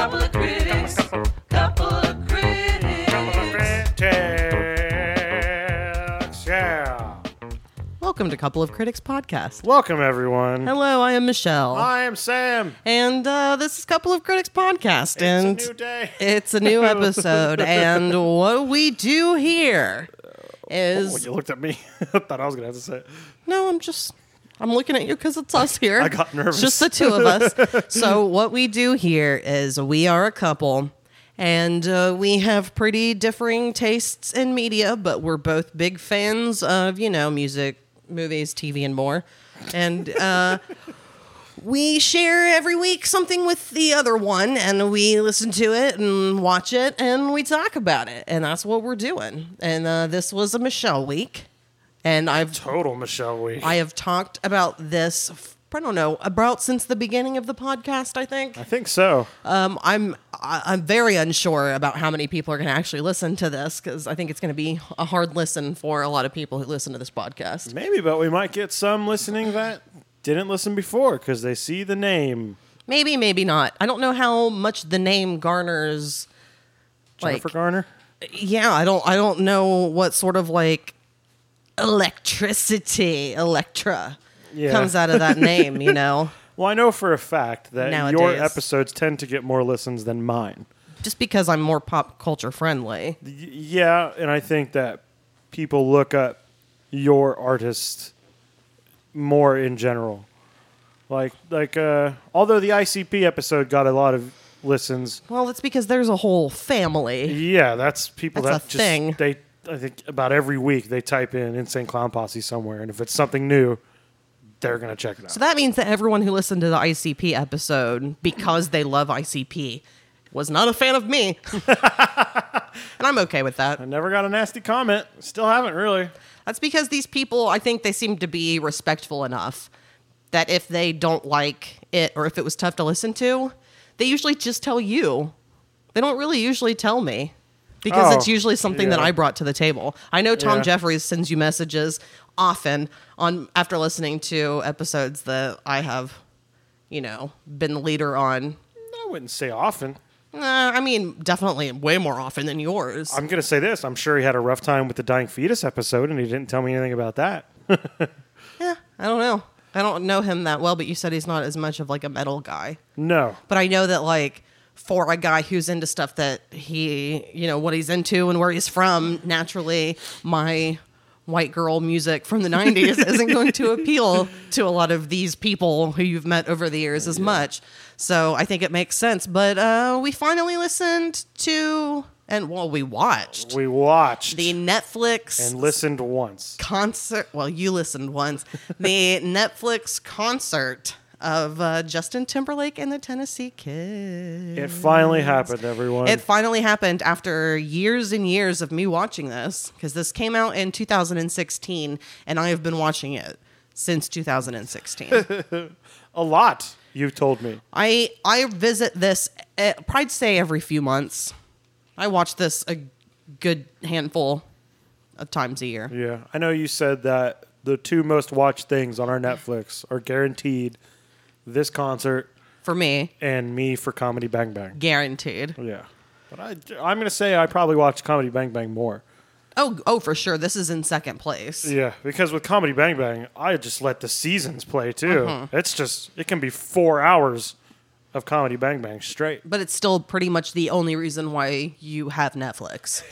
critics, couple of critics. Oh, Critics, yeah. Welcome to Couple of Critics Podcast. Welcome, everyone. Hello, I am Michelle. I am Sam. And uh, this is Couple of Critics Podcast. and it's a new day. it's a new episode. and what we do here Oh, when is you looked at me, I thought I was gonna have to say it. no, I'm just. I'm looking at you because it's us here. I got nervous. Just the two of us. so, what we do here is we are a couple and uh, we have pretty differing tastes in media, but we're both big fans of, you know, music, movies, TV, and more. And uh, we share every week something with the other one and we listen to it and watch it and we talk about it. And that's what we're doing. And uh, this was a Michelle week. And I've Total Michelle week. I, I have talked about this. f- I don't know about since the beginning of the podcast. I think think so. um, I'm I- I'm very unsure about how many people are going to actually listen to this because I think it's going to be a hard listen for a lot of people who listen to this podcast. Maybe, but we might get some listening that didn't listen before because they see the name Maybe, maybe not. I don't know how much the name garners. Like, Jennifer Garner. yeah, I don't I don't know what sort of like electricity, Electra, Yeah. comes out of that name. You know. Well, I know for a fact that your Nowadays. episodes tend to get more listens than mine. Just because I'm more pop culture friendly. Y- yeah, and I think that people look up your artist more in general. Like, like, uh, although the ICP episode got a lot of listens, Well, that's because there's a whole family. yeah, that's people that That's a just thing. they. I think about every week they type in "Insane Clown Posse" somewhere, and if it's something new, they're gonna check it out. So that means that everyone who listened to the ICP episode because they love ICP was not a fan of me. and I'm okay with I that. never got a nasty comment. Still haven't really. That's because these people, I think they seem to be respectful enough that if they don't like it or if it was tough to listen to, they usually just tell you. They don't really usually tell me because it's Oh, usually something that yeah. I brought to the table. I know Tom Yeah. Jeffries sends you messages often on after listening to episodes that I have, you know, been the leader on. I wouldn't say often. Uh, I mean, definitely way more often than yours. I'm gonna say this. I'm sure he had a rough time with the dying fetus episode, and he didn't tell me anything about that. yeah, I don't know. I don't know him that well, but you said he's not as much of like a metal guy. No, but I know that like for a guy who's into stuff that he, you know, what he's into and where he's from, naturally, my white girl music from the 90s isn't going to appeal to a lot of these people who you've met over the years as much. So I think it makes sense. But uh, we finally listened to, and well, we watched we watched the Netflix and listened once. concert. Well, you listened once. the Netflix concert of uh, Justin Timberlake and the Tennessee Kids. It finally happened, everyone. Mm. It finally happened after years and years of me watching this because this came out in 2016 and I have been watching it since 2016. a lot. You've told me. I I visit this uh, Pride Day every few months. I watch this a good handful of times a year. Yeah, I know you said that the two most watched things on our Netflix are guaranteed this concert For me, and me for Comedy Bang Bang. guaranteed. Yeah, but I, I'm gonna say I probably watched Comedy Bang Bang more. Oh, oh, for sure. This is in second place. Yeah, because with Comedy Bang Bang, I just let the seasons play too. Uh-huh. It's just it can be four hours of Comedy Bang Bang straight. But it's still pretty much the only reason why you have Netflix.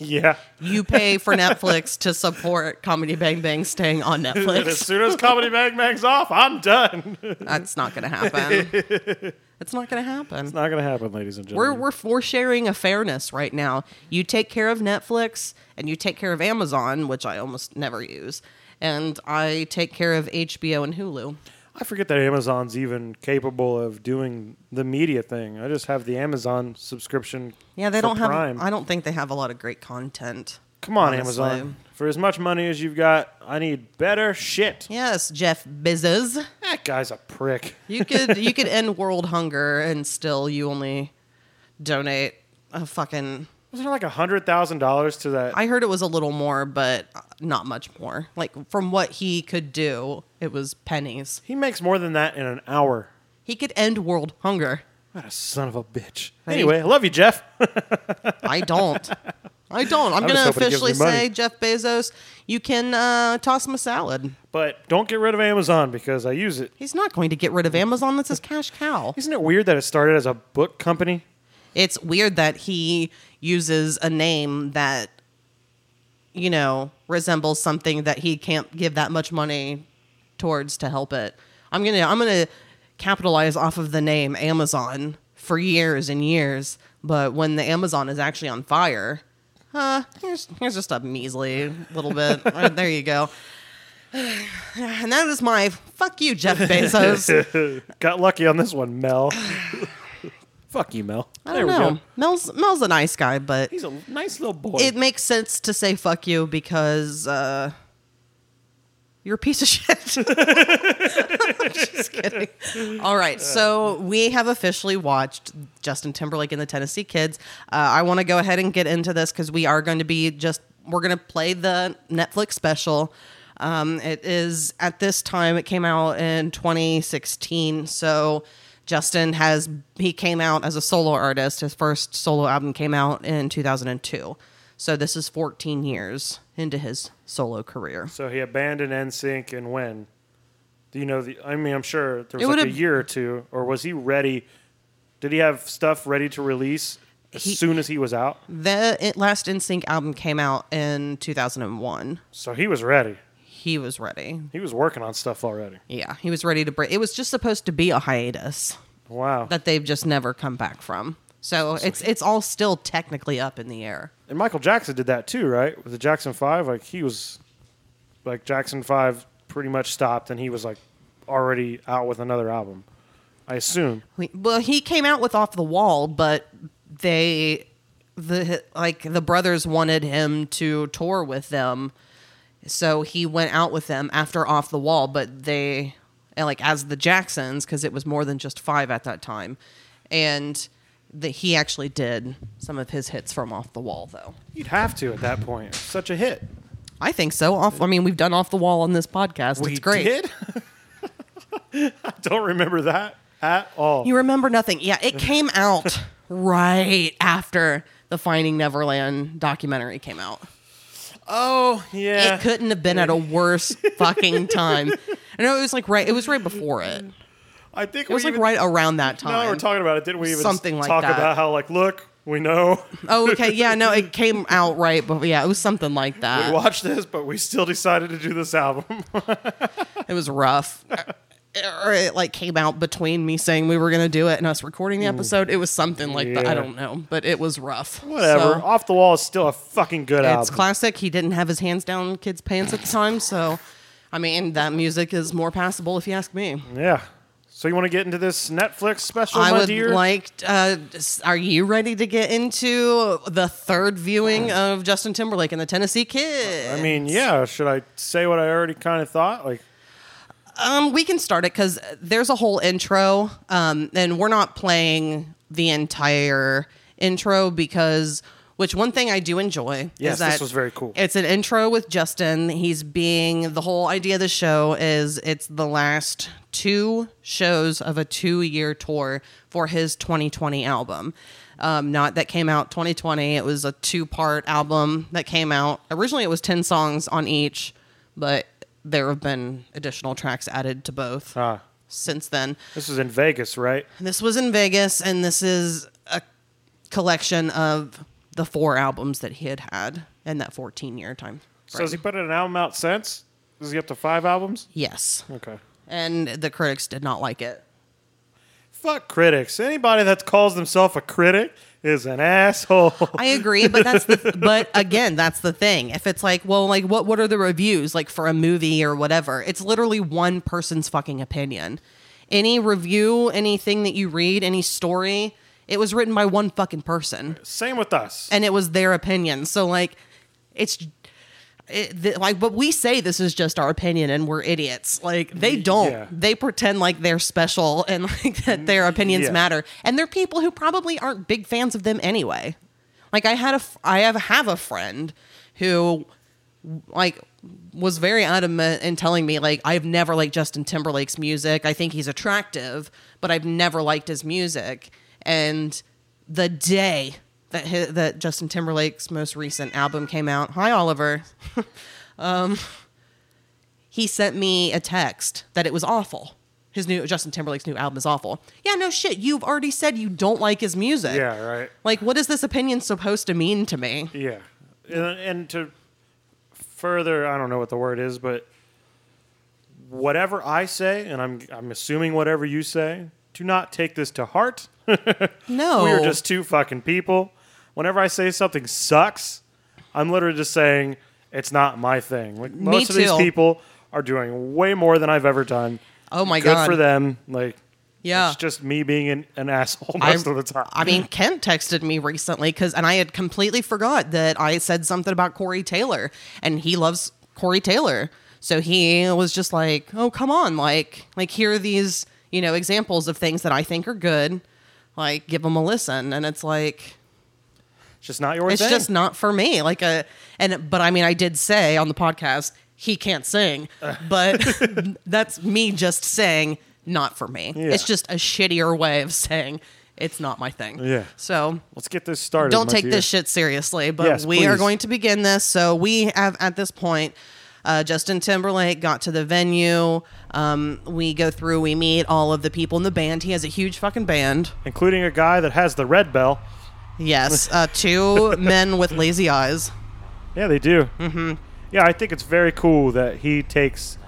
yeah, You pay for Netflix to support Comedy Bang Bang staying on and as Netflix. soon as Comedy Bang Bang's off, I'm done. That's not going to happen. It's not going to happen. Not gonna happen, ladies and We're, gentlemen. we're, we're sharing a fairness right now. You take care of Netflix and you take care of Amazon, which I almost never use. And I take care of HBO and Hulu. I forget that Amazon's even capable of doing the media thing. I just have the Amazon subscription. Yeah, they for don't have. Prime. I don't think they have a lot of great content. Come on, honestly. Amazon. For as much money as you've got, I need better shit. Yes, Jeff Bezos. That guy's a prick. You could you could end world hunger and still you only donate a fucking. Wasn't it like a hundred thousand dollars to that? I heard it was a little more, but not much more. Like from what he could do, it was pennies. he makes more than that in an hour. He could end world hunger. What a son of a bitch. Right. Anyway, I love you, Jeff. I don't. I don't. I'm, I was hoping he going to gives me officially say, money. Jeff Bezos, you can uh, toss him a salad. but don't get rid of Amazon because I use it. He's not going to get rid of Amazon. That's his cash cow. Isn't it weird that it started as a book company? It's weird that he uses a name that, you know, resembles something that he can't give that much money towards to help it. I'm gonna I'm gonna capitalize off of the name Amazon for years and years, but when the Amazon is actually on fire, uh, here's here's just a measly little bit. Uh, there you go. And that is my fuck you, Jeff Bezos. Got lucky on this one, Mel. Fuck you, Mel. I don't know. Mel's Mel's a nice guy, but He's a nice little boy. it makes sense to say fuck you because uh, you're a piece of shit. Just kidding. All right, so we have officially watched Justin Timberlake and the Tennessee Kids. Uh, I want to go ahead and get into this because we are going to be just we're going to play the Netflix special. Um, it is at this time it came out in 2016, so. Justin has he came out as a solo artist. His first solo album came out in 2002. So this is 14 years into his solo career. so he abandoned NSYNC and when? Do you know the? I mean, I'm sure there was like It a would've- year or two, or was he ready? Did he have stuff ready to release as He- soon as he was out? The it- last NSYNC album came out in 2001. So he was ready. He was ready. He was working on stuff already. Yeah, he was ready to break. It was just supposed to be a hiatus Wow. that they've just never come back from. So, it's it's all still technically up in the air. and Michael Jackson did that too, right? With the Jackson Five, like he was, like Jackson Five pretty much stopped, and he was like already out with another album. I assume. We- Well, he came out with Off the Wall, but they the like the brothers wanted him to tour with them. So he went out with them after Off the Wall, but they and like as the Jacksons cuz it was more than just 5 at that time. And that he actually did some of his hits from Off the Wall though. You'd have to at that point. Such a hit. I think so. Off I mean, we've done Off the Wall on this podcast. We it's great. did? I don't remember that at all. You remember nothing. Yeah, it came out right after the Finding Neverland documentary came out. oh yeah. It couldn't have been at a worse fucking time. I know it was like right. It was right before it. It I think was we like even, right around that time. Now we're talking about it, didn't we? Even Something like talk that. about how like look, we know oh, okay. Yeah, no, it came out right. But yeah, it was something like we that. watched this, but we still decided to do this album. It was rough. Or it like came out between me saying we were gonna do it and us recording the episode. It was something like that. I Yeah. don't know, but it was rough. Whatever. So- Off the wall is still a fucking good album. It's classic. He didn't have his hands down kids' pants at the time, so I mean that music is more passable if you ask me. Yeah. So you want to get into this Netflix special, I my would dear? like. Uh, s- are you ready to get into the third viewing of Justin Timberlake and the Tennessee Kid? Mm. I mean, yeah. Should I say what I already kind of thought? Like, Um, we can start it because there's a whole intro, um, and we're not playing the entire intro because. Which one thing I do enjoy Yes, is that this was very cool. It's an intro with Justin. He's being the whole idea of the show is it's the last two shows of a two year tour for his 2020 album. Um, not that came out 2020. It was a two part album that came out. Originally, it was 10 songs on each, but there have been additional tracks added to both ah, since then. this is in Vegas, right? This was in Vegas, and this is a collection of the four albums that he had had in that 14 year time. So frame. has he put an album out since? Is he up to five albums? yes. Okay. And the critics did not like it. Fuck critics. Anybody that calls themselves a critic is an asshole. I agree, but that's the but again, that's the thing. If it's like, well, like what what are the reviews like for a movie or whatever? It's literally one person's fucking opinion. Any review, anything that you read, any story, it was written by one fucking person. Same with us. and it was their opinion. So like, it's it, th- like, but we say this is just our opinion and we're idiots. Like they don't. yeah. They pretend like they're special and like that their opinions yeah. matter. And they're people who probably aren't big fans of them anyway. Like I had a, f- I have have a friend who like was very adamant in telling me like I've never liked Justin Timberlake's music. I think he's attractive, but I've never liked his music. And the day that hi that Justin Timberlake's most recent album came out, hi Oliver, um, he sent me a text that it was awful. His new Justin Timberlake's new album is awful. Yeah, no shit. You've already said you don't like his music. Yeah, right. Like, what is this opinion supposed to mean to me? Yeah, and, and to further, I don't know what the word is, but whatever I say, and I'm I'm assuming whatever you say, do not take this to heart. No. We are just two fucking people. Whenever I say something sucks, I'm literally just saying it's not my thing. Like, Me most of these too. people are doing way more than I've ever done. Oh my Good God. for them. Like, Yeah. it's just me being an, an asshole I- most of the time. I mean, Kent texted me recently because, and I had completely forgot that I said something about Corey Taylor, and he loves Corey Taylor, so he was just like, "Oh, come on! Like, like here are these, you know, examples of things that I think are good. Like, give them a listen." And it's like, it's just not your it's thing. just not for me. Like a, and but I mean, I did say on the podcast he can't sing, but that's me just saying not for me. Yeah. It's just a shittier way of saying it's not my thing. Yeah. So Let's get this started. don't my take dear. this shit seriously, but Yes, we are please. going to begin this. So we have at this point, uh, Justin Timberlake got to the venue. Um, we go through, we meet all of the people in the band. He has a huge fucking band. Including a guy that has the red bell. Yes, uh, two men with lazy eyes. Yeah, they do. Mm-hmm. Yeah, I think it's very cool that he takes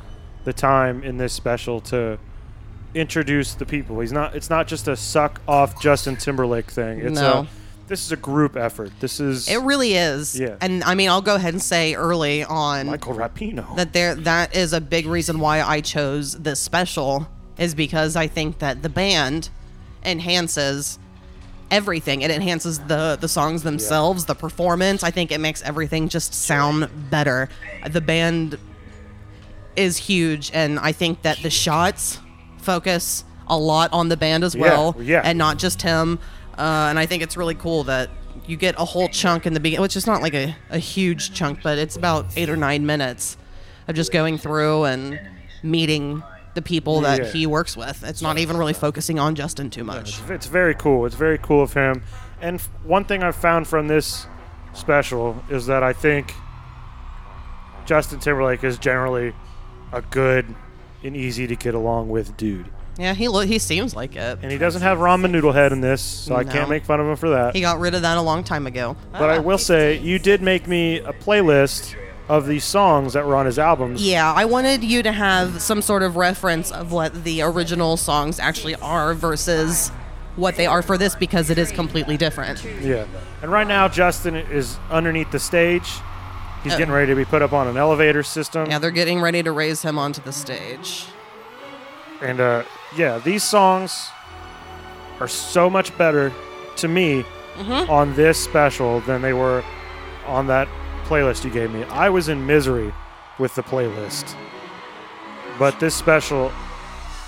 the time in this special to introduce the people. He's not. It's not just a suck off Justin Timberlake thing. It's No. a. This is a group effort. This is It really is. Yeah. And I mean, I'll go ahead and say early on Michael Rapino. that there that is a big reason why I chose this special is because I think that the band enhances everything. It enhances the the songs themselves, the performance. I think it makes everything just sound better. The band is huge and I think that the shots focus a lot on the band as well yeah. and not just him. Uh, and I think it's really cool that you get a whole chunk in the beginning, which is not like a, a huge chunk, but it's about eight or nine minutes of just going through and meeting the people that Yeah. he works with. It's not even really focusing on Justin too much. It's very cool. It's very cool of him. And f- one thing I've found from this special is that I think Justin Timberlake is generally a good and easy to get along with dude. Yeah, he lo- he seems like it. And he doesn't have ramen noodle head in this, so I No. can't make fun of him for that. He got rid of that a long time ago. But I will say, you did make me a playlist of the songs that were on his albums. Yeah, I wanted you to have some sort of reference of what the original songs actually are versus what they are for this because it is completely different. Yeah. And right now, Justin is underneath the stage. He's Oh. getting ready to be put up on an elevator system. Yeah, they're getting ready to raise him onto the stage. And uh, yeah, these songs are so much better to me Mm-hmm. on this special than they were on that playlist you gave me. I was in misery with the playlist. But this special,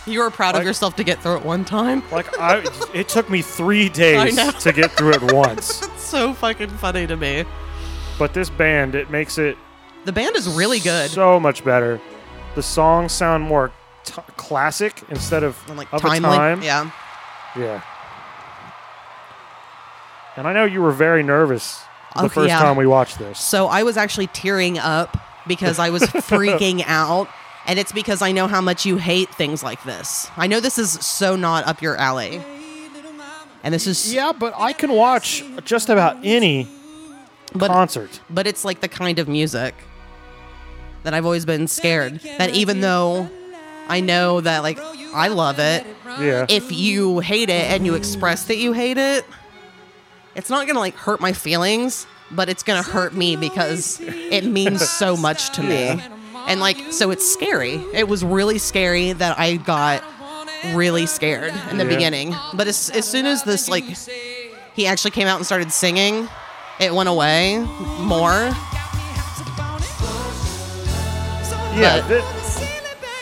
You were proud Like- of yourself to get through it one time. like I, it took me three know. days to get through it once. That's so fucking funny to me. But this band, it makes it The band is really good. So much better. The songs sound more t- classic instead of And, like of timely. a time. Yeah. Yeah. And I know you were very nervous the Oh, first yeah. time we watched this. So I was actually tearing up because I was freaking out. And it's because I know how much you hate things like this. I know this is so not up your alley. And this is Yeah, but I can watch just about any but concert. but it's like the kind of music that I've always been scared that even though I know that like I love it, Yeah. if you hate it and you express that you hate it, it's not gonna like hurt my feelings, but it's gonna hurt me because it means so much to me. And like, so it's scary. It was really scary that I got really scared in the Yeah. beginning. But as, as soon as this, like, he actually came out and started singing, it went away more. yeah. but- The,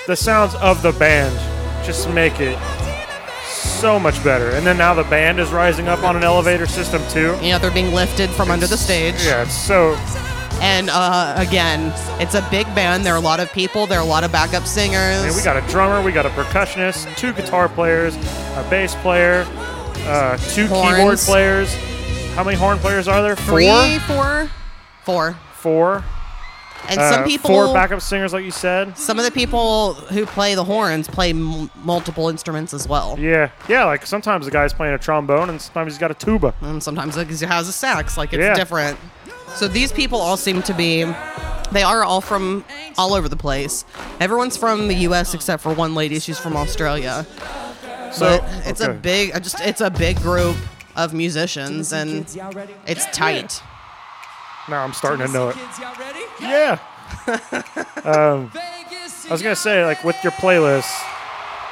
the sounds of the band just make it so much better. And then now the band is rising up on an elevator system too. You know, they're being lifted from under the stage. Yeah, it's so And uh, again, it's a big band. There are a lot of people. There are a lot of backup singers. And we got a drummer, we got a percussionist, two guitar players, a bass player, uh, two keyboard Horns. players. How many horn players are there? Four. three, four, four. Four. And Uh, some people, Four backup singers, like you said. some of the people who play the horns play m- multiple instruments as well. Yeah, yeah. Like sometimes the guy's playing a trombone, and sometimes he's got a tuba. and sometimes it has a sax like it's Yeah. different so these people all seem to be they are all from all over the place everyone's from the us except for one lady she's from australia So but it's a okay. big I just it's a big group of musicians and it's tight Now I'm starting to know it. I Yeah. Um, I was gonna say, like with your playlist,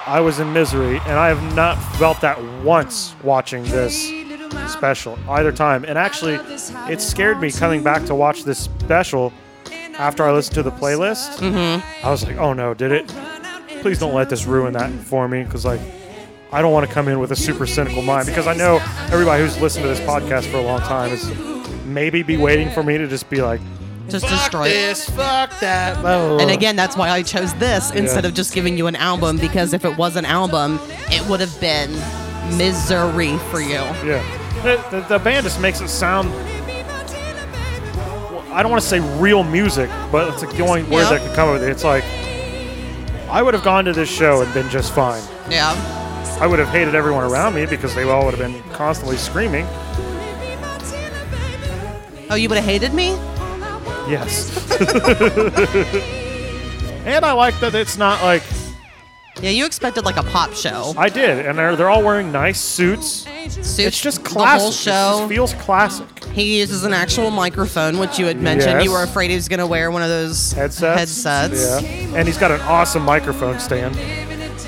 I was in misery, and I have not felt that once watching this special either time. And actually, it scared me coming back to watch this special after I listened to the playlist. Mm-hmm. I was like, oh no, did it? Please don't let this ruin that for me, because like. I don't want to come in with a super cynical mind because I know everybody who's listened to this podcast for a long time is maybe be waiting for me to just be like, oh, just destroy this, fuck that. blah, blah, blah. and again that's why i chose this instead of just giving you an album because if it was an album it would have been misery for you Yeah. The, the, the band just makes it sound. well, I don't want to say real music, but it's like the only word Yeah. that can come up with it. It's like I would have gone to this show and been just fine. yeah I would have hated everyone around me because they all would have been constantly screaming. oh you would have hated me Yes. and I like that it's not like yeah you expected like a pop show I did, and they're, they're all wearing nice suits. suits. It's just The whole classic. It show. just feels classic. he uses an actual microphone, which you had mentioned. Yes. You were afraid he was going to wear one of those headsets. headsets. Yeah. And he's got an awesome microphone stand.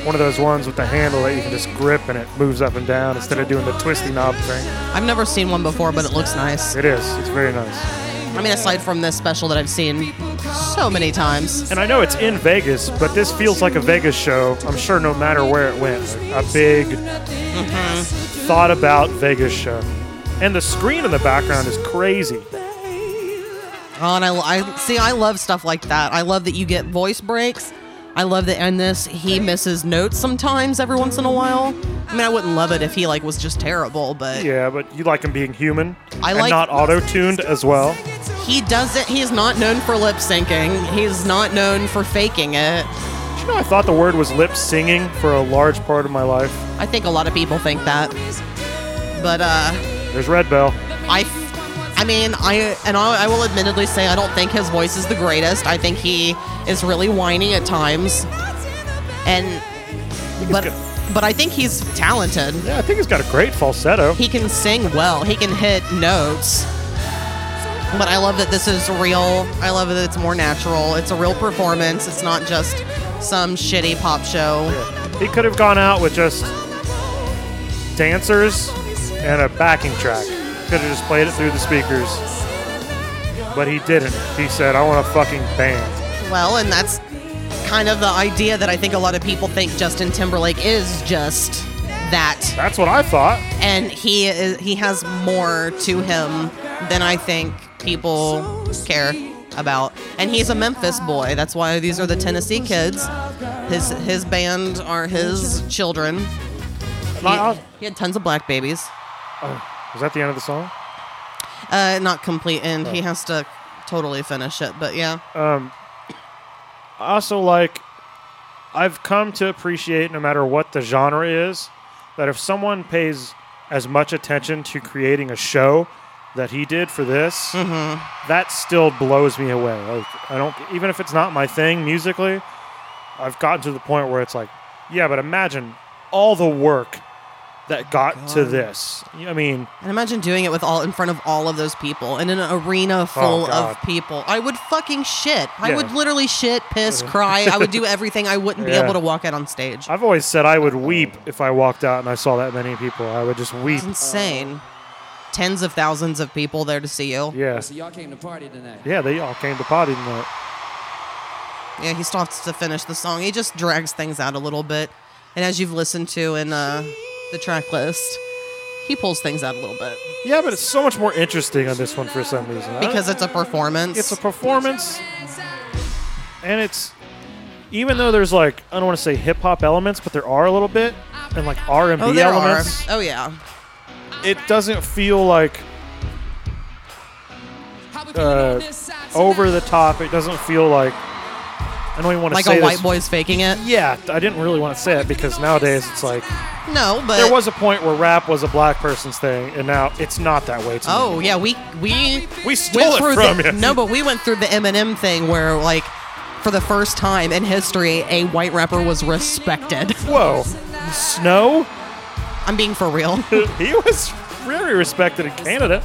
One of those ones with the handle that you can just grip and it moves up and down instead of doing the twisty knob thing. I've never seen one before, but it looks nice. It is. It's very nice. I mean, aside from this special that I've seen so many times. And I know it's in Vegas, but this feels like a Vegas show. I'm sure no matter where it went, a big Mm-hmm. thought about Vegas show. And the screen in the background is crazy. Oh, and I, I see. I love stuff like that. I love that you get voice breaks. I love that in this he misses notes sometimes every once in a while. I mean, I wouldn't love it if he like was just terrible, but Yeah, but you like him being human I and like- not auto-tuned as well. he doesn't. He's not known for lip syncing. He's not known for faking it. Did you know I thought the word was lip singing for a large part of my life? I think a lot of people think that. But uh, There's Red Bell. I, I mean, I and I, I will admittedly say I don't think his voice is the greatest. I think he is really whiny at times, and but good. but I think he's talented. Yeah, I think he's got a great falsetto. He can sing well. He can hit notes. But I love that this is real. I love that it's more natural. It's a real performance. It's not just some shitty pop show. He could have gone out with just dancers and a backing track. Could have just played it through the speakers. But he didn't. He said, I want a fucking band. Well, and that's kind of the idea that I think a lot of people think Justin Timberlake is just that, That's what I thought. and he is, he has more to him than I think people care about. And he's a Memphis boy. That's why these are the Tennessee kids. His his band are his children. He, he had tons of black babies. Was that the end of the song? Uh, not complete, and he has to totally finish it. But yeah, I also like I've come to appreciate no matter what the genre is that if someone pays as much attention to creating a show that he did for this that still blows me away like I don't even if it's not my thing musically I've gotten to the point where it's like yeah but imagine all the work that got to this I mean And imagine doing it with all in front of all of those people in an arena full Oh, God. of people. I would fucking shit. I Yeah. would literally shit, piss, cry. I would do everything. I wouldn't be Yeah. able to walk out on stage. I've always said I would weep if I walked out and I saw that many people I would just weep It's insane. Tens of thousands of people there to see you. Yeah, yeah So y'all came to party tonight. yeah they all came to potty tonight he stops to finish the song. He just drags things out a little bit. And as you've listened to in uh, the track list, He pulls things out a little bit Yeah, but it's so much more interesting on this one for some reason. I don't- because it's a performance. Oh. it's a performance, and it's even though there's like I don't want to say hip hop elements, but there are a little bit, and like R and oh, B there elements. are. Oh yeah. It doesn't feel like uh, over the top. It doesn't feel like I don't even want to Like say a white this. boy's faking it. Yeah, I didn't really want to say it because nowadays it's like No, but there was a point where rap was a black person's thing, and now it's not that way. To me. Oh yeah, we we We stole it through from the, you. No, but we went through the Eminem thing where like for the first time in history, a white rapper was respected. Whoa, Snow? I'm being for real. He was very respected in Canada.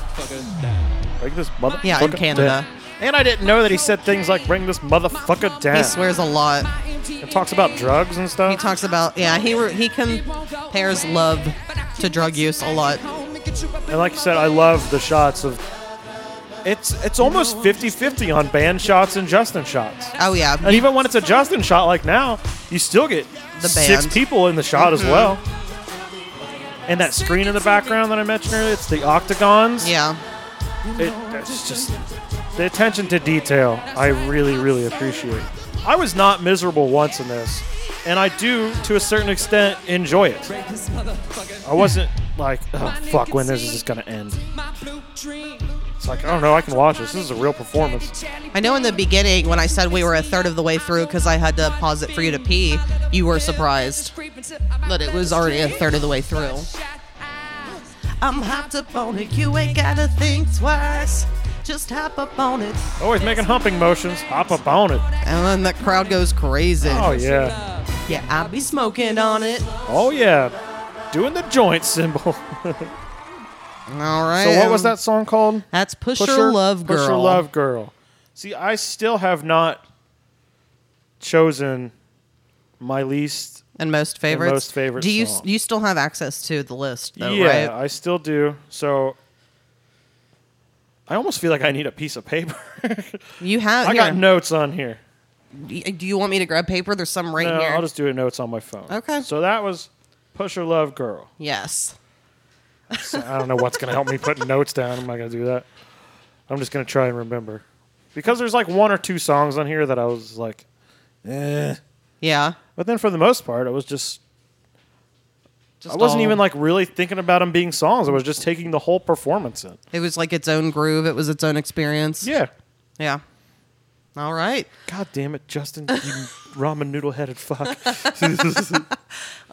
Bring this motherfucker Yeah, in Canada. down. And I didn't know that he said things like "bring this motherfucker down." He swears a lot. and talks about drugs and He stuff. talks about yeah. He re- he compares love to drug use a lot. and like you said, I love the shots of. It's it's almost 50-50 on band shots and Justin shots. Oh yeah, And even when it's a Justin shot like now, you still get The Mm-hmm. six band. people in the shot as well. And that screen in the background that I mentioned earlier, it's the octagons. yeah. It, it's just the attention to detail. I really, really appreciate. I was not miserable once in this, and I do, to a certain extent, enjoy it. I wasn't like, oh fuck, when this is this gonna end? It's like I don't know. I can watch this. This is a real performance. I know in the beginning when I said we were a third of the way through because I had to pause it for you to pee, you were surprised that it was already a third of the way through. I'm hopped up on it, you ain't gotta think twice. Just hop up on it. Oh, he's making humping motions. Hop up on it. And then the crowd goes crazy. Oh yeah. Yeah, I'll be smoking on it. Oh yeah, doing the joint symbol. All right. so what was that song called? That's Pusher, Love Girl. Pusher Love Girl. See, I still have not chosen my least. And most favorites. most favorite Do you song. you still have access to the list though, yeah, Oh, right? I still do. So I almost feel like I need a piece of paper. You have. I yeah. got notes on here. Do you want me to grab paper? There's some right No, here. I'll just do notes on my phone. Okay. So that was Pusher Love Girl. yes. So I don't know what's going to help me put notes down. I'm not going to do that. I'm just going to try and remember. Because there's like one or two songs on here that I was like, eh. Yeah. But then for the most part, I was just Just I wasn't all- even like really thinking about them being songs. I was just taking the whole performance in. It was like its own groove. It was its own experience. Yeah. Yeah. All right. God damn it, Justin, you ramen noodle headed fuck.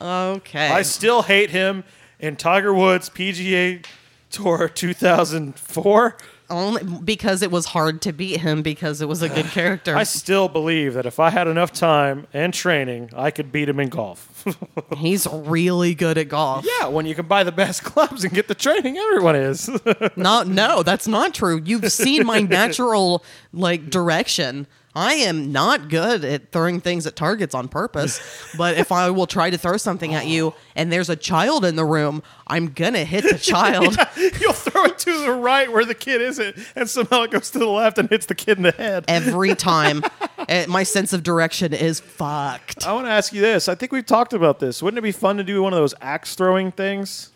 Okay. I still hate him in Tiger Woods PGA Tour 2004. Only because it was hard to beat him because it was a good character. I still believe that if I had enough time and training, I could beat him in golf. He's really good at golf. yeah, when you can buy the best clubs and get the training everyone is. No, no, that's not true. You've seen my natural like direction. I am not good at throwing things at targets on purpose, but if I will try to throw something at you and there's a child in the room, I'm gonna hit the child. You'll throw it to the right where the kid isn't, and somehow it goes to the left and hits the kid in the head. every time. Eh, my sense of direction is fucked. I want to ask you this. I think we've talked about this. Wouldn't it be fun to do one of those axe throwing things?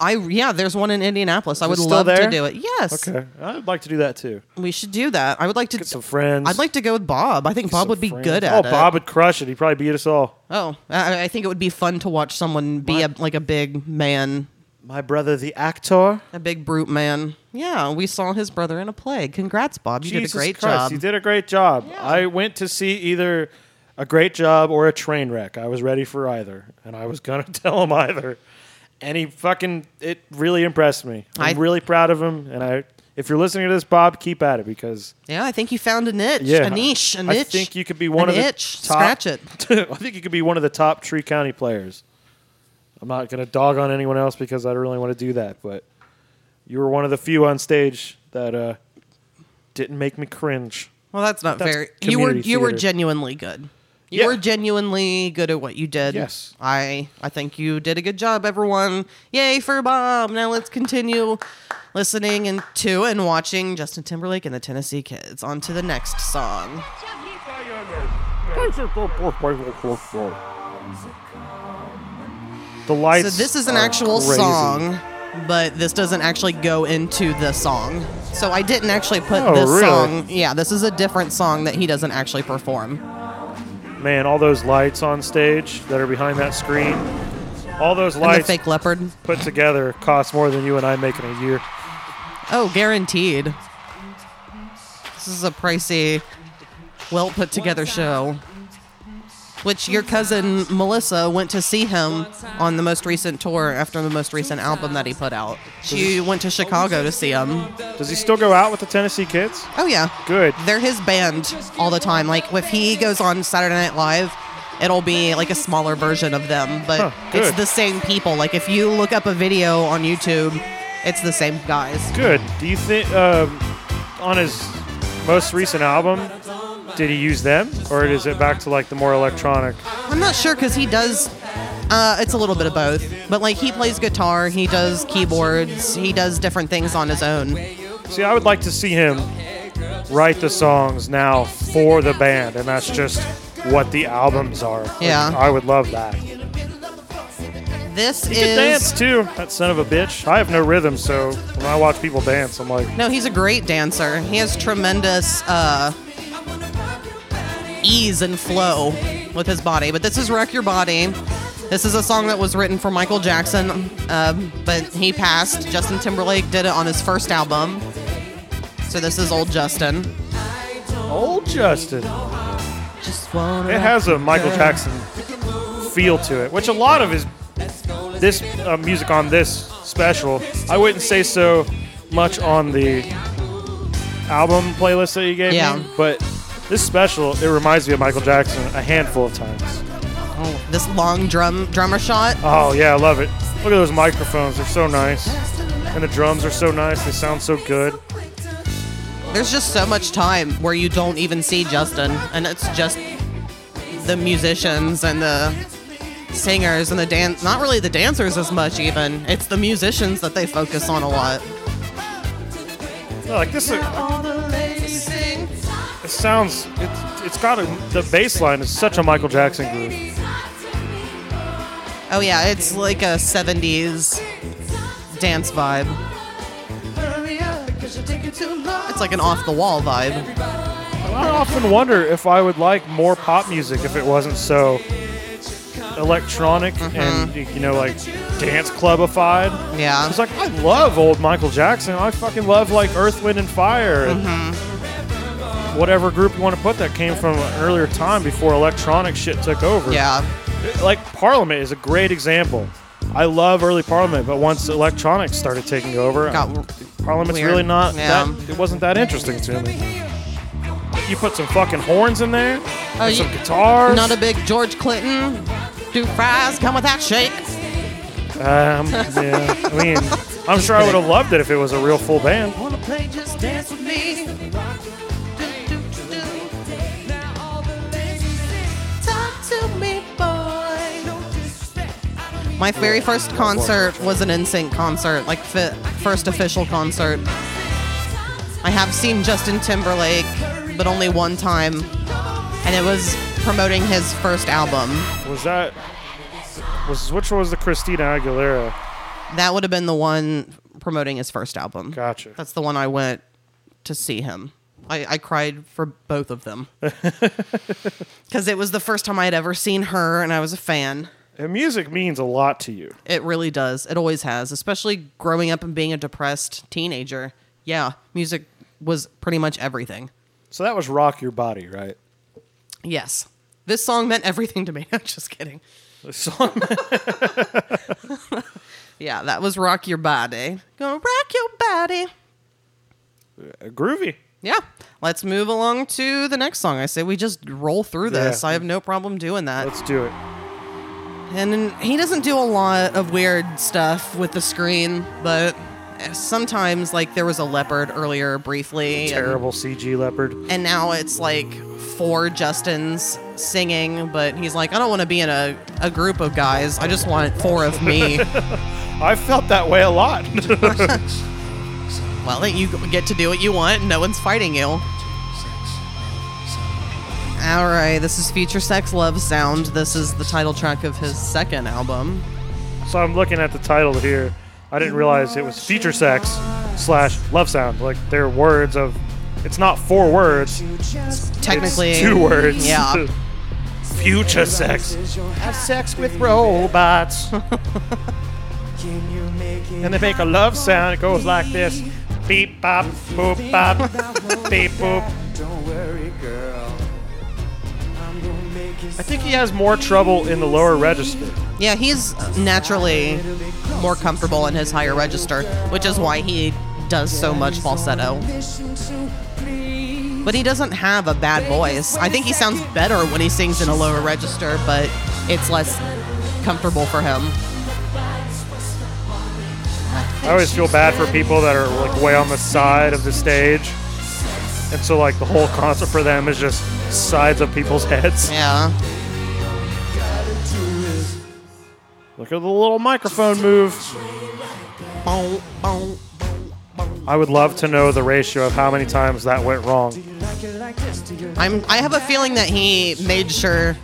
I yeah, there's one in Indianapolis. I Is would it still love there? to do it. Yes, Okay, I'd like to do that too. we should do that. I would like to. Some friends. I'd like to go with Bob. I think Bob some would be friends. good Oh, at it. Bob would crush it. He'd probably beat us all. Oh, I, I think it would be fun to watch someone be a, like a big man, My brother, the actor. a big brute man. Yeah, we saw his brother in a play. Congrats, Bob. You Jesus did a great Christ, job. You did a great job. I went to see either a great job or a train wreck. I was ready for either, and I was gonna tell him either. And he fucking it really impressed me. I'm I- really proud of him. And I, if you're listening to this, Bob, keep at it because Yeah, I think you found a niche, yeah, a niche, a niche. I think you could be one an of the itch. top. Scratch it. I think you could be one of the top Tree County players. I'm not gonna dog on anyone else because I don't really want to do that, but you were one of the few on stage that uh, didn't make me cringe. Well, that's not That's very. You were you community were theater. genuinely good. You Yeah. were genuinely good at what you did. Yes. I I think you did a good job, everyone. Yay for Bob! Now let's continue listening and to and watching Justin Timberlake and the Tennessee Kids. On to the next song. The lights. So this is an are actual crazy. song but this doesn't actually go into the song. So I didn't actually put Oh, this really? song. Yeah, this is a different song that he doesn't actually perform. Man, all those lights on stage that are behind that screen, all those And the lights fake leopard. put together cost more than you and I make in a year. Oh, guaranteed. This is a pricey, well put together show. Which your cousin Melissa went to see him on the most recent tour after the most recent album that he put out. She went to Chicago to see him. Does he still go out with the Tennessee Kids? Oh, yeah. Good. They're his band all the time. Like, if he goes on Saturday Night Live, it'll be like a smaller version of them, but Huh, good. it's the same people. Like, if you look up a video on YouTube, it's the same guys. Good. Do you think um, on his most recent album, did he use them, or is it back to like the more electronic? I'm not sure because he does. Uh, it's a little bit of both, but like he plays guitar, he does keyboards, he does different things on his own. See, I would like to see him write the songs now for the band, and that's just what the albums are. Yeah. I would love that. He This can is dance too. That son of a bitch. I have no rhythm, so when I watch people dance, I'm like, no, he's a great dancer. He has tremendous uh, ease and flow with his body. But this is "Wreck Your Body." This is a song that was written for Michael Jackson, um, but he passed. Justin Timberlake did it on his first album. So this is old Justin. old Justin. Just wanna It has a Michael Yeah. Jackson feel to it, which a lot of his this uh, music on this special. I wouldn't say so much on the album playlist that you gave Yeah. me, but this special it reminds me of Michael Jackson a handful of times. Oh, this long drum drummer shot. Oh yeah, I love it. Look at those microphones; they're so nice, and the drums are so nice. They sound so good. There's just so much time where you don't even see Justin, and it's just the musicians and the singers and the dance. Not really the dancers as much, even. It's the musicians that they focus on a lot. Yeah, like this, it sounds. It's it's got a, the bass line is such a Michael Jackson groove. Oh yeah, it's like a '70s dance vibe. It's like an off the wall vibe. I often wonder if I would like more pop music if it wasn't so electronic Mm-hmm. and you know like dance clubified. Yeah. It's like I love old Michael Jackson. I fucking love like Earth, Wind and Fire and Mm-hmm. whatever group you want to put that came from an earlier time before electronic shit took over. Yeah. Like Parliament is a great example. I love early Parliament, but once electronics started taking over, Got Parliament's weird. really not Yeah. that. It wasn't that interesting to me. You put some fucking horns in there, and Oh, you- some guitars. not a big George Clinton. Do fries come with that shake? um, yeah, I mean, I'm sure I would have loved it if it was a real full band. Wanna play just dance with me? My very first concert was an NSYNC concert, like fi- first official concert. I have seen Justin Timberlake, but only one time, and it was promoting his first album. Was that? Was which one was the Christina Aguilera? That would have been the one promoting his first album. Gotcha. That's the one I went to see him. I, I cried for both of them because it was the first time I had ever seen her, and I was a fan. And music means a lot to you. It really does. It always has, especially growing up and being a depressed teenager. Yeah, music was pretty much everything. So that was rock your body, right? Yes, this song meant everything to me. I'm just kidding. The song. Yeah, that was rock your body. Gonna rock your body. Uh, Groovy. Yeah. Let's move along to the next song. I say we just roll through this. Yeah. I have no problem doing that. Let's do it. And then he doesn't do a lot of weird stuff with the screen, but sometimes, like, there was a leopard earlier briefly. and- Terrible CG leopard. And, now it's like four Justins singing, but he's like, I don't want to be in a, a group of guys. I just want four of me. I felt that way a lot. well, then you get to do what you want. No one's fighting you. All right, this is Future Sex Love Sound. This is the title track of his second album. So I'm looking at the title here. I didn't realize it was feature sex slash love sound. Like they're words of. It's not four words. Technically, it's two words. Yeah. Future sex. Have sex with robots. and they make a love sound. It goes like this: beep bop, boop bop, beep boop. Don't worry, girl. I'm gonna make it I think he has more trouble in the lower register. Yeah, he's naturally more comfortable in his higher register, which is why he does so much falsetto. listen to please. But he doesn't have a bad voice. I think he sounds better when he sings in a lower register, but it's less comfortable for him. I always feel bad for people that are like way on the side of the stage. And so like the whole concert for them is just sides of people's heads. Yeah. Look at the little microphone move. Bow, bow. I would love to know the ratio of how many times that went wrong. Like it like this to your I'm I have a feeling that he made sure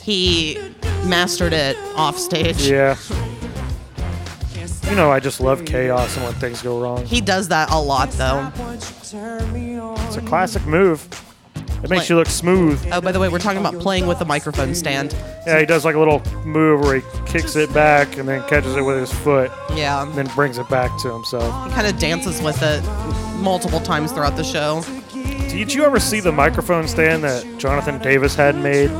he mastered it off stage. Yeah. You know, I just love chaos and when things go wrong. He does that a lot though. once you turn me on. It's a classic move. It makes you look smooth. Oh, by the way, we're talking about playing with the microphone stand. Yeah, he does like a little move where he kicks it back and then catches it with his foot Yeah. and then brings it back to himself. He kind of dances with it multiple times throughout the show. Did you ever see the microphone stand that Jonathan Davis had made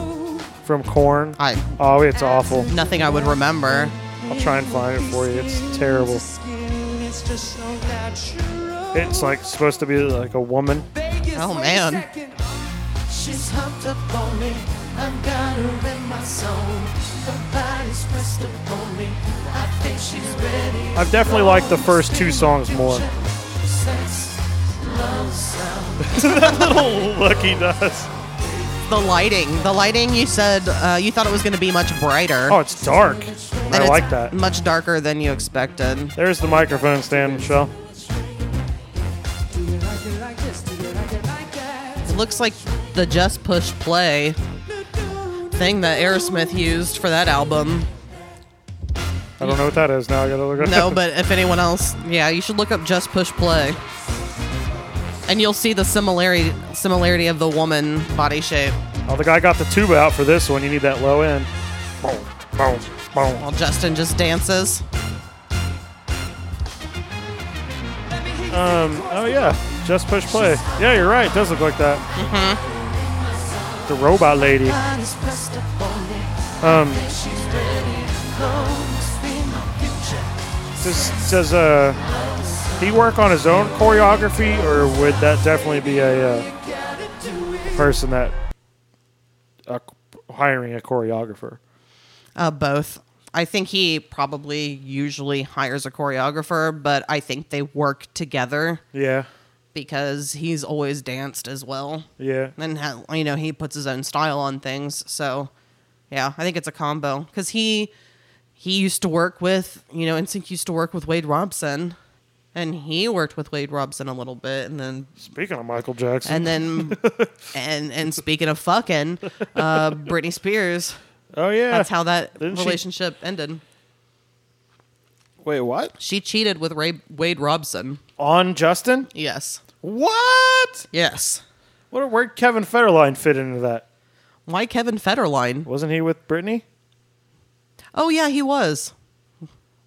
from Corn? I Oh, it's awful. nothing I would remember. I'll try and find it for you. It's terrible. Skin, it's just so natural. It's like supposed to be like a woman. Vegas, Oh, wait a man. second. She's humped up on me. I've got her in my zone. Her body's pressed up on me. I think she's ready. I've definitely liked the first two songs more. Sex, love, sound. Oh, look, he does. The lighting, the lighting. You said uh, you thought it was going to be much brighter. Oh, it's dark. and I it's like that. Much darker than you expected. There's the microphone stand, Michelle. Do you like it like this? Do you like it like that? It looks like the just push play thing that Aerosmith used for that album. I don't know what that is now. I gotta look it No, up. but if anyone else, yeah, you should look up just push play. And you'll see the similarity similarity of the woman body shape. Oh, the guy got the tuba out for this one. You need that low end. Boom, boom, boom. While Justin just dances. Um, oh, yeah. Just push play. Yeah, you're right. It does look like that. Mm-hmm. Mm-hmm. The robot lady. Body's pressed up on me. Um, She's ready. Close be my future. Does, does uh, he work on his own choreography, or would that definitely be a uh, person that uh, hiring a choreographer? Uh, both. I think he probably usually hires a choreographer, but I think they work together Yeah, because he's always danced as well. yeah. And, ha- you know, he puts his own style on things. So, yeah, I think it's a combo because he he used to work with, you know, NSYNC used to work with Wade Robson and he worked with Wade Robson a little bit and then Speaking of Michael Jackson, and then and and speaking of fucking uh Britney Spears oh yeah, that's how that Didn't she- relationship ended. Wait, what? She cheated with Ray- Wade Robson. On Justin? Yes. What? Yes. What? Where'd Kevin Federline fit into that? Why Kevin Federline? Wasn't he with Britney? Oh yeah, he was.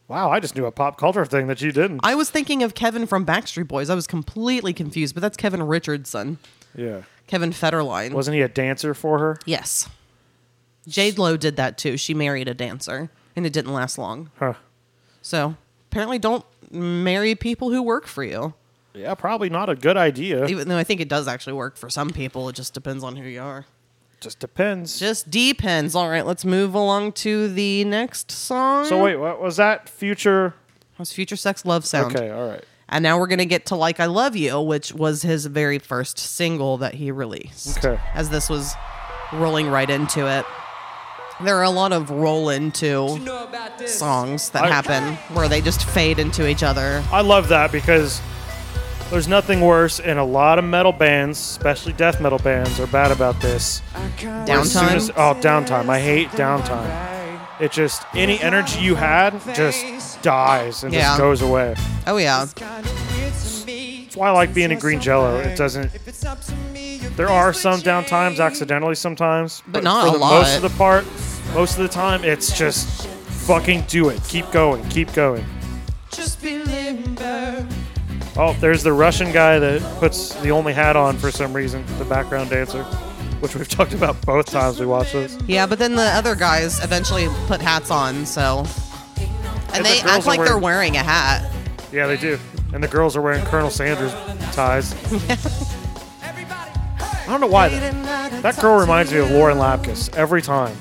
Wow, I just knew a pop culture thing that you didn't. I was thinking of Kevin from Backstreet Boys. I was completely confused, but that's Kevin Richardson. yeah. Kevin Federline. Wasn't he a dancer for her? yes. Jade Lo did that too. She married a dancer, and it didn't last long. Huh. So apparently, don't marry people who work for you. Yeah, probably not a good idea. Even though I think it does actually work for some people, it just depends on who you are. Just depends. Just depends. All right, let's move along to the next song. so wait, what was that future? was Future Sex Love Sound. Okay, all right. And now we're going to get to Like I Love You, which was his very first single that he released. Okay. As this was rolling right into it. There are a lot of roll into Know about this. songs that I- happen where they just fade into each other. I love that because there's nothing worse, and a lot of metal bands, especially death metal bands, are bad about this. I can't As uh, soon Downtime? as- oh, downtime. I hate downtime. It just any energy you had just dies and Yeah. just goes away. Oh yeah. That's why I like being in green jello. It doesn't. There are some downtimes accidentally sometimes, but, not for a the lot. most of the part, most of the time it's just fucking do it. Keep going. Keep going. Just be limber. Oh, there's the Russian guy that puts the only hat on for some reason, the background dancer, which we've talked about both times we watched this. Yeah, but then the other guys eventually put hats on, so and And the they girls are act like they're wearing- wearing a hat. Yeah, they do. And the girls are wearing Colonel Sanders ties. I don't know why. though. That girl reminds me of Lauren Lapkus every time.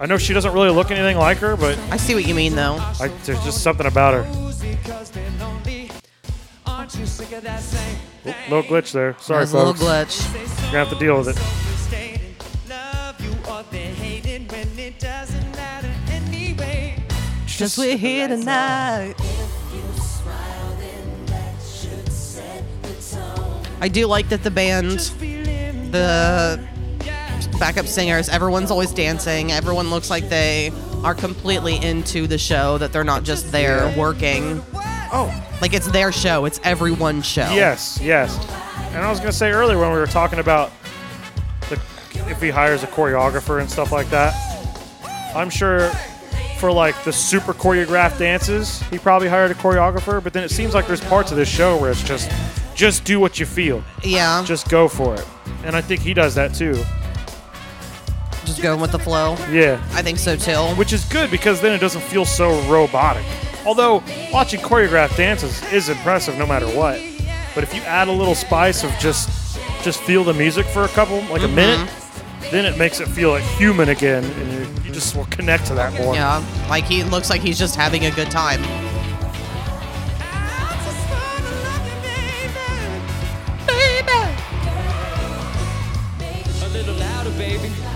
I know she doesn't really look anything like her, but I see what you mean though. I, there's just something about her. Aren't you sick of that same No glitch there. Sorry, There's a little folks. You're glitch. gonna have to deal with it. stating love you or they hating when it doesn't matter anyway? Just we're here tonight. I do like that the band, the backup singers, everyone's always dancing. Everyone looks like they are completely into the show, that they're not just there working. Oh, Like it's their show, it's everyone's show. yes, yes. And I was gonna say earlier when we were talking about the, if he hires a choreographer and stuff like that, I'm sure for like the super choreographed dances, he probably hired a choreographer. But then it seems like there's parts of this show where it's just, just do what you feel, Yeah. Just, just go for it. And I think he does that too. going with the flow. Yeah. I think so too. which is good because then it doesn't feel so robotic. Although watching choreographed dances is impressive no matter what. But if you add a little spice of just just feel the music for a couple like a minute, then it makes it feel like human again and you, you just will connect to that more. Yeah. Like he looks like he's just having a good time.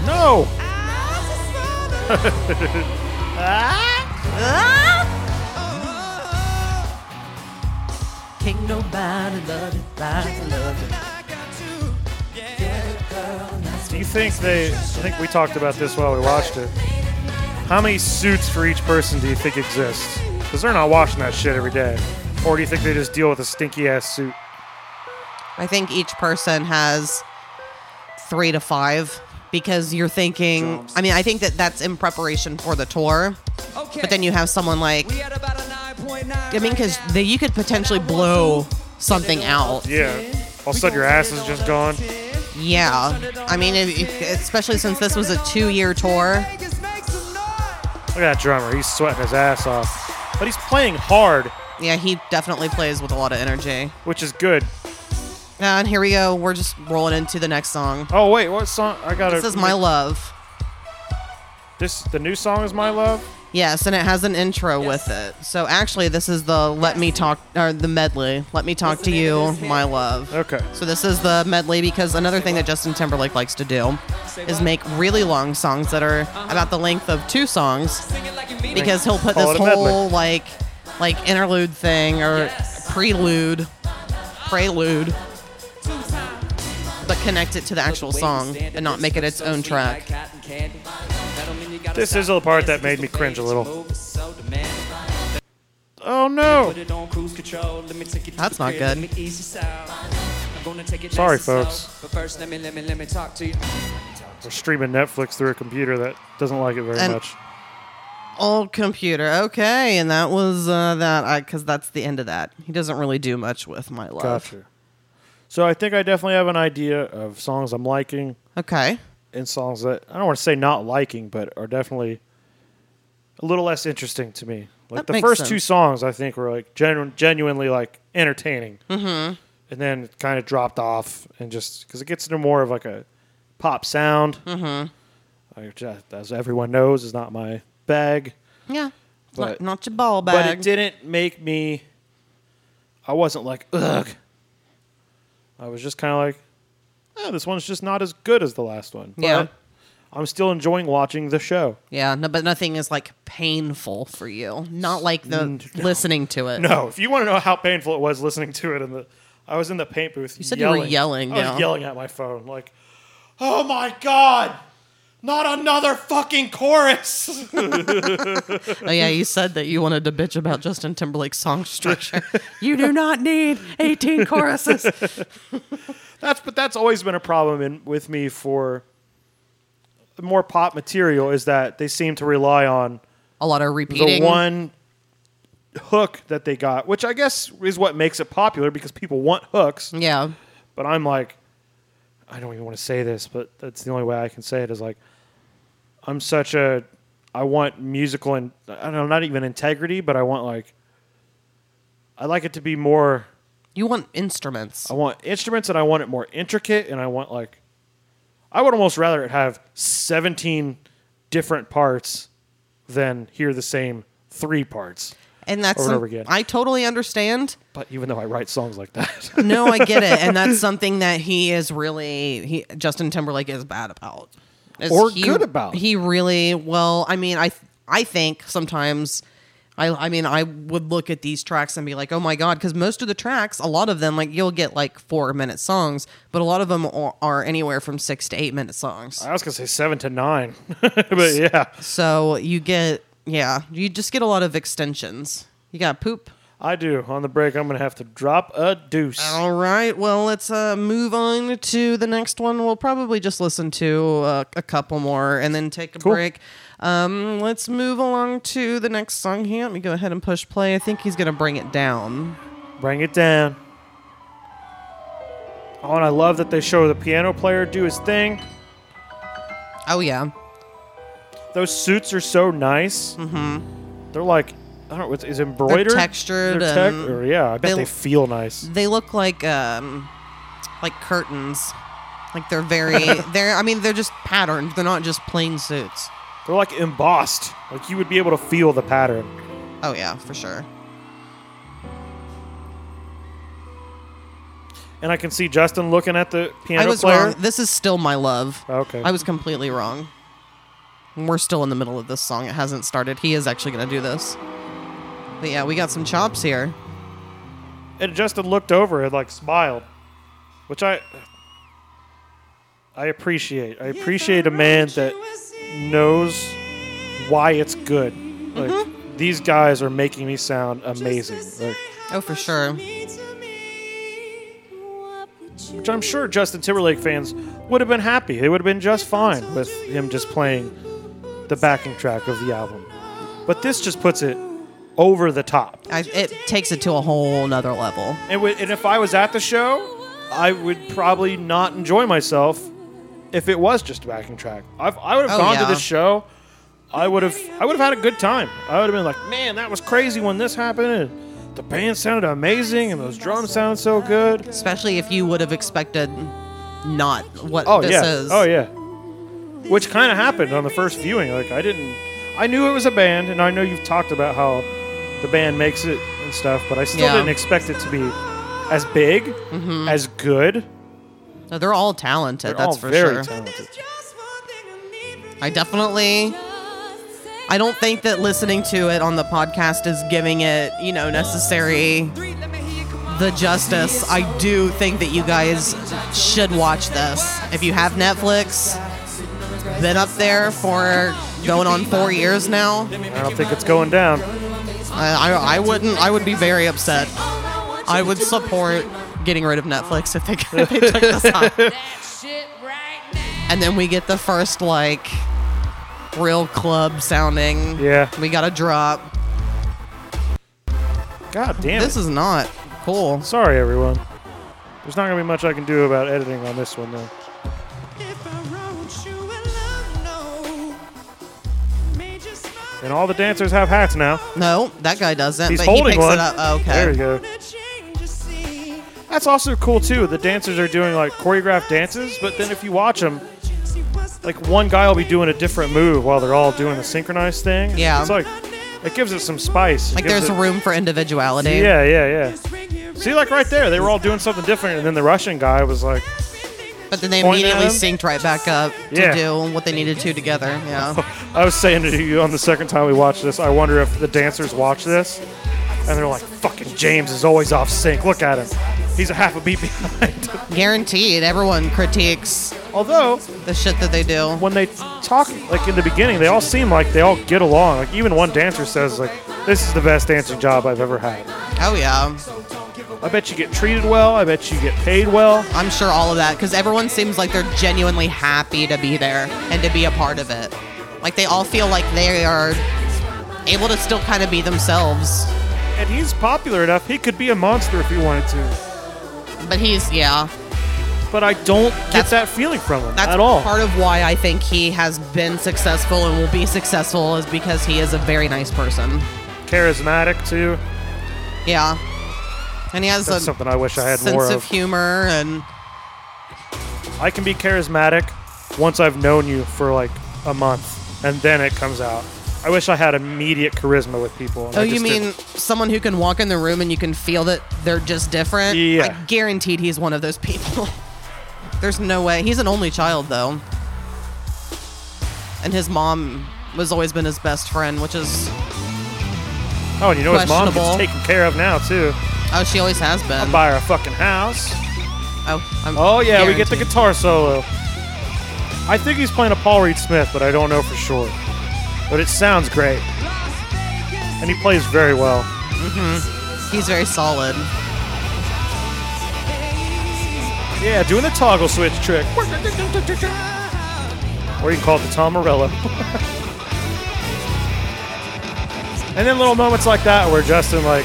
No. Ah. Ah. Oh, Can't nobody love it like I love it. Do you think they I think we talked about this while we watched it. How many suits for each person do you think exists? Because they're not washing that shit every day. Or do you think they just deal with a stinky ass suit? I think each person has three to five because you're thinking. I mean, I think that that's in preparation for the tour, Okay. but then you have someone like. We had about a 9.9. I mean, because you could potentially blow something out. Yeah. All of a sudden your ass is just gone. Yeah. I mean, if, if- especially since this was a two year tour. Vegas makes some noise. Look at that drummer. He's sweating his ass off. But he's playing hard, Yeah, he definitely plays with a lot of energy. which is good. And here we go. We're just rolling into the next song. Oh, wait. What song? I got This is My Love. This, the new song is My Love? Yes, and it has an intro with it. So actually, this is the "Let Me Talk" or the medley. "Let Me Talk to You, My Love." Okay. So this is the medley because another thing that Justin Timberlake likes to do is make really long songs that are about the length of two songs Sing it like you mean it. because he'll put Call this it a medley. whole like like interlude thing or prelude, prelude, Two times. but connect it to the actual song and not make it its own track. This is the part that made me cringe a little. Oh, no. That's not good. Sorry, folks. But first, let me, let me, let me talk to you. We're streaming Netflix through a computer that doesn't like it very And- much. Old computer. Okay, and that was uh, that because that's the end of that. He doesn't really do much with my love. Gotcha. So I think I definitely have an idea of songs I'm liking Okay. and songs that I don't want to say not liking, but are definitely a little less interesting to me. Like That the makes first two sense. songs, I think were like genu- genuinely like entertaining, mm-hmm. and then it kind of dropped off and just because it gets into more of like a pop sound, mm-hmm. which, uh, as everyone knows, is not my bag. Yeah. But- not, not your ball bag. But it didn't make me. I wasn't like ugh. I was just kind of like, oh, this one's just not as good as the last one. But Yeah. I'm still enjoying watching the show. Yeah, no, but nothing is like painful for you. Not like the listening to it. No, if you want to know how painful it was listening to it, in the I was in the paint booth. You said you were yelling, I was yeah. yelling at my phone, like, "Oh my god, Not another fucking chorus. Oh yeah, you said that you wanted to bitch about Justin Timberlake's song structure. you do not need 18 choruses. That's but that's always been a problem in, with me for more pop material is that they seem to rely on A lot of repeating. the one hook that they got, which I guess is what makes it popular because people want hooks. Yeah. But I'm like, I don't even want to say this, but that's the only way I can say it is like, I'm such a, I want musical and I don't know, not even integrity, but I want like, I like it to be more. You want instruments. I want instruments and I want it more intricate and I want like I would almost rather it have 17 different parts than hear the same three parts. And that's Over and some- over again. I totally understand. But even though I write songs like that. No, I get it. And that's something that he is really he Justin Timberlake is bad about. Is Or he- good about. He really well, I mean, I I think sometimes I I mean, I would look at these tracks and be like, "Oh my god," cuz most of the tracks, a lot of them like you'll get like 4-minute songs, but a lot of them are, are anywhere from 6 to 8-minute songs. I was going to say 7 to 9. but yeah, So you get yeah, you just get a lot of extensions. You got poop. I do. On the break I'm going to have to drop a deuce. All right. Well, let's uh, move on to the next one. We'll probably just listen to uh, a couple more and then take a Cool. break. Um, let's move along to the next song here. Let me go ahead and push play. I think he's going to bring it down. Bring it down. Oh, and I love that they show the piano player do his thing. Oh, yeah. Those suits are so nice. Mm-hmm. They're like, I don't know, it's, is embroidered, textured They're tec- and or, yeah, I bet they- they, feel nice. They look like um, like curtains. Like they're very, they're, I mean, they're just patterned. They're not just plain suits. They're like embossed. Like you would be able to feel the pattern. Oh, yeah, for sure. And I can see Justin looking at the piano I was player. wrong. This is still my love. Okay. I was completely wrong. We're still in the middle of this song. It hasn't started. He is actually going to do this. But yeah, we got some chops here. and Justin looked over and like smiled, which I I appreciate. I appreciate a man that knows why it's good. Like these guys are making me sound amazing. Like, Oh, for sure. which I'm sure Justin Timberlake fans would have been happy. They would have been just fine with him just playing the backing track of the album. But this just puts it over the top. I, it takes it to a whole nother level. And, wi- and if I was at the show, I would probably not enjoy myself if it was just a backing track. I've, I would have Oh, gone yeah. to this show. I would have I would have had a good time. I would have been like, man, that was crazy when this happened. And the band sounded amazing, and those drums sound so good. Especially if you would have expected not what Oh this yeah. is. Oh yeah. Which kind of happened on the first viewing. Like I didn't. I knew it was a band, and I know you've talked about how the band makes it and stuff, but I still Yeah. Mm-hmm. didn't expect it to be as big, as good. No, they're all talented, They're that's all for very sure. talented. I definitely. I don't think that listening to it on the podcast is giving it, you know, necessary the justice. I do think that you guys should watch this. If you have Netflix, it's been up there for going on four years now. I don't think it's going down. I, I, I wouldn't. I would be very upset. I would support getting rid of Netflix if they, if they took this out. And then we get the first like real club sounding. Yeah. We got a drop. God damn. This it. is not cool. Sorry, everyone. There's not gonna be much I can do about editing on this one, though. And all the dancers have hats now. No, that guy doesn't. He's but he holding picks one. it up. Oh, okay. There we go. That's also cool too. The dancers are doing like choreographed dances, but then if you watch them, like one guy will be doing a different move while they're all doing the synchronized thing. Yeah. It's like it gives it some spice. It Like gives there's it- room for individuality. Yeah, yeah, yeah. See, like right there, they were all doing something different, and then the Russian guy was like, But then they Point at immediately him. synced right back up to Yeah. do what they needed to together. Yeah. "I was saying to you on the second time we watched this, I wonder if the dancers watch this, and they're like, fucking James is always off sync. Look at him, he's a half a beat behind." Guaranteed, everyone critiques Although the shit that they do. when they talk like in the beginning, they all seem like they all get along. Like even one dancer says like, "This is the best dancing job I've ever had." Oh yeah, I bet you get treated well. I bet you get paid well. I'm sure all of that because everyone seems like they're genuinely happy to be there and to be a part of it. Like they all feel like they are able to still kind of be themselves. And he's popular enough; he could be a monster if he wanted to. But he's yeah, But I don't get That's- that feeling from him that's at all. part of why I think he has been successful and will be successful is because he is a very nice person. Charismatic too. Yeah, and he has That's a something I wish I had sense more of of. humor and I can be charismatic once I've known you for like a month, and then it comes out. I wish I had immediate charisma with people. and Oh, I you just mean didn't. someone who can walk in the room and you can feel that they're just different? Yeah. I guaranteed he's one of those people. There's no way. He's an only child, though. And his mom was always been his best friend, which is, Oh, and you know his mom gets questionable. taken care of now too. oh, she always has been. Buy her a fucking house. Oh, I'm Oh yeah, we get the guaranteed. guitar solo. I think he's playing a Paul Reed Smith, but I don't know for sure. But it sounds great, and he plays very well. He's very solid. Yeah, doing the toggle switch trick, or you can call it the Tom Morello. and then little moments like that where Justin like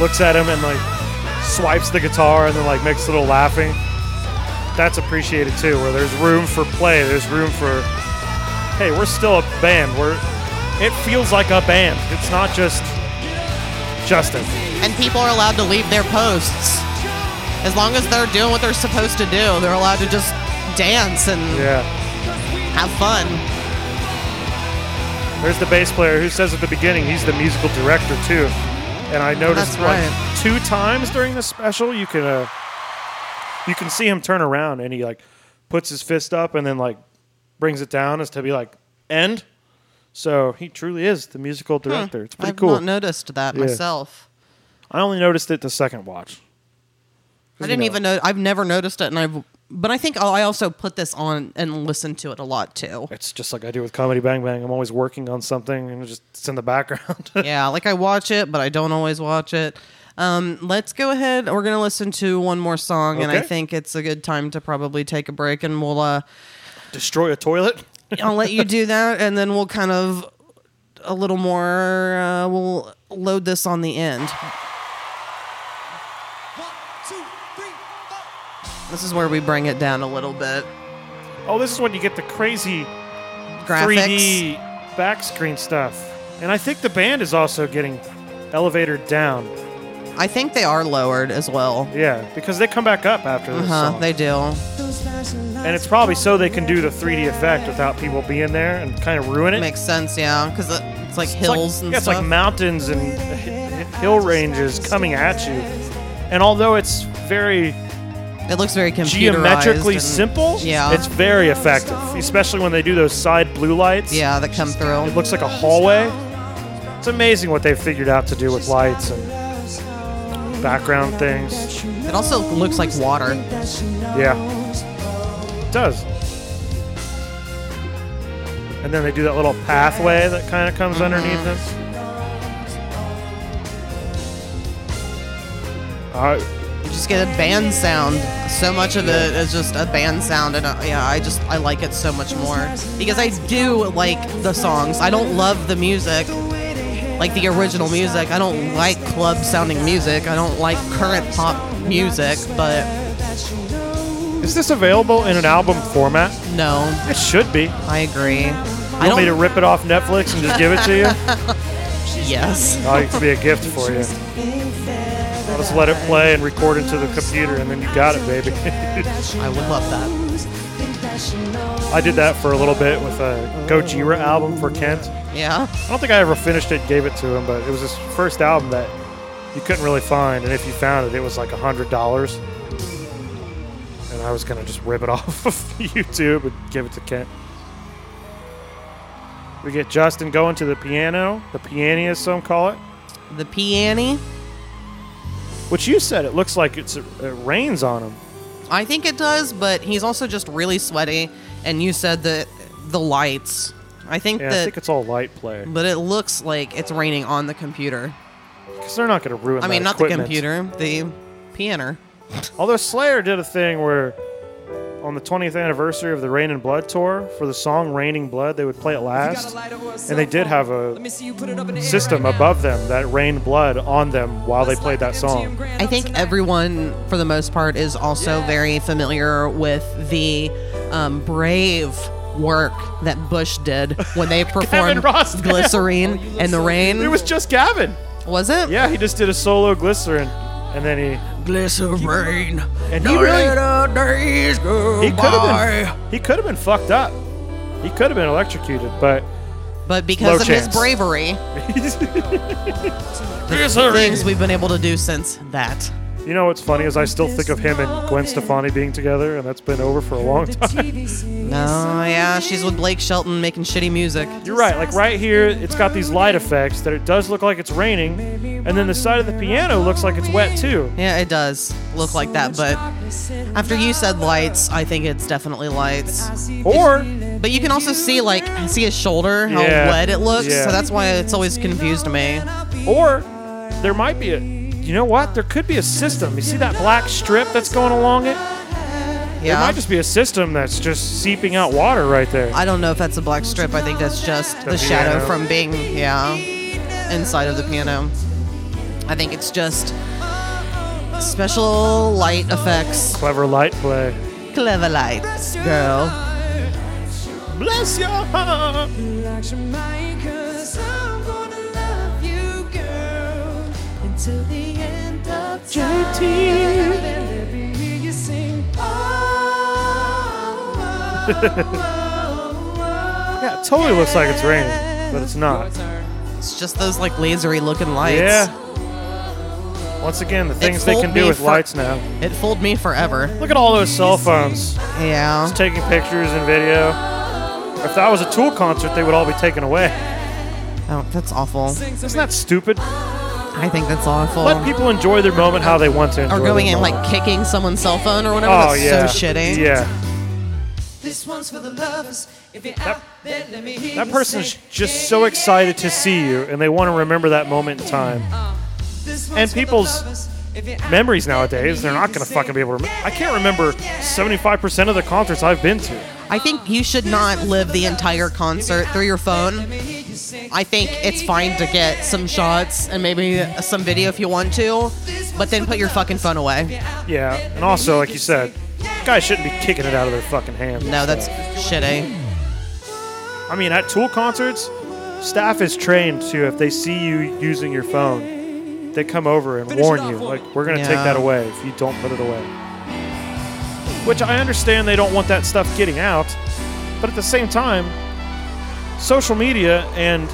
looks at him and like swipes the guitar and then like makes a little laughing. That's appreciated too, where there's room for play, there's room for hey, we're still a band. We're it feels like a band. It's not just Justin. And people are allowed to leave their posts. As long as they're doing what they're supposed to do, they're allowed to just dance and Yeah. have fun. There's the bass player who says at the beginning he's the musical director too. And I noticed That's like, right. two times during the special you can uh, you can see him turn around and he like puts his fist up and then like brings it down as to be like end. So he truly is the musical director. It's pretty Hmm. I've cool. not noticed that Yeah. myself. I only noticed it the second watch. I you didn't know. even know. I've never noticed it, and I've. But I think I also put this on and listened to it a lot too. It's just like I do with Comedy Bang Bang. I'm always working on something and it just it's in the background. yeah, like I watch it, but I don't always watch it. Um, let's go ahead. We're gonna listen to one more song, and I Okay. think it's a good time to probably take a break, and we'll uh, Destroy a toilet. I'll let you do that, and then we'll kind of a little more. Uh, we'll load this on the end. This is where we bring it down a little bit. Oh, this is when you get the crazy Graphics. 3D back screen stuff. And I think the band is also getting elevated down. I think they are lowered as well. Yeah, because they come back up after this Uh-huh, song. they do. and it's probably so they can do the 3D effect without people being there and kind of ruin it. Makes sense, yeah, because it's like It's like- hills and yeah, it's stuff. like mountains and h- h- hill ranges coming at you. And although it's very it looks very computerized. geometrically and- simple, Yeah. it's very effective, especially when they do those side blue lights. yeah, that come It through. looks like a hallway. It's amazing what they've figured out to do with lights and background things. It also looks like water. Yeah. It does. And then they do that little pathway that kind of Mm-hmm. comes underneath them. Uh, You just get a band sound. So much of it is just a band sound, and uh, yeah, I just I like it so much more because I do like the songs. I don't love the music, like the original music. I don't like club sounding music. I don't like current pop music, but is this available in an album format? no, It should be. You I agree. I want me to don't. rip it off Netflix and just give it to you? Yes. Oh, it could be a gift for you. I'll just let it play and record it to the computer, and then you got it, baby. I would love that. I did that for a little bit with a Gojira album for Kent. Yeah. I don't think I ever finished it, gave it to him, but it was his first album that you couldn't really find, and if you found it, it was like a hundred dollars. And I was gonna just rip it off of YouTube and give it to Kent. We get Justin going to the piano, the piani as some call it. The peony. Which you said it looks like it's it rains on him. I think it does, but he's also just really sweaty. And you said that the lights. I think Yeah, that, I think it's all light play but it looks like it's raining on the computer. because they're not going to ruin. I mean, that not the equipment. computer, the piano. Although Slayer did a thing where on the 20th anniversary of the Rain and Blood tour for the song Raining Blood, they would play it last. And they did have a System above them that rained blood on them while they played that song. I think everyone, for the most part, is also very familiar with the um, brave work that Bush did when they performed Rossdale. Oh, Glycerine and the Rain. It was just Gavin. was it? Yeah, he just did a solo glycerin, and then he Glycerine. and he really days go he could have been he could have been fucked up. He could have been electrocuted, but But Low because of chance. his bravery, things we've been able to do since that. you know what's funny is I still think of him and Gwen Stefani being together, and that's been over for a long time. Oh, yeah, she's with Blake Shelton making shitty music. You're right. Like right here, it's got these light effects that it does look like it's raining, and then the side of the piano looks like it's wet too. Yeah, it does look like that, but after you said lights, I think it's definitely lights. Or But you can also see like see his shoulder, how Yeah. wet it looks. Yeah. So that's why it's always confused me. Or there might be a. You know what? There could be a system. You see that black strip that's going along it? There Yeah. might just be a system that's just seeping out water right there. I don't know if that's a black strip. I think that's just the, shadow piano. from being yeah inside of the piano. I think it's just special light effects, Clever light play. clever lights, girl. Bless your heart. Until the end of time, JT. and let me hear you sing. Oh, oh, oh, Yeah, it totally looks like it's raining, but it's not. It's just those like lasery looking lights. Yeah. Once again, the things they fooled can do me with for- lights now. It fooled me forever. Look at all those cell phones Yeah. taking pictures and video. If that was a Tool concert, they would all be taken away. Oh, that's awful. Isn't that stupid? I think that's awful. Let people enjoy their moment how they want to. Enjoy or their going in moment. like kicking someone's cell phone or whatever. oh that's yeah, so shitty. Yeah. This one's for the lovers. If you're out there, let me hear That you person's sing. just so excited to see you, and they want to remember that moment in time. This And one's for the people's lovers. If you're out Memories there, let me nowadays, they're hear not you going to sing. fucking be able to. Rem- I can't remember 75% of the concerts I've been to. I think you should not live the entire concert through your phone. I think it's fine to get some shots and maybe some video if you want to, but then put your fucking phone away. Yeah, and also, like you said, guys shouldn't be kicking it out of their fucking hands. No, that's shitty. I mean, at Tool concerts, staff is trained to if they see you using your phone, they come over and warn you, like, we're going to take Yeah. that away if you don't put it away. Which I understand they don't want that stuff getting out, but at the same time, social media and,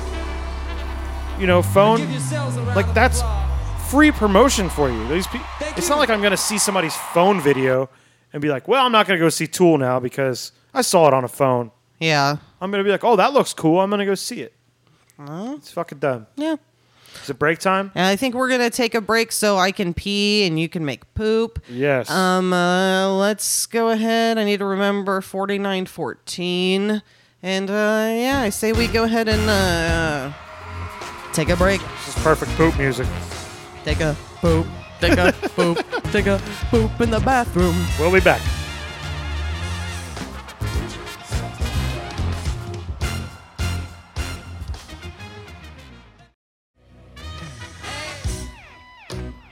you know, phone, like, that's free promotion for you. These pe- It's not like I'm going to see somebody's phone video and be like, well, I'm not going to go see Tool now because I saw it on a phone. Yeah. I'm gonna be like, oh, that looks cool. I'm gonna go see it. It's fucking dumb. Yeah. Is it break time? And I think we're going to take a break so I can pee and you can make poop. Yes. Um, uh, let's go ahead. I need to remember 4914. And uh, yeah, I say we go ahead and uh, take a break. this is perfect poop music. Take a poop. Take a poop. Take a poop in the bathroom. We'll be back.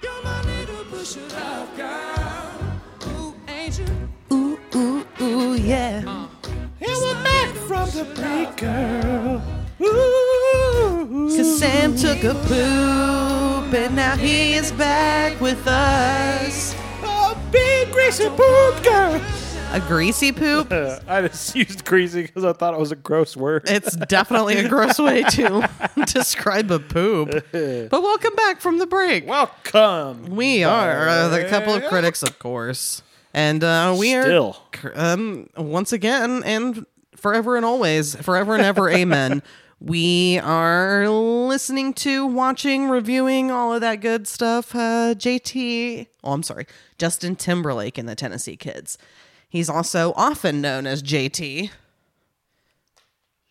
You're my little bush of love, girl. Ooh, angel. Ooh, ooh, ooh, yeah. Cause Sam took a poop and now he is back with us. A greasy poop? Uh, I just used greasy because I thought it was a gross word. It's definitely a gross way to describe a poop. But welcome back from the break. Welcome. We are uh, the couple of critics, of course, and uh, we Still. are um once again and forever and always, forever and ever, amen. We are listening to, watching, reviewing all of that good stuff. Uh, JT, oh, I'm sorry, Justin Timberlake and the Tennessee Kids. He's also often known as JT,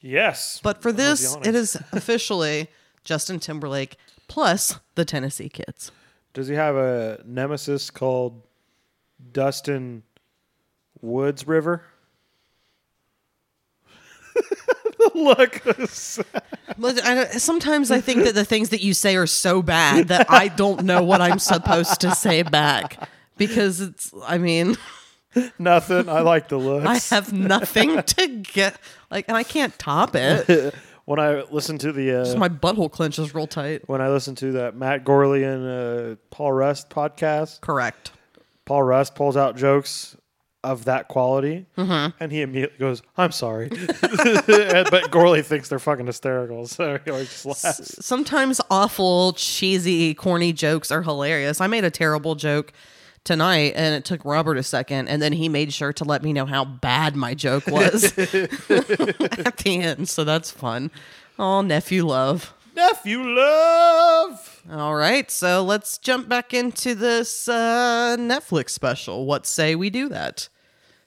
Yes. but for this, honest. it is officially Justin Timberlake plus the Tennessee Kids. Does he have a nemesis called Dustin Woods River? the look. was- But I, don't- sometimes I think that the things that you say are so bad that I don't know what I'm supposed to say back because it's, I mean, Nothing. I like the I looks. have nothing to get, like, and I can't top it. when I listen to the uh, My butthole clenches real tight. when I listen to that Matt Gorley and uh, Paul Rust podcast, Correct. Paul Rust pulls out jokes of that quality, and he immediately goes, "I'm sorry," but Gorley thinks they're fucking hysterical, so he always just laughs. Sometimes awful, cheesy, corny jokes are hilarious. I made a terrible joke tonight and it took Robert a second and then he made sure to let me know how bad my joke was at the end. So that's fun. Oh, nephew love. Nephew love. All right, so let's jump back into this uh, Netflix special. What say we do that?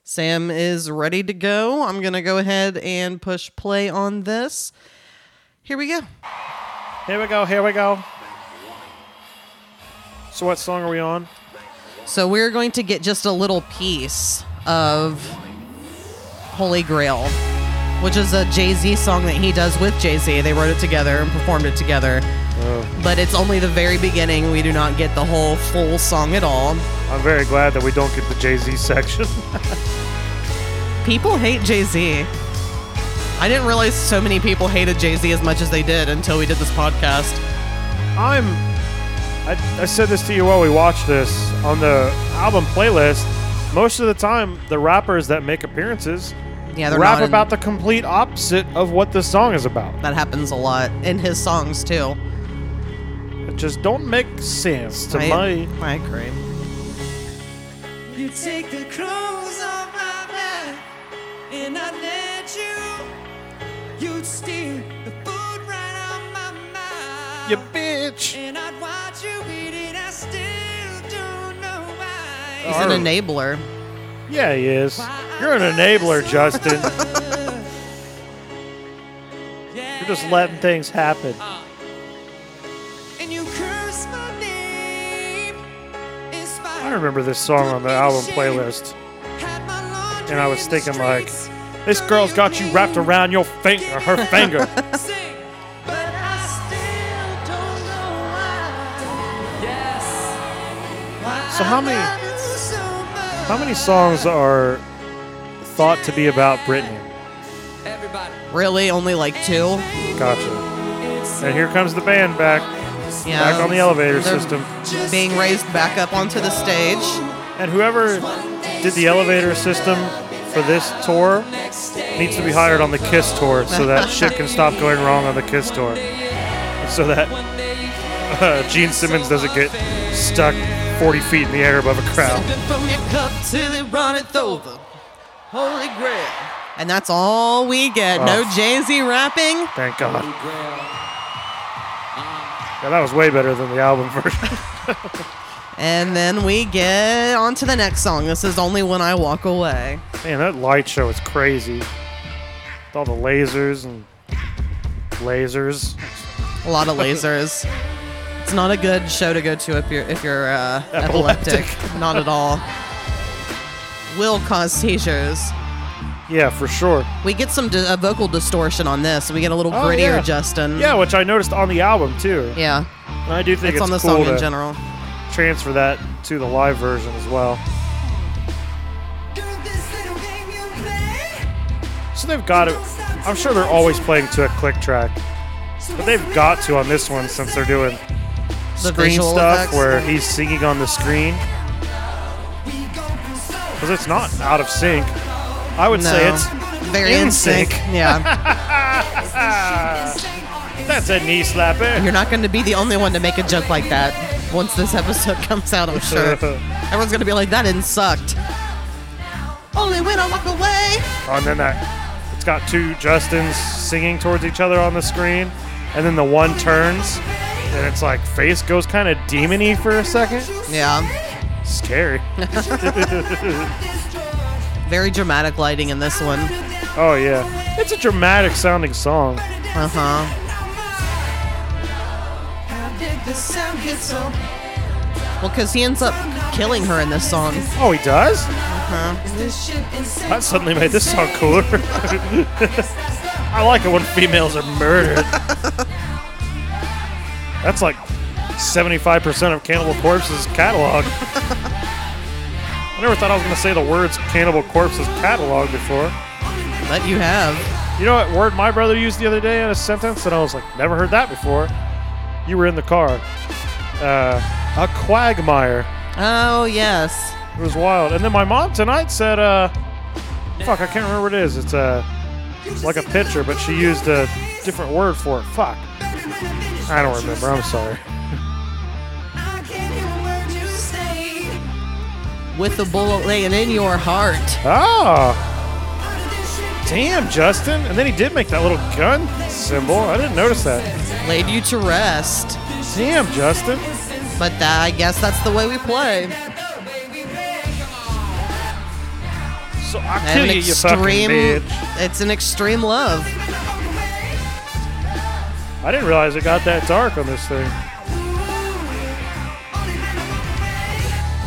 Sam is ready to go. I'm going to go ahead and push play on this. Here we go. Here we go. Here we go. So what song are we on? So we're going to get just a little piece of Holy Grail, which is a Jay Z song that he does with Jay Z. They wrote it together and performed it together. But it's only the very beginning. We do not get the whole full song at all. I'm very glad that we don't get the Jay Z section. People hate Jay Z. I didn't realize so many people hated Jay Z as much as they did until we did this podcast. I'm. I, I said this to you while we watched this on the album playlist. Most of the time, the rappers that make appearances Yeah, they're rap not in- about the complete opposite of what the song is about. That happens a lot in his songs too. It just don't make sense to I, my. I agree. You take the clothes off my back and I let you. You'd steal the food right out my mouth. You bitch. And I'd watch you eat it. I still don't know He's why. an Arr. enabler. Yeah, he is. You're an enabler, Justin. You're just letting things happen. And you curse my name. in spite I remember this song on the album playlist, Had my laundry and I was in the thinking like, streets. this girl's got you wrapped around your finger, her finger. Sing. But I still don't know why. Yes. Why So how many- I love you so much. How many songs are thought to be about Britney? Everybody. Really, only like two. Gotcha. And here comes the band back, Yeah. back on the elevator They're system. Being raised back up onto the stage. And whoever did the elevator system for this tour needs to be hired on the Kiss tour so that shit can stop going wrong on the Kiss tour. So that uh, Gene Simmons doesn't get stuck 40 feet in the air above a crowd. From your cup till it runneth over. Holy grail. And that's all we get. No Oh. Jay Z rapping. Thank God. Yeah, that was way better than the album version. And then we get on to the next song. This is only when I walk away. Man, that light show is crazy. With all the lasers and lasers. A lot of lasers. it's not a good show to go to if you're if you're uh, epileptic. not at all. Will cause seizures. Yeah, for sure. We get some di- uh, vocal distortion on this. We get a little Oh, grittier, yeah. Justin. Yeah, which I noticed on the album too. Yeah. And I do think it's, It's, on the cool song to in general. transfer that to the live version as well. So they've got it. I'm sure they're always playing to a click track, but they've got to on this one since they're doing The screen visual stuff effects. where he's singing on the screen because it's not out of sync. I would say No. it's very in sync. Yeah. Ah, that's a knee slapper. You're not going to be the only one to make a joke like that once this episode comes out, I'm sure. Everyone's going to be like, that didn't sucked. Only when I walk away. Oh, and then that it's it's got two Justins singing towards each other on the screen, and then the one turns, and it's like face goes kind of demony for a second. Yeah. Scary. Very dramatic lighting in this one. Oh yeah, it's a dramatic sounding song. Uh huh. How did the sound get so Well, because he ends up killing her in this song. Oh, he does. this shit insane? That suddenly made this song cooler. I like it when females are murdered. That's like 75% of Cannibal Corpse's catalog. I never thought I was going to say the words Cannibal Corpse's catalog before. But you have. You know what word my brother used the other day in a sentence? And I was like, never heard that before. You were in the car. Uh, a quagmire. Oh, yes. It was wild. And then my mom tonight said, uh, fuck, I can't remember what it is. It's uh, like a picture, but she used a different word for it. Fuck. I don't remember. I'm sorry. I can't hear a word you say. With the bullet laying in your heart. Oh, How did this shit damn, Justin. And then he did make that little gun symbol. I didn't notice that. Laid you to rest. Damn, Justin. But that, I guess that's the way we play. So I'll kill An you, you fucking extreme, bitch. it's an extreme love. I didn't realize it got that dark on this thing.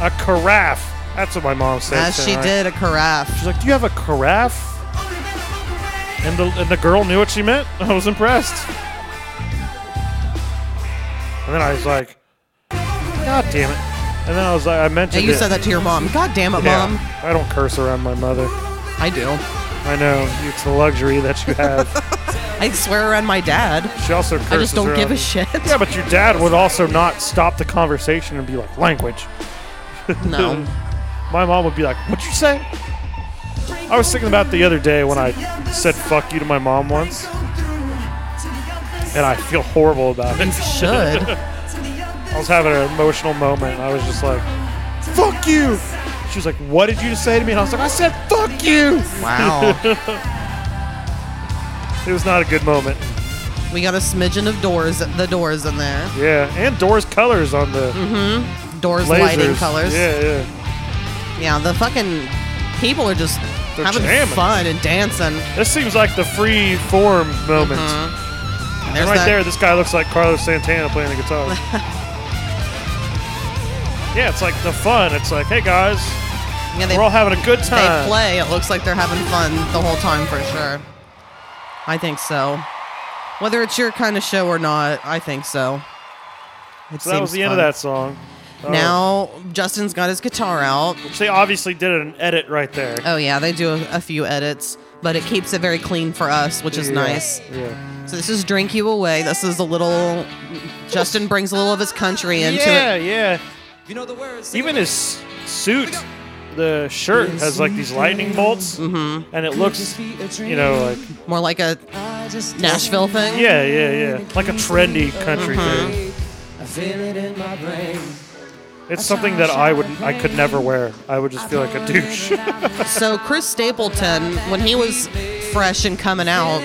A carafe. That's what my mom said. As she tonight. did a carafe. She's like, "Do you have a carafe?" And the and the girl knew what she meant. I was impressed. And then I was like, "God damn it!" And then I was like, "I mentioned And you it. said that to your mom. God damn it, Yeah, mom. I don't curse around my mother. I do. I know it's the luxury that you have. I swear around my dad. she also curses. I just don't give around- a shit. Yeah, but your dad would also not stop the conversation and be like, "Language." No. My mom would be like, "What'd you say?" I was thinking about it the other day when I said "fuck you" to my mom once, and I feel horrible about it. You should. I was having an emotional moment, and I was just like, "Fuck you." She was like, "What did you just say to me?" And I was like, "I said fuck you." Wow. It was not a good moment. we got a smidgen of doors, the doors in there. Yeah, and Doors colors on the Doors, lasers. lighting, colors. Yeah, yeah. Yeah, the fucking people are just They're having jamming. fun and dancing. This seems like the free form moment. And And Mm-hmm. there's right that- there, this guy looks like Carlos Santana playing the guitar. yeah, it's like the fun. It's like, hey guys, yeah, they, we're all having a good time. they play. It looks like they're having fun the whole time for sure. I think so. Whether it's your kind of show or not, I think so. It So that was seems the end of fun. that song. Oh, Now Justin's got his guitar out. which they obviously did an edit right there. Oh yeah, they do a, a few edits, but it keeps it very clean for us, which is Yeah, nice. Yeah. So this is "Drink You Away." This is a little. Justin brings a little of his country into yeah, it. yeah. You know the words. Even his suit, the shirt has like these lightning bolts, and it looks, you know, like More like a Nashville thing. yeah, yeah, yeah, like a trendy country thing. I feel it in my brain. It's something that I would, I could never wear. I would just feel like a douche. So Chris Stapleton, when he was fresh and coming out,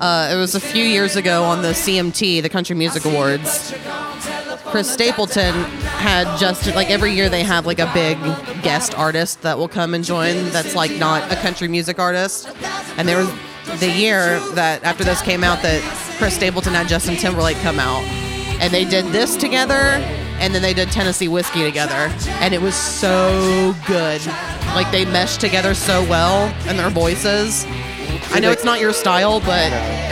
uh, it was a few years ago on the CMT, the Country Music Awards. Chris Stapleton had Justin like every year they have like a big guest artist that will come and join. That's like not a country music artist, and there was the year that after this came out that Chris Stapleton had Justin Timberlake come out, and they did this together, and then they did Tennessee Whiskey together, and it was so good. Like they meshed together so well in their voices. I know it's not your style, but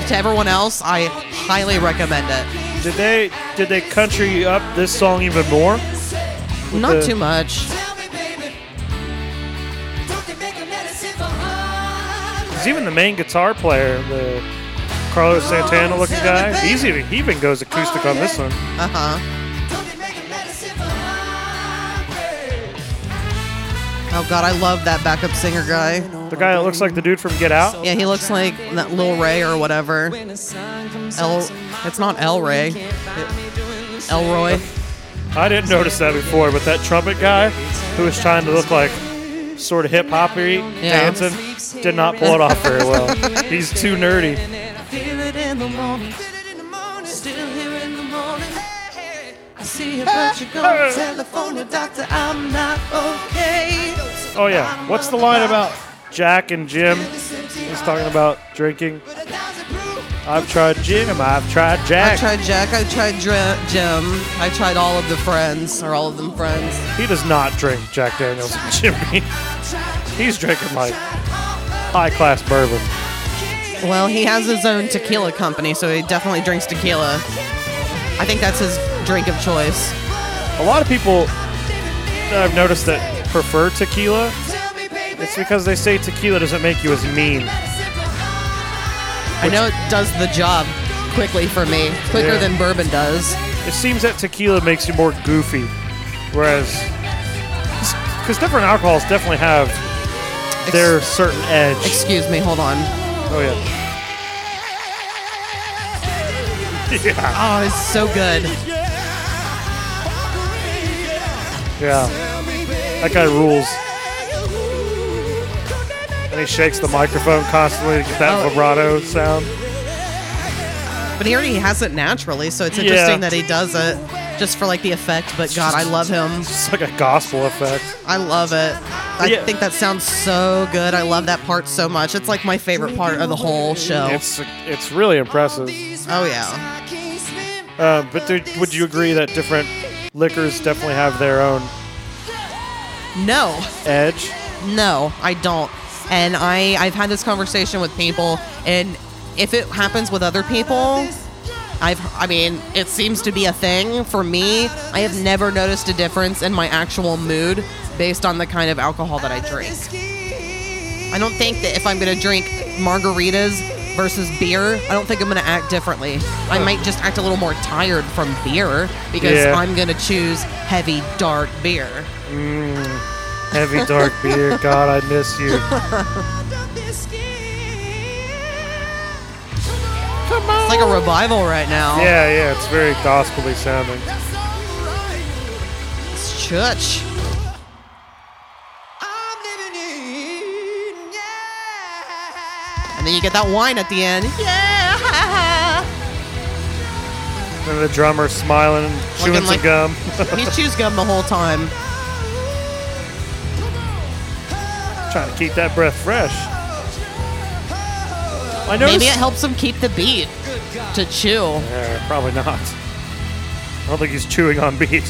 to everyone else, I highly recommend it. Did they did they country up this song even more? Not the- too much. Tell me, baby. Don't they make a medicine for heart? Because even the main guitar player, the Carlos Santana looking Oh, guy, he's even he even goes acoustic on this one. Uh huh. Don't they make a medicine for heart? Oh god, I love that backup singer guy. The guy that looks like the dude from Get Out. Yeah, he looks like that Lil Ray or whatever. El, it's not El Ray. Elroy. I didn't notice that before, but that trumpet guy who was trying to look like sort of hip hoppy Yeah. dancing, did not pull it off very well. He's too nerdy. Feel it in the morning, still here in the morning. I see you, but you go telephone the doctor. I'm not okay. Oh yeah, what's the line about Jack and Jim? He's talking about drinking. I've tried Jim. I've tried I Jack. tried Jack. I tried Dr- Jim. I tried all of the friends, or all of them friends. He does not drink Jack Daniels and Jimmy. He's drinking like high class bourbon. Well, he has his own tequila company, so he definitely drinks tequila. I think that's his drink of choice. A lot of people that I've noticed that prefer tequila, it's because they say tequila doesn't make you as mean. I know it does the job quickly for me, quicker Yeah. than bourbon does. It seems that tequila makes you more goofy, whereas because different alcohols definitely have Ex- their certain edge. Excuse me, hold on. Oh yeah, Oh, it's so good. yeah. That guy rules, and he shakes the microphone constantly to get that Oh. vibrato sound. But he already has it naturally, so it's interesting Yeah. that he does it just for like the effect. But God, I love him. It's like a gospel effect. I love it. I Yeah. think that sounds so good. I love that part so much. It's like my favorite part of the whole show. It's it's really impressive. Oh, yeah. Uh, but there, would you agree that different liquors definitely have their own no. edge? No, I don't. And I, I've had this conversation with people, and if it happens with other people, I've, I mean, it seems to be a thing. For me, I have never noticed a difference in my actual mood based on the kind of alcohol that I drink. I don't think that if I'm going to drink margaritas versus beer, I don't think I'm going to act differently. I might just act a little more tired from beer because Yeah. I'm going to choose heavy, dark beer. Heavy dark beer. God, I miss you. It's like a revival right now. Yeah, yeah. It's very gospelly sounding. It's church. And then you get that wine at the end. Yeah. And the drummer smiling, chewing some Looking like- gum. He's chews gum the whole time. Trying to keep that breath fresh. I noticed. Maybe it helps him keep the beat to chew. Yeah, probably not. I don't think he's chewing on beef.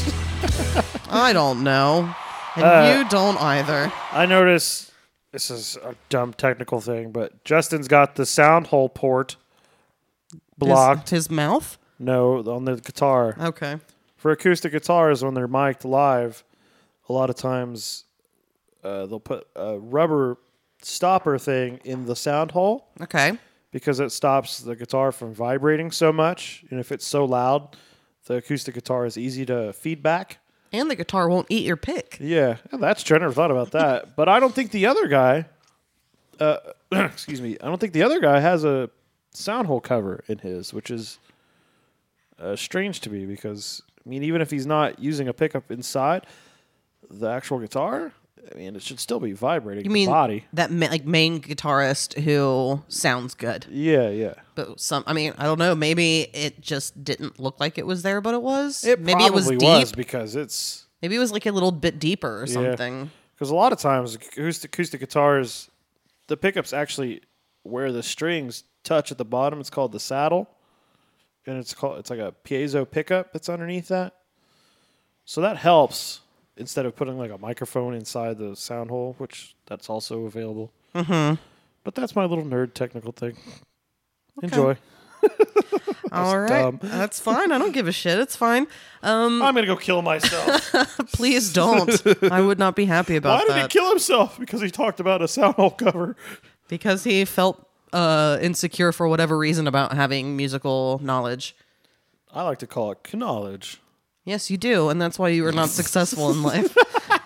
I don't know. And Uh, you don't either. I noticed this is a dumb technical thing, but Justin's got the sound hole port His- blocked. his mouth? No, on the guitar. Okay. For acoustic guitars, when they're mic'd live, a lot of times uh, they'll put a rubber stopper thing in the sound hole Okay. because it stops the guitar from vibrating so much. And if it's so loud, the acoustic guitar is easy to feedback. And the guitar won't eat your pick. Yeah, yeah, that's true. I never thought about that. but I don't think the other guy, uh, excuse me, I don't think the other guy has a sound hole cover in his, which is uh, strange to me because I mean, even if he's not using a pickup inside the actual guitar, I mean, it should still be vibrating You the mean body. that ma- like main guitarist who sounds good? Yeah, yeah. But some, I mean, I don't know. Maybe it just didn't look like it was there, but it was. It maybe probably it was deep. because it's Maybe it was like a little bit deeper or something. Because a lot of times acoustic, acoustic guitars, the pickups actually where the strings touch at the bottom. It's called the saddle, and it's called it's like a piezo pickup that's underneath that. So that helps instead of putting like a microphone inside the sound hole, which that's also available. Mm-hmm. But that's my little nerd technical thing. Enjoy. All right, dumb. that's fine. I don't give a shit. It's fine. Um, I'm gonna go kill myself. please don't. I would not be happy about Why did that he kill himself? Because he talked about a sound hole cover. because he felt uh, insecure for whatever reason about having musical knowledge. I like to call it knowledge. Yes, you do, and that's why you were not successful in life.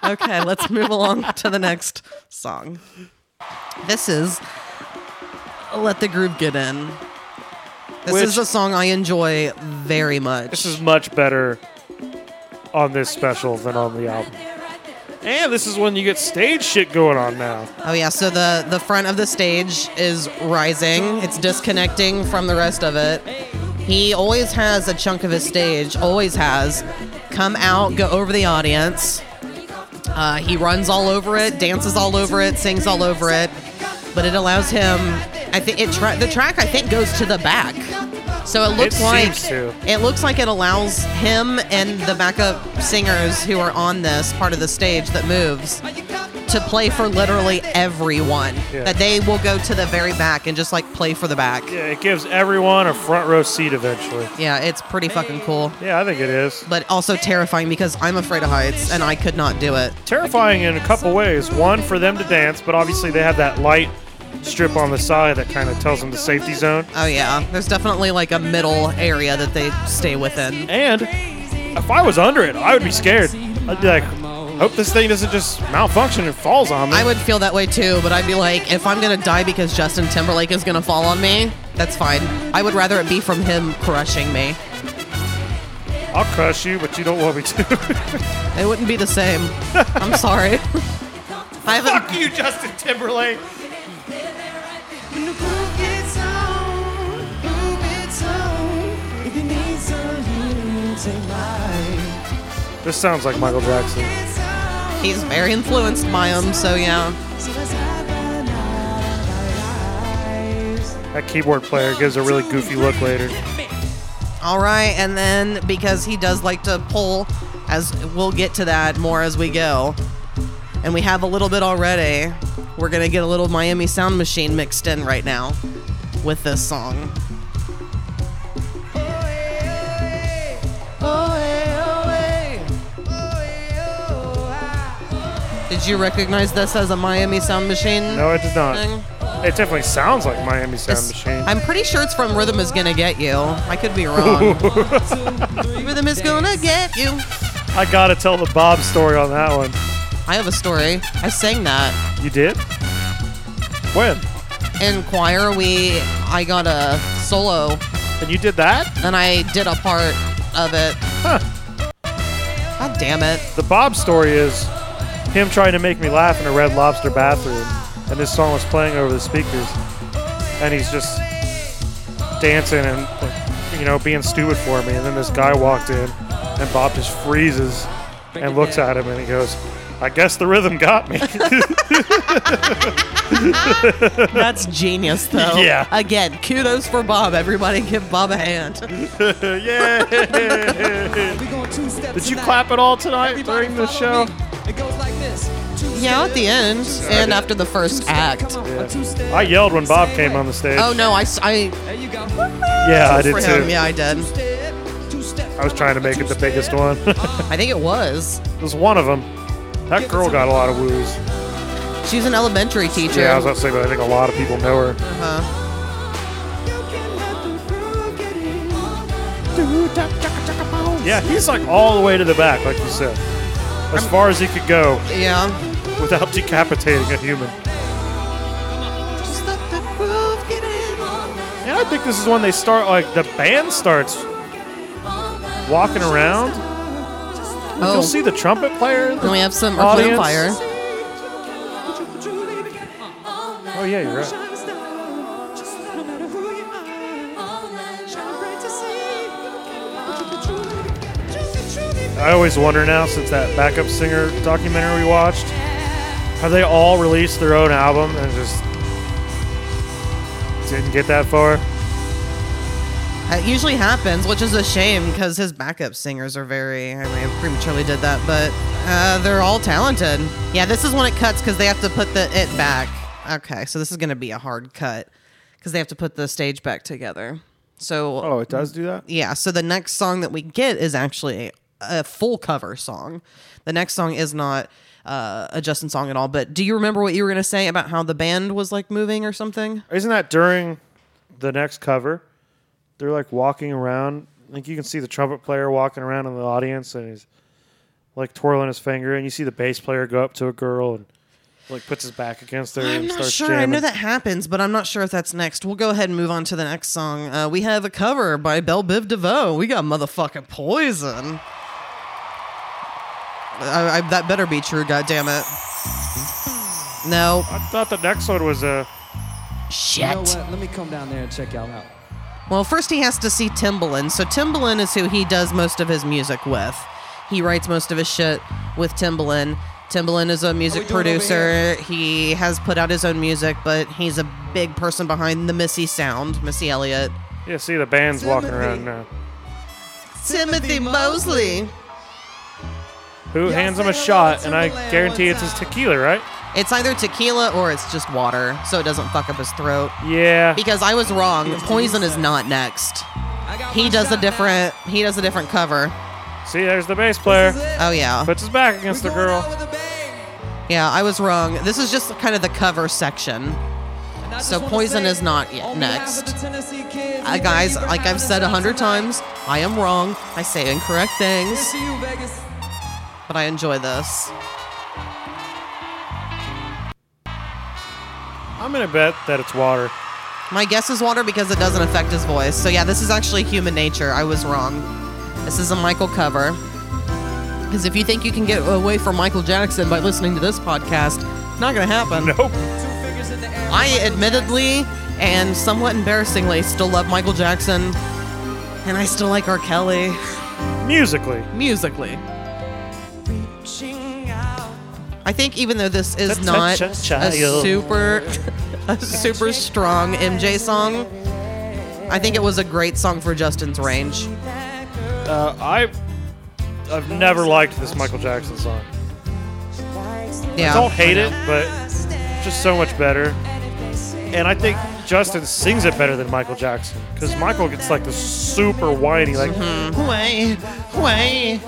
Okay, let's move along to the next song. This is "Let the Groove Get In." This is Which- a song I enjoy very much. This is much better on this special than on the album. And this is when you get stage shit going on now. Oh yeah, so the the front of the stage is rising. It's disconnecting from the rest of it. He always has a chunk of his stage, always has, come out, go over the audience. Uh, he runs all over it, dances all over it, sings all over it, but it allows him. I think it tra- the track I think goes to the back, so it looks It like seems to. it looks like it allows him and the backup singers who are on this part of the stage that moves to play for literally everyone. Yeah. That they will go to the very back and just like play for the back. Yeah, Yeah, it gives everyone a front row seat eventually. it's pretty fucking cool. Yeah, I think it is. But also terrifying because I'm afraid of heights and I could not do it. Terrifying in a couple ways. One, for them to dance, but obviously they have that light strip on the side that kind of tells them the safety zone. Oh yeah, there's definitely like a middle area that they stay within. And if I was under it, I would be scared. I'd be like, hope this thing doesn't just malfunction and falls on me. I would feel that way too, but I'd be like, if I'm gonna die because Justin Timberlake is gonna fall on me, that's fine. I would rather it be from him crushing me. I'll crush you, but you don't want me to. It wouldn't be the same. I'm sorry. I haven't Fuck you, Justin Timberlake. When the groove gets on, groove gets on. If you need some healing, take mine. This sounds like Michael Jackson. It's on. He's very influenced by him, so yeah. So let's have a night. That keyboard player gives a really goofy look later. All right, and then because he does like to pull, as we'll get to that more as we go, and we have a little bit already, we're gonna get a little Miami Sound Machine mixed in right now with this song. Did you recognize this as a Miami Sound Machine? No, it does not. Thing? It definitely sounds like Miami Sound It's- Machine. I'm pretty sure it's from Rhythm is Gonna Get You. I could be wrong. Rhythm is gonna get you. I gotta tell the Bob story on that one. I have a story. I sang that You did? When? in choir. We I got a solo And you did that? and I did a part of it. Huh. God damn it. The Bob story is him trying to make me laugh in a Red Lobster bathroom, and this song was playing over the speakers, and he's just dancing and like, you know being stupid for me, and then this guy walked in, and Bob just freezes and looks at him, and he goes, "I guess the rhythm got me." That's genius though. Yeah. Again, kudos for Bob. Everybody give Bob a hand. yeah. We going two steps Did you tonight. clap at all tonight Everybody during the show? follow me. It goes like this. Two uh, Yeah, at steps, the end and after the two first step, act. come on, a two step. I yelled when Bob came on the stage. Oh no, I, s- I- There you go. yeah, I did for him. too. Yeah, I did. Step, two step. I was trying to make it the biggest one. I think it was. It was one of them. That girl got a lot of woos. She's an elementary teacher. Yeah, I was about to say, but I think a lot of people know her. Uh-huh. You can let the groove get in. Yeah, he's like all the way to the back, like you said. As far as he could go Yeah. without decapitating a human. Just let the groove get in. And I think this is when they start, like, the band starts walking around. You'll Oh, see the trumpet player. and we have some Earth, Wind, Audience. and Fire. Oh, yeah, you're right. I always wonder now, since that backup singer documentary we watched, have they all released their own album and just didn't get that far? It usually happens, which is a shame because his backup singers are very, I mean, I prematurely did that, but uh, they're all talented. Yeah, this is when it cuts because they have to put the it back. Okay, so this is going to be a hard cut because they have to put the stage back together. So, Oh, it does do that? yeah, so the next song that we get is actually a full cover song. The next song is not uh, a Justin song at all, but do you remember what you were going to say about how the band was like moving or something? Isn't that during the next cover? They're like walking around. Like you can see the trumpet player walking around in the audience, and he's like twirling his finger, and you see the bass player go up to a girl and like puts his back against her. I'm and not starts sure. I Jamming. know that happens, but I'm not sure if that's next. We'll go ahead and move on to the next song. Uh, we have a cover by Belle Biv DeVoe. We got motherfucking poison. I, I, that better be true. God damn it. No. I thought the next one was a. You know Shit. what? Let me come down there and check y'all out. Well, first he has to see Timbaland. So Timbaland is who he does most of his music with. He writes most of his shit with Timbaland. Timbaland is a music doing over producer. He has put out his own music, but he's a big person behind the Missy sound, Missy Elliott. Yeah, see the band's walking Timothy. around now. Timothy Mosley. Who Y'all hands him a say hello shot, to and I Timberland guarantee one it's his time. tequila, right? It's either tequila or it's just water, so it doesn't fuck up his throat. Yeah. Because I was wrong. Poison is not next. I got He my does a shot different. He does a different cover. See, there's the bass now. player. This is it. Oh yeah. Puts his back against We the going out girl. with a bang. Yeah, I was wrong. This is just kind of the cover section. And I just So wanna Poison say, is not yet on behalf next. of the Tennessee kids, Uh, we guys, thank you for like having I've us said a out hundred tonight. times, I am wrong. I say incorrect Here's things, to you, Vegas. but I enjoy this. I'm gonna bet that it's water. My guess is water because it doesn't affect his voice. So yeah, this is actually human nature. I was wrong. This is a Michael cover. Because if you think you can get away from Michael Jackson by listening to this podcast, not gonna happen. Nope. Two fingers in the air. I admittedly and somewhat embarrassingly still love Michael Jackson, and I still like R. Kelly Musically. musically. Reaching out. I think even though this is Touch, not touch, touch, a child. super a super strong MJ song, I think it was a great song for Justin's range. Uh, I, I've never liked this Michael Jackson song. Yeah. I don't hate it, but it's just so much better. And I think Justin sings it better than Michael Jackson because Michael gets like this super whiny, like Way, way.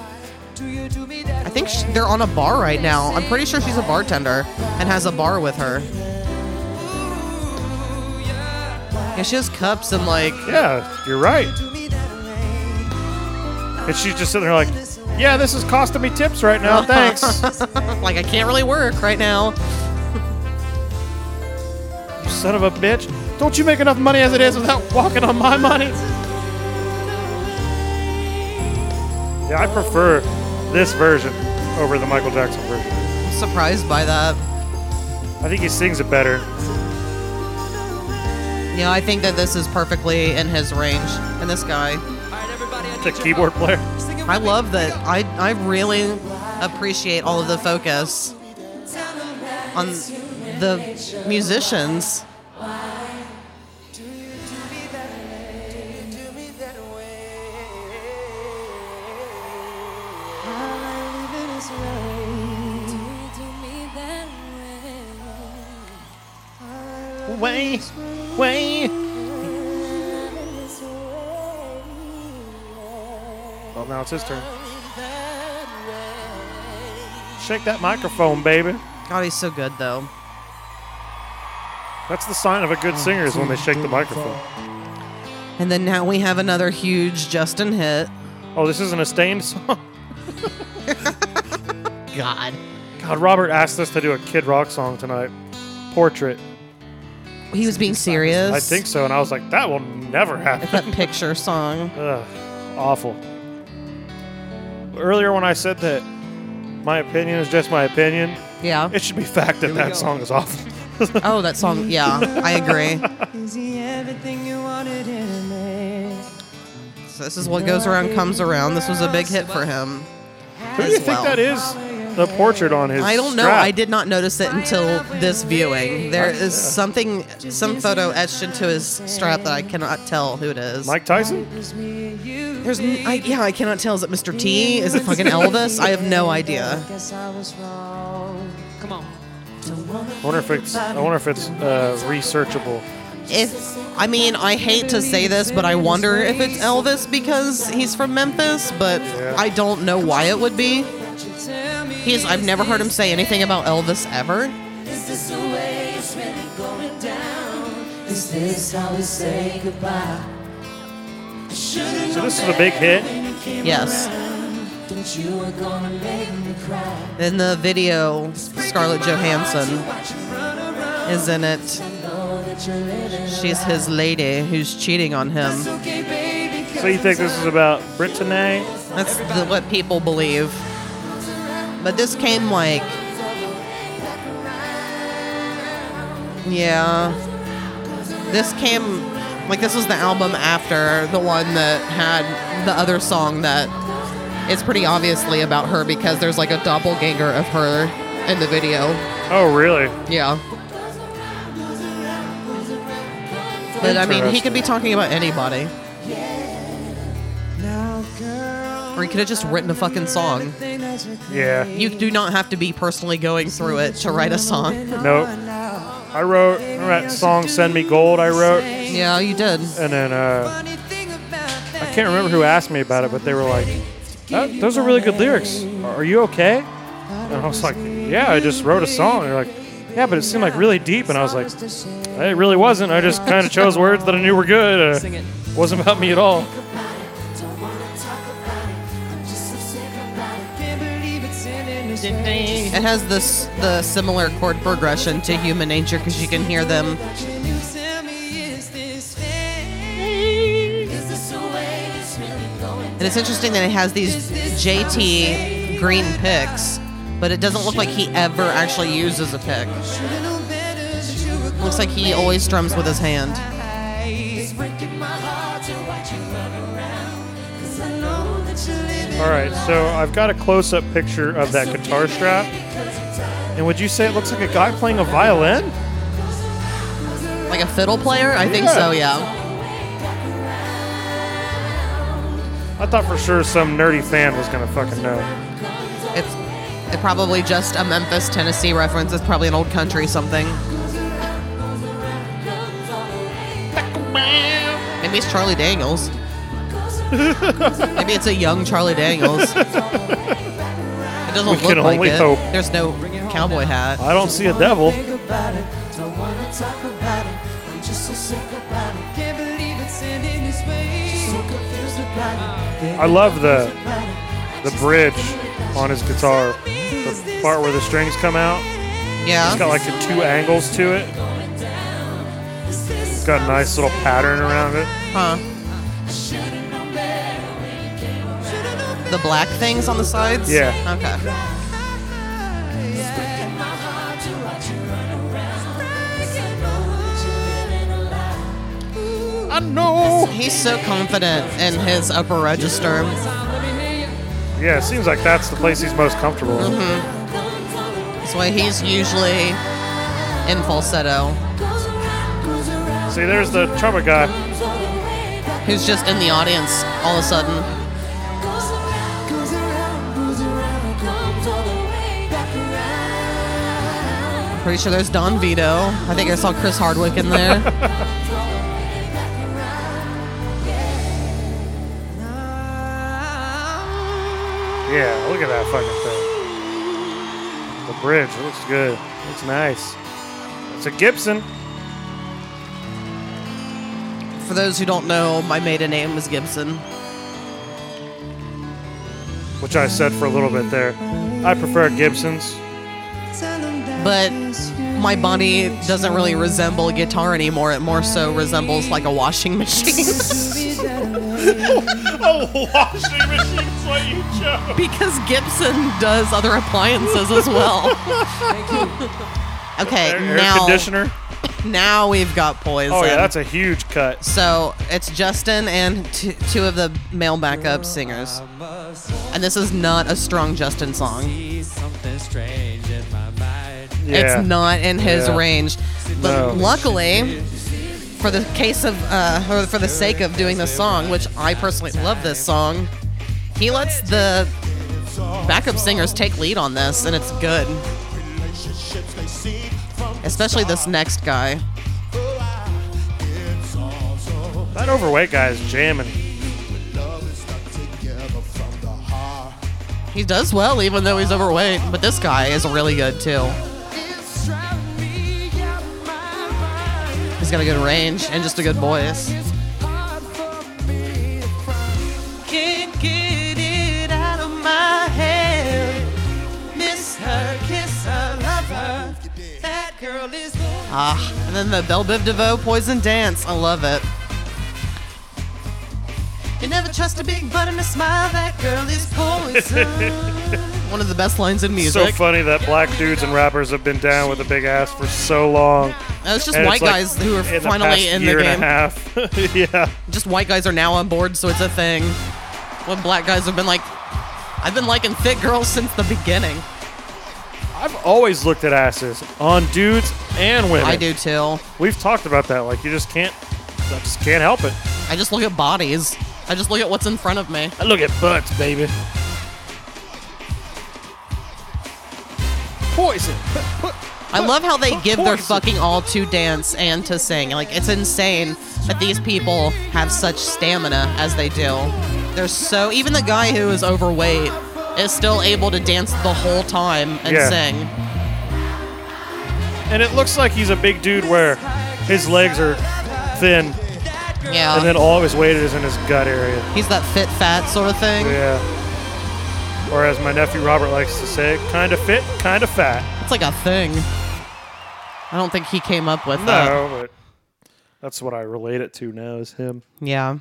I think sh they're on a bar right now. I'm pretty sure she's a bartender and has a bar with her. Yeah, she has cups and like Yeah, you're right. And she's just sitting there like, yeah, this is costing me tips right now. Oh, Thanks. like I can't really work right now. you son of a bitch. Don't you make enough money as it is without walking on my money? Yeah, I prefer this version over the Michael Jackson version. I'm surprised by that. I think he sings it better. Yeah, I think that this is perfectly in his range. And this guy, All right, everybody. I need The your keyboard help. player. Sing it with I me. love that. I I really appreciate all of the focus on the musicians. Way, way. Well, now it's his turn. Shake that microphone, baby. God, he's so good though. That's the sign of a good singer is when they shake the microphone. And then now we have another huge Justin hit. Oh, this isn't a stained song. God. God, Robert asked us to do a Kid Rock song tonight. Portrait. He was being serious. I think so, and I was like, that will never happen. that picture song. Ugh, awful. Earlier, when I said that my opinion is just my opinion, Yeah. it should be fact that we that go. song is awful. Oh, that song. Yeah, I agree. Easy, everything you wanted in there. So this is what goes around comes around. This was a big hit for him. Who do you think well. that is? The portrait on his. I don't know. strap? I did not notice it until this viewing. There is something, some photo etched into his strap that I cannot tell who it is. Mike Tyson? There's, n- I, yeah, I cannot tell. Is it Mr. T? Is it fucking Elvis? I have no idea. Guess I was wrong. Come on. I wonder if it's. I wonder if it's uh, researchable. If I mean, I hate to say this, but I wonder if it's Elvis because he's from Memphis. But I don't know why it would be. Tell me. He's, I've never heard him say anything about Elvis ever. Is this the way it's really going down? Is this how we say goodbye? Should've So this is a big hit. Yes. known you were gonna make me cry. In the video, Scarlett Johansson is in it. Know that you're living. She's his lady who's cheating on him. Okay, baby. So you think this is about Brittany? That's the, what people believe. But this came like, yeah. This came, like, this was the album after the one that had the other song that is pretty obviously about her because there's like a doppelganger of her in the video. Oh, really? Yeah. But I mean, he could be talking about anybody. Or he could have just written a fucking song. Yeah. You do not have to be personally going through it to write a song. Nope. I wrote remember that song "Send Me Gold." I wrote, Yeah, you did. and then uh, I can't remember who asked me about it, but they were like, "That- "Those are really good lyrics. Are you okay?" And I was like, "Yeah, I just wrote a song." And they're like, "Yeah, but it seemed like really deep," and I was like, "It really wasn't. I just kind of chose words that I knew were good. Uh, Sing it. wasn't about me at all." It has this the similar chord progression to Human Nature because you can hear them. And it's interesting that it has these JT green picks, but it doesn't look like he ever actually uses a pick. Looks like he always strums with his hand. All right, so I've got a close-up picture of that guitar strap, and would you say it looks like a guy playing a violin? Like a fiddle player? I think Yeah. so, yeah. I thought for sure some nerdy fan was gonna fucking know. It's it probably just a Memphis, Tennessee reference. It's probably an old country something. Maybe it's Charlie Daniels. Maybe it's a young Charlie Daniels. It doesn't We look can like only it. hope. There's no cowboy hat. I don't see a devil. I love the the bridge on his guitar, the part where the strings come out. It's got Yeah. like the two angles to it. It's got a nice little pattern around it. Huh. The black things on the sides? Yeah. Okay. I know. He's so confident in his upper register. Yeah, it seems like that's the place he's most comfortable. in. That's why he's usually in falsetto. See, there's the trumpet guy. who's just in the audience all of a sudden. Pretty sure there's Don Vito. I think I saw Chris Hardwick in there. Yeah, look at that fucking thing. The bridge it looks good. Looks nice. It's a Gibson. For those who don't know, my maiden name was Gibson. which I said for a little bit there. I prefer Gibsons. But my body doesn't really resemble a guitar anymore. It more so resembles like a washing machine. Oh, washing machine's what you chose. because Gibson does other appliances as well. okay, Air, air now conditioner. now we've got poison. Oh yeah, that's a huge cut. So it's Justin and t- two of the male backup singers. And this is not a strong Justin song. Yeah. It's not in his Yeah. range. No. But luckily, for the case of, uh, or for the sake of doing this song, which I personally love this song, he lets the backup singers take lead on this, and it's good. Especially this next guy. That overweight guy is jamming. He does well, even though he's overweight. But this guy is really good too. He's got a good range and just a good voice. Can't get it out of my head. Miss her, kiss her, love her. That girl is the Ah, and then the Belle Biv DeVoe Poison Dance. I love it. You never trust a big butt and a smile. That girl is poison. One of the best lines in so music. funny that black dudes and rappers have been down with a big ass for so long. Uh, it's just And it's white like guys who are in finally the past in the year game. And a half. yeah. Just white guys are now on board, so it's a thing. When black guys have been like, I've been liking thick girls since the beginning. I've always looked at asses on dudes and women. I do too. We've talked about that. Like you just can't, I just can't help it. I just look at bodies. I just look at what's in front of me. I look at butts, baby. Poison. I love how they give their Poison. fucking all to dance and to sing. Like it's insane that these people have such stamina as they do. They're so even the guy who is overweight is still able to dance the whole time and Yeah. sing. And it looks like he's a big dude where his legs are thin, Yeah. and then all of his weight is in his gut area. He's that fit fat sort of thing. Yeah. Or as my nephew Robert likes to say, kind of fit, kind of fat. It's like a thing. I don't think he came up with that. No, but that's what I relate it to now is him. Yeah.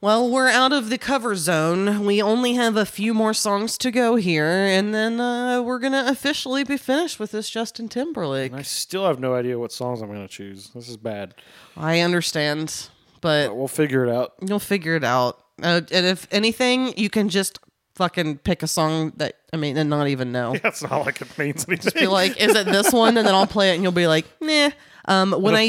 Well, we're out of the cover zone. We only have a few more songs to go here, and then uh, we're gonna officially be finished with this Justin Timberlake. I still have no idea what songs I'm going to choose. This is bad. I understand, but We'll figure it out. you'll figure it out. Uh, and if anything, you can just fucking pick a song that I mean, and not even know. That's not like it means be anything. like, is it this one? And then I'll play it, and you'll be like, nah. Um, when I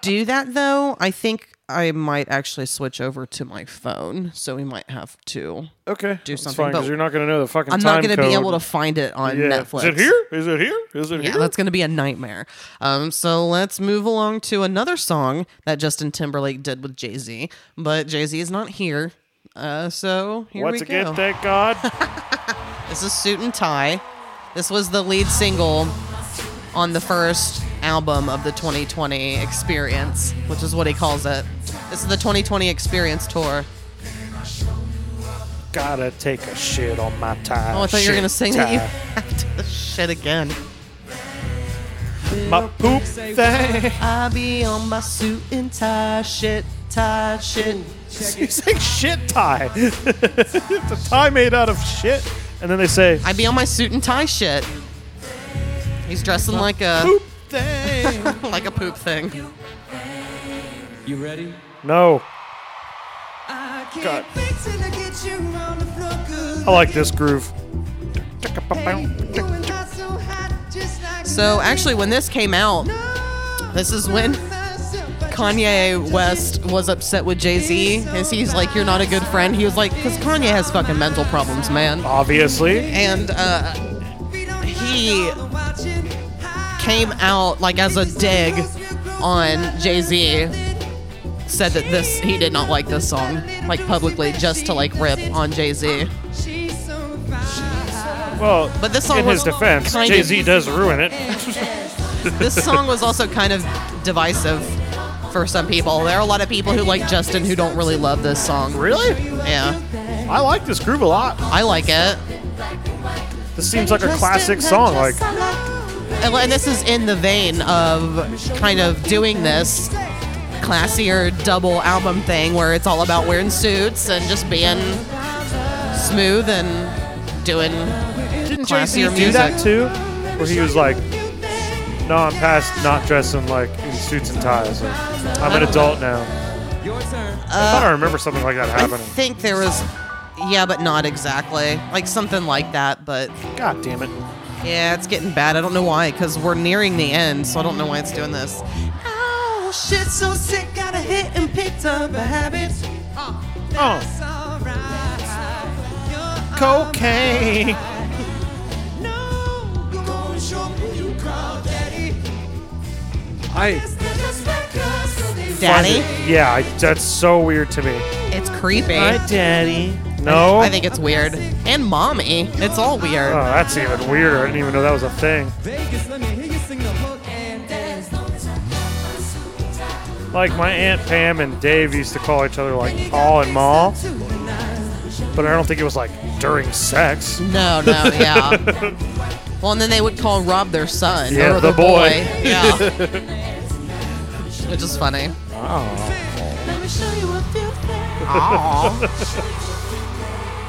do that, though, I think I might actually switch over to my phone, so we might have to. okay, do something, but because you're not going to know the fucking. I'm not time going to be code. able to find it on Yeah. Netflix. Is it here? Is it here? Is it Yeah, here? that's going to be a nightmare. Um, so let's move along to another song that Justin Timberlake did with Jay Z, but Jay Z is not here. Uh, so here Once we again, go. thank God. This is Suit and Tie. This was the lead single on the first album of the 2020 Experience, which is what he calls it. This is the 2020 Experience tour. Gotta take a shit on my tie. Oh, I thought you were Shit going to sing tie. that you have to shit again. My poop thing. I be on my suit and tie, shit, tie, shit. you say shit tie. it's a tie made out of shit. And then they say I be on my suit and tie, shit. He's dressing like a poop thing. like a poop thing. You ready? no, I God. can't fix it, I get you on the floor good. I like this groove. Hey, you and I so hot, just like So nothing. actually, when this came out, No, this is when myself, I just Kanye West was upset with Jay Z, and he's like, "You're not a good friend." He was like, "Cause Kanye has fucking mental problems, man." Obviously, And uh, We don't have he no watching. came out like as a dig on Jay Z. Said that this he did not like this song, like publicly, just to like rip on Jay Z. She's so fine. well, But this song in was his defense, kind of- Jay Z does ruin it. this song was also kind of divisive for some people. There are a lot of people who like Justin who don't really love this song. Really? Yeah. I like this groove a lot. I like it. This seems like a classic song. Like And and this is in the vein of kind of doing this classier double album thing where it's all about wearing suits and just being smooth and doing didn't Jay Z classier do that music. too? Where he was like, "No, I'm past not dressing like in suits and ties. Like, I'm an adult now." Your turn. I thought I remember something like that I happening. think there was yeah, but not exactly. Like something like that, but God damn it! Yeah, it's getting bad. I don't know why, because we're nearing the end, so I don't know why it's doing this. Oh, shit, so sick, gotta hit and picked up a habit. Oh, Alright. cocaine. No, you gonna show me you call daddy. I Daddy? yeah, I, that's so weird to me. It's creepy. daddy. No, I think it's weird. And mommy. It's all Oh, weird. that's even weirder. I didn't even know that was a thing. Vegas, let me hear you sing the hook and dance. Like my aunt Pam and Dave used to call each other like Paul and Ma, but I don't think it was like during sex. No, no, yeah. well, and then they would call Rob their son. Yeah, or the their boy. Yeah. Which is funny.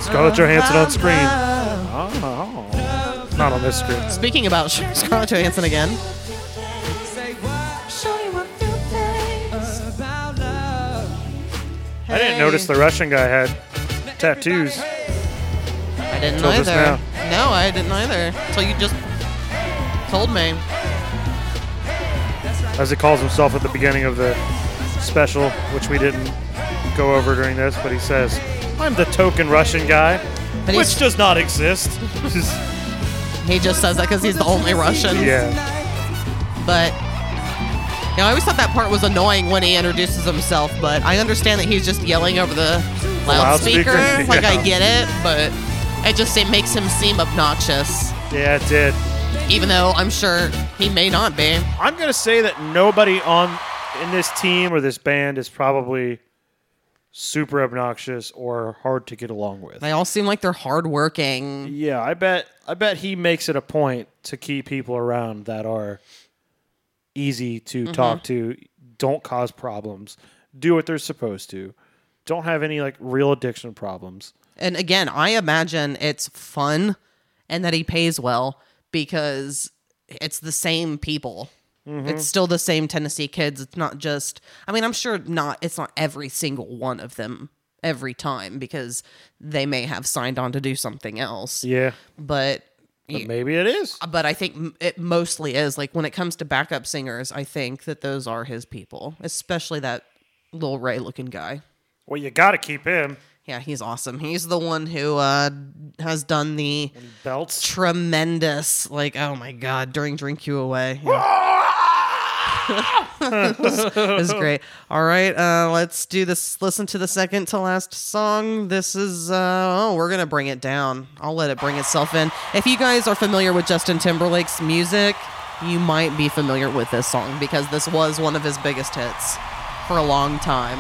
Scarlett Johansson on screen. Oh. Not on this script. Speaking about Scarlett Johansson again, Say what Show you a few things. about love? I didn't notice the Russian guy had tattoos. I didn't Until just either. No, I didn't either. So you just told me. as he calls himself at the beginning of the special, which we didn't go over during this, but he says, I'm the token Russian guy, But which he's, does not exist. he just says that because he's the only Russian. yeah. But you know, I always thought that part was annoying when he introduces himself. But I understand that he's just yelling over the loudspeaker. loudspeaker, Like I yeah. get it, but it just it makes him seem obnoxious, Yeah, it did. even though I'm sure he may not be. I'm going to say that nobody on in this team or this band is probably super obnoxious or hard to get along with. They all seem like they're hardworking. Yeah, I bet I bet he makes it a point to keep people around that are easy to talk to, don't cause problems, do what they're supposed to, don't have any like real addiction problems. And again, I imagine it's fun and that he pays well because it's the same people. It's still the same Tennessee kids. It's not just I mean, I'm sure not it's not every single one of them every time because they may have signed on to do something else. Yeah. But But maybe it is. but I think m- it mostly is like when it comes to backup singers, I think that those are his people, especially that little Ray looking guy. Well, you got to keep him. Yeah, he's awesome. He's the one who uh, has done the Belts. tremendous, like, oh my God, during Drink You Away. Yeah. this is great. All right, uh, let's do this. Listen to the second to last song. This is, uh, oh, we're going to bring it down. I'll let it bring itself in. If you guys are familiar with Justin Timberlake's music, you might be familiar with this song because this was one of his biggest hits for a long time.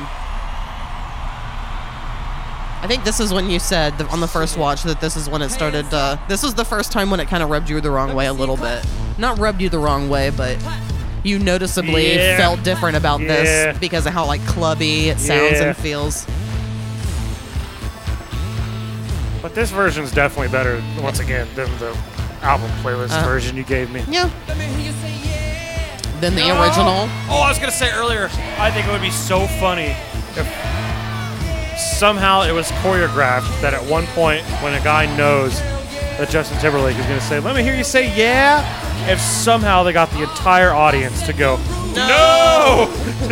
I think this is when you said the, on the first watch that this is when it started. Uh, this was the first time when it kind of rubbed you the wrong way a little bit. Not rubbed you the wrong way, but you noticeably Yeah. felt different about Yeah. this because of how like clubby it sounds Yeah. and feels. But this version's definitely better, once again, than the album playlist version you gave me. Yeah. Let me hear you say yeah. Than the original. Oh, I was going to say earlier, I think it would be so funny if somehow it was choreographed that at one point when a guy knows that Justin Timberlake is going to say, "Let me hear you say yeah," if somehow they got the entire audience to go, "No!"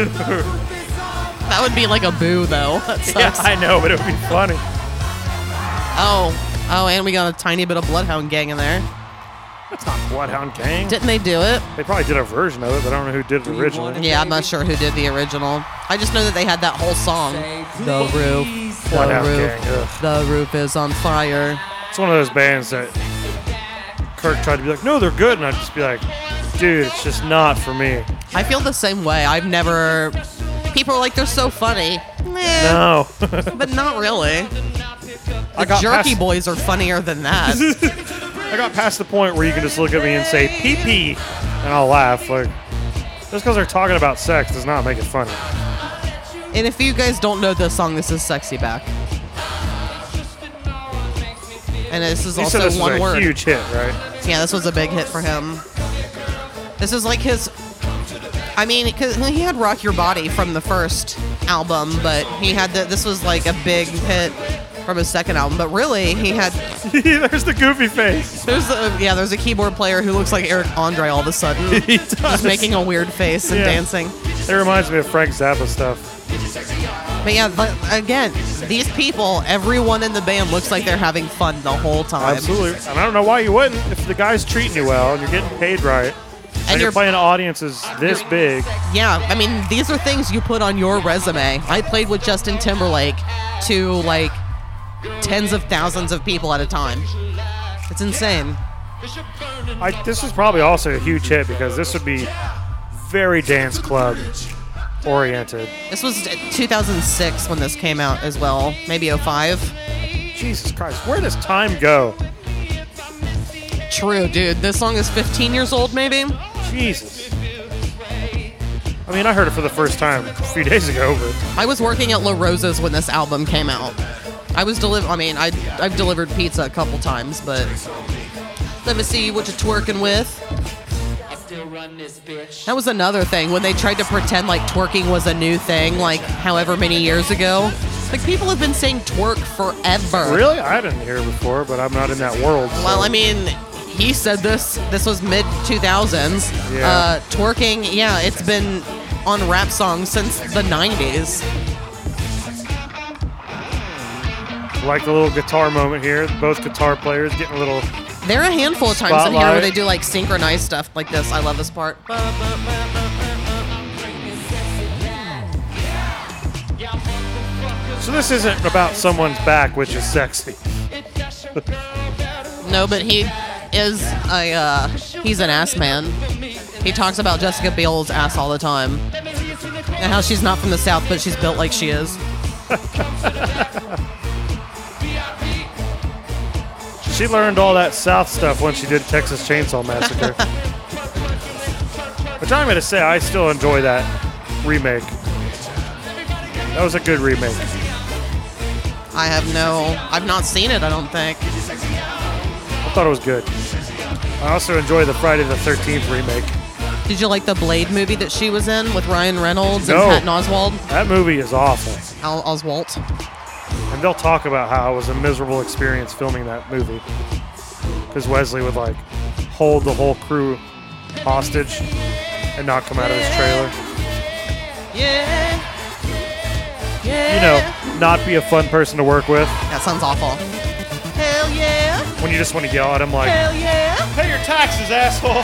That would be like a boo though. That Yeah, sucks. I know, but it would be funny. oh. Oh, and we got a tiny bit of Bloodhound Gang in there. That's not Bloodhound Gang. Didn't they do it? They probably did a version of it, but I don't know who did it originally. Yeah, I'm not sure who did the original. I just know that they had that whole song. The roof, the Bloodhound Gang. roof, Ugh. the roof is on fire. It's one of those bands that Kirk tried to be like, "No, they're good," and I'd just be like, "Dude, it's just not for me." I feel the same way. I've never. People are like they're so funny, Eh, No. but not really. I The got Jerky past- Boys are funnier than that. I got past the point where you can just look at me and say pee pee, and I'll laugh. Like, just because they're talking about sex does not make it funny. and if you guys don't know this song, this is "Sexy Back," and this is He also said this was one a word. huge hit, right? Yeah, this was a big hit for him. This is like his. I mean, because he had "Rock Your Body" from the first album, but he had the, this was like a big hit from his second album. But really, he had There's the goofy face. There's a yeah, there's a keyboard player who looks like Eric Andre all of a sudden. He does. Just making a weird face and Yeah. dancing. It reminds me of Frank Zappa stuff. But yeah, but again, these people, everyone in the band looks like they're having fun the whole time. Absolutely. And I don't know why you wouldn't. If the guy's treating you well and you're getting paid right, and, And you're, you're- playing audiences this big, Yeah, I mean, these are things you put on your resume. I played with Justin Timberlake to like tens of thousands of people at a time. It's insane. I, this is probably also a huge hit because this would be very dance club oriented. This was 2006 when this came out as well, maybe 05. Jesus Christ, where does time go? True, dude. This song is 15 years old, maybe. Jesus. I mean, I heard it for the first time a few days ago, but I was working at La Rosa's when this album came out. I was deliver. I mean, I I've delivered pizza a couple times, but let me see what you're twerking with. I still run this bitch. That was another thing when they tried to pretend like twerking was a new thing, like however many years ago. Like people have been saying twerk forever. Really? I didn't hear it before, but I'm not in that world. so- Well, I mean, he said this. This was mid 2000s. Yeah. Uh, twerking, yeah, it's been on rap songs since the 90s. like the little guitar moment here. Both guitar players getting a little. There are a handful of times in here where Spotlight. they do like synchronized stuff like this. I love this part. So this isn't about someone's back, which is sexy. No, but he is a uh, he's an ass man. He talks about Jessica Biel's ass all the time and how she's not from the south, but she's built like she is. She learned all that South stuff when she did Texas Chainsaw Massacre. Which I'm gonna say, I still enjoy that remake. That was a good remake. I have no, I've not seen it. I don't think. I thought it was good. I also enjoy the Friday the 13th remake. Did you like the Blade movie that she was in with Ryan Reynolds No. and Patton Oswald? That movie is awful. Al- Oswald. And they'll talk about how it was a miserable experience filming that movie. Because Wesley would like hold the whole crew hostage and not come out of his trailer. Yeah. You know, not be a fun person to work with That sounds awful. Hell yeah. when you just want to yell at him like, Hell yeah. pay your taxes, asshole.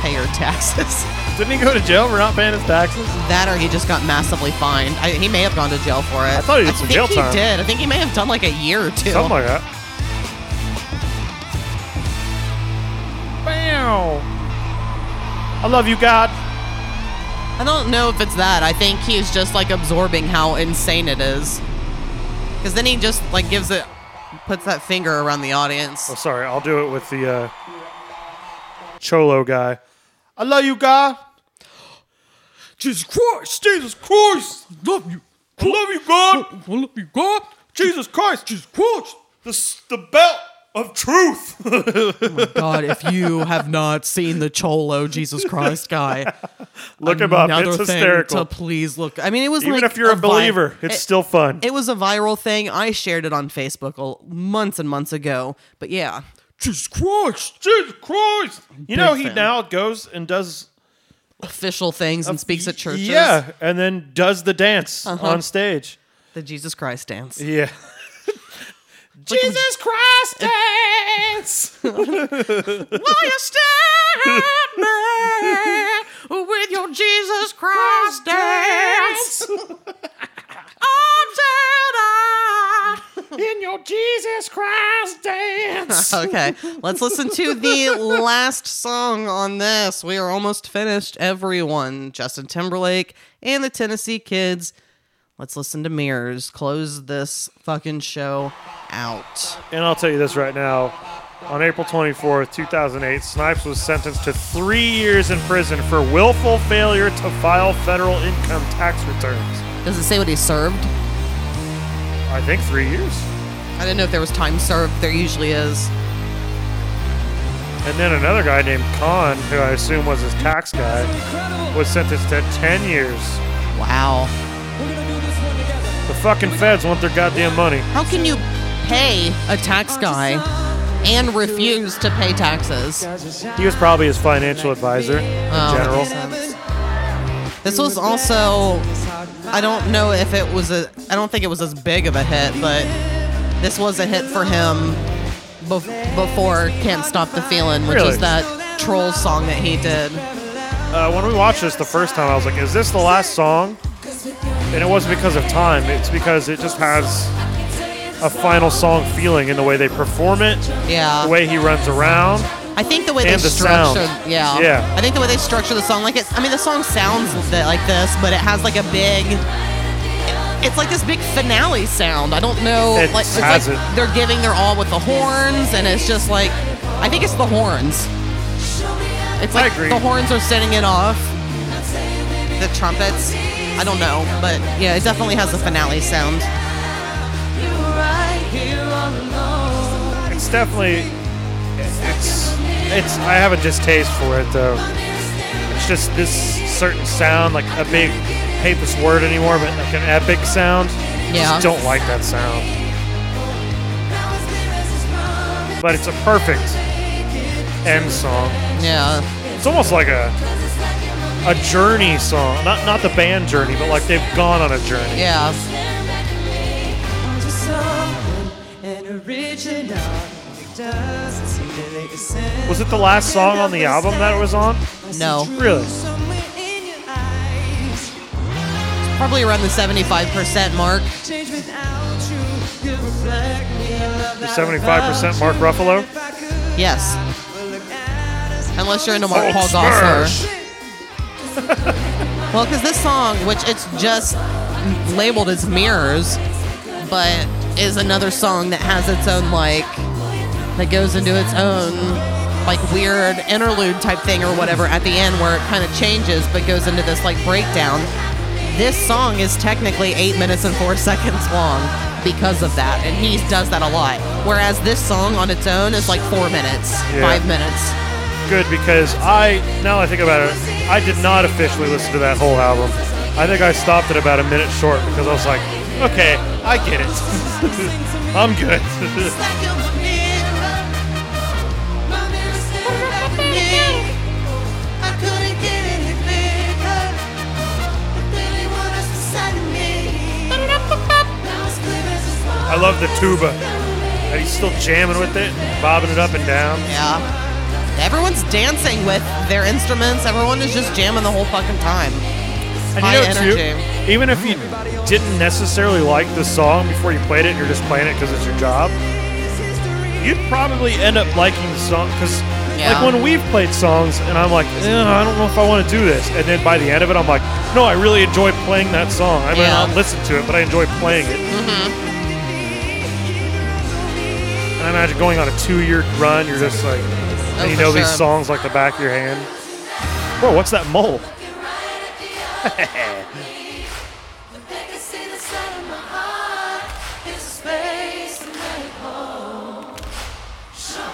Pay your taxes. Didn't he go to jail for not paying his taxes? That or he just got massively fined. I, he may have gone to jail for it. I thought he did some think jail he time. did. I think he may have done like a year or two. Something like that. Bow. I love you, God. I don't know if it's that. I think he's just like absorbing how insane it is. Because then he just like gives it, puts that finger around the audience. Oh, sorry. I'll do it with the uh, Cholo guy. I love you, God. Jesus Christ, Jesus Christ, I love you. I love you, God. I love you, God. Jesus Christ, Jesus Christ. The, the belt of truth. God, if you have not seen the Cholo Jesus Christ guy, Look him up. another It's thing hysterical. To please look. I mean, it was Even like if you're a vi- believer, it's it- still fun. It was a viral thing. I shared it on Facebook a- months and months ago. But yeah, Jesus Christ, Jesus Christ. you know, big he fan. now goes and does. official things and speaks at churches. Yeah, and then does the dance on stage. the Jesus Christ dance. Yeah. Jesus Christ dance. with your Jesus Christ dance. Oh, In your Jesus Christ dance. okay, let's listen to the last song on this. We are almost finished, everyone. Justin Timberlake and the Tennessee Kids. Let's listen to Mirrors. Close this fucking show out. And I'll tell you this right now. On April 24th, 2008, Snipes was sentenced to three years in prison for willful failure to file federal income tax returns. Does it say what he served? I think three years. I didn't know if there was time served. There usually is. And then another guy named Khan, who I assume was his tax guy, was sentenced to 10 years. Wow. The fucking feds want their goddamn money. How can you pay a tax guy and refuse to pay taxes? He was probably his financial advisor in Oh, general. makes sense. This was also, I don't know if it was a, I don't think it was as big of a hit, but this was a hit for him bef- before Can't Stop the Feeling, which Really? is that troll song that he did. Uh, when we watched this the first time, I was like, is this the last song? And it wasn't because of time, it's because it just has a final song feeling in the way they perform it, the Yeah. way he runs around. I think the way they and the sound. structured, yeah. Yeah. I think the way they structure the song, like it's, I mean, the song sounds a bit like this, but it has like a big, it's like this big finale sound. I don't know, It like, it's has like it. they're giving their all with the horns, and it's just like, I think it's the horns. It's I like agree. the horns are setting it off. the trumpets. I don't know, but yeah, it definitely has the finale sound. It's definitely it's it's I have a distaste for it though. It's just this certain sound, like a big hate this word anymore, but like an epic sound. Yeah. Just don't like that sound. But it's a perfect end song. Yeah. It's almost like a a journey song. Not not the band journey, but like they've gone on a journey. Yeah. onto someone and original. It doesn't seem to make a sense. Was it the last song on the album that it was on? No. Really? Somewhere in your eyes, Probably around the 75% mark. change without you. You reflect me. I love The that 75% Mark Ruffalo? If I could, Yes. well, look at us. Unless you're into Mark Oh, Paul Gossler. Well, because this song, which it's just labeled as Mirrors, but is another song that has its own, like, that goes into its own, like, weird interlude type thing or whatever at the end where it kind of changes but goes into this, like, breakdown. This song is technically eight minutes and four seconds long because of that, and he does that a lot. Whereas this song on its own is like four minutes, Yeah. five minutes. good because I now that I think about it, I did not officially listen to that whole album. I think I stopped at about a minute short because I was like, okay, I get it. I'm good. I love the tuba. And he's still jamming with it, bobbing it up and down. Yeah. Everyone's dancing with their instruments. Everyone is just jamming the whole fucking time. And High you know energy. too, even if you didn't necessarily like the song before you played it, and you're just playing it because it's your job. You'd probably end up liking the song because, Yeah. like when we've played songs, and I'm like, eh, I don't know if I want to do this, and then by the end of it, I'm like, no, I really enjoy playing that song. I may Yeah. Mm-hmm. not listen to it, but I enjoy playing it. And I imagine going on a two-year run, you're just like, and you Oh, for know these sure. songs like the back of your hand. Bro, what's that mole?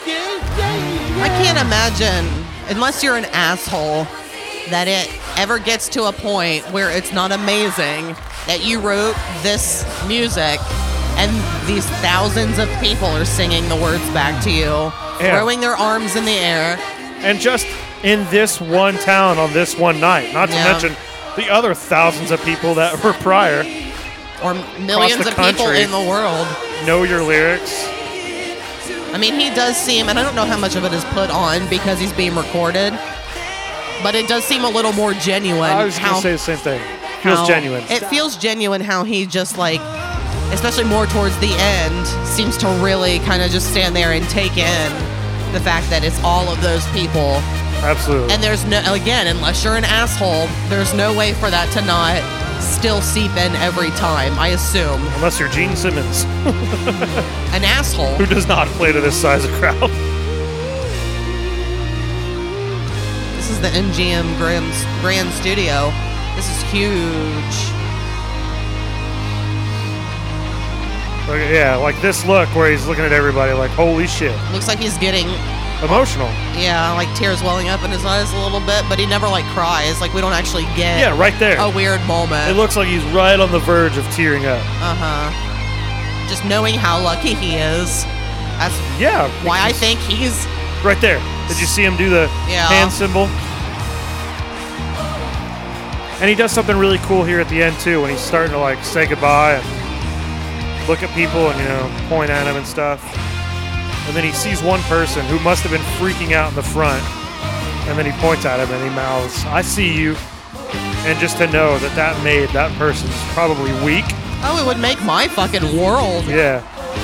I can't imagine, unless you're an asshole, that it ever gets to a point where it's not amazing that you wrote this music and these thousands of people are singing the words back to you, Yeah. throwing their arms in the air. and just in this one town on this one night. Not to Yeah. mention the other thousands of people that were prior. or millions the of people country. in the world. Know your lyrics. I mean, he does seem, and I don't know how much of it is put on because he's being recorded, but it does seem a little more genuine. I was how, gonna say the same thing. Feels how- genuine. It feels genuine how he just like, especially more towards the end, seems to really kind of just stand there and take in the fact that it's all of those people. Absolutely. And there's no, again, unless you're an asshole, there's no way for that to not still seep in every time, I assume. Unless you're Gene Simmons, An asshole. who does not play to this size of crowd. This is the MGM Grand, Grand Studio. This is huge. Like, yeah, like this look where he's looking at everybody like, holy shit. Looks like he's getting, Emotional. yeah, like tears welling up in his eyes a little bit, but he never like cries. Like we don't actually get Yeah, right there. a weird moment. It looks like he's right on the verge of tearing up. uh huh. Uh-huh. Just knowing how lucky he is. That's Yeah. why I because- think he's. Right there. Did you see him do the Yeah. hand symbol? And he does something really cool here at the end too, when he's starting to like say goodbye and look at people and you know point at him and stuff. And then he sees one person who must have been freaking out in the front, and then he points at him and he mouths, "I see you." And just to know that that made that person's probably weak. Oh, it would make my fucking world. Yeah,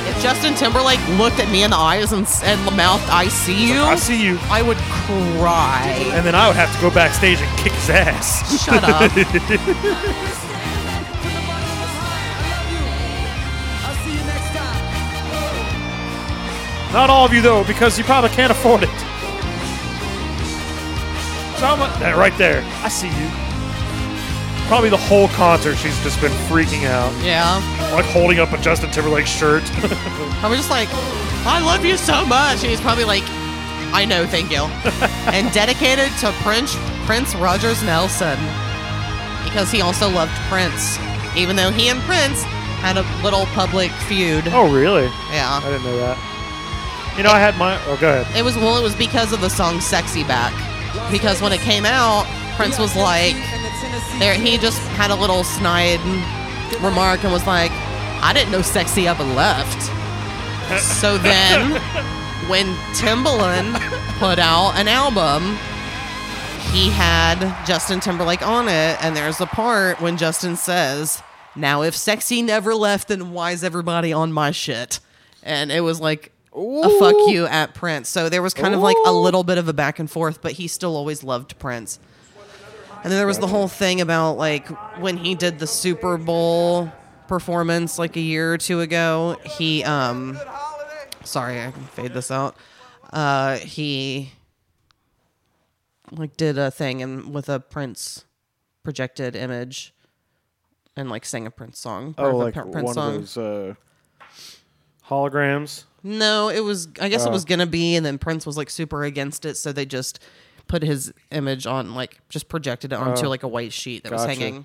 If Justin Timberlake looked at me in the eyes and, s- and mouthed, I see you, I see you. I would cry. And then I would have to go backstage and kick his ass. Shut up. I'll see you next time. Not all of you though, because you probably can't afford it. So I'm that right there. I see you. Probably the whole concert, she's just been freaking out, Yeah. like holding up a Justin Timberlake shirt. I was just like, I love you so much. He's probably like, I know, thank you. and dedicated to Prince Prince Rogers Nelson. Because he also loved Prince. Even though he and Prince had a little public feud. oh, really? I Yeah. didn't know that. You know, I had my. Oh, go ahead. It was well it was because of the song Sexy Back. Because when it came out, Prince was like there he just had a little snide remark and was like, I didn't know sexy up and left. so then when Timbaland put out an album, he had Justin Timberlake on it, and there's a part when Justin says, Now if sexy never left, then why's everybody on my shit? And it was like a fuck you at Prince. So there was kind of like a little bit of a back and forth, but he still always loved Prince. And then there was the whole thing about like when he did the Super Bowl performance like a year or two ago. He um sorry, I can fade this out. Uh he like did a thing and with a Prince projected image and like sang a Prince song. part Oh, of a like Pr- one of those uh, holograms. no, it was. I guess Uh. it was gonna be, and then Prince was like super against it, so they just put his image on, like just projected it onto like a white sheet that was Oh. Gotcha. hanging.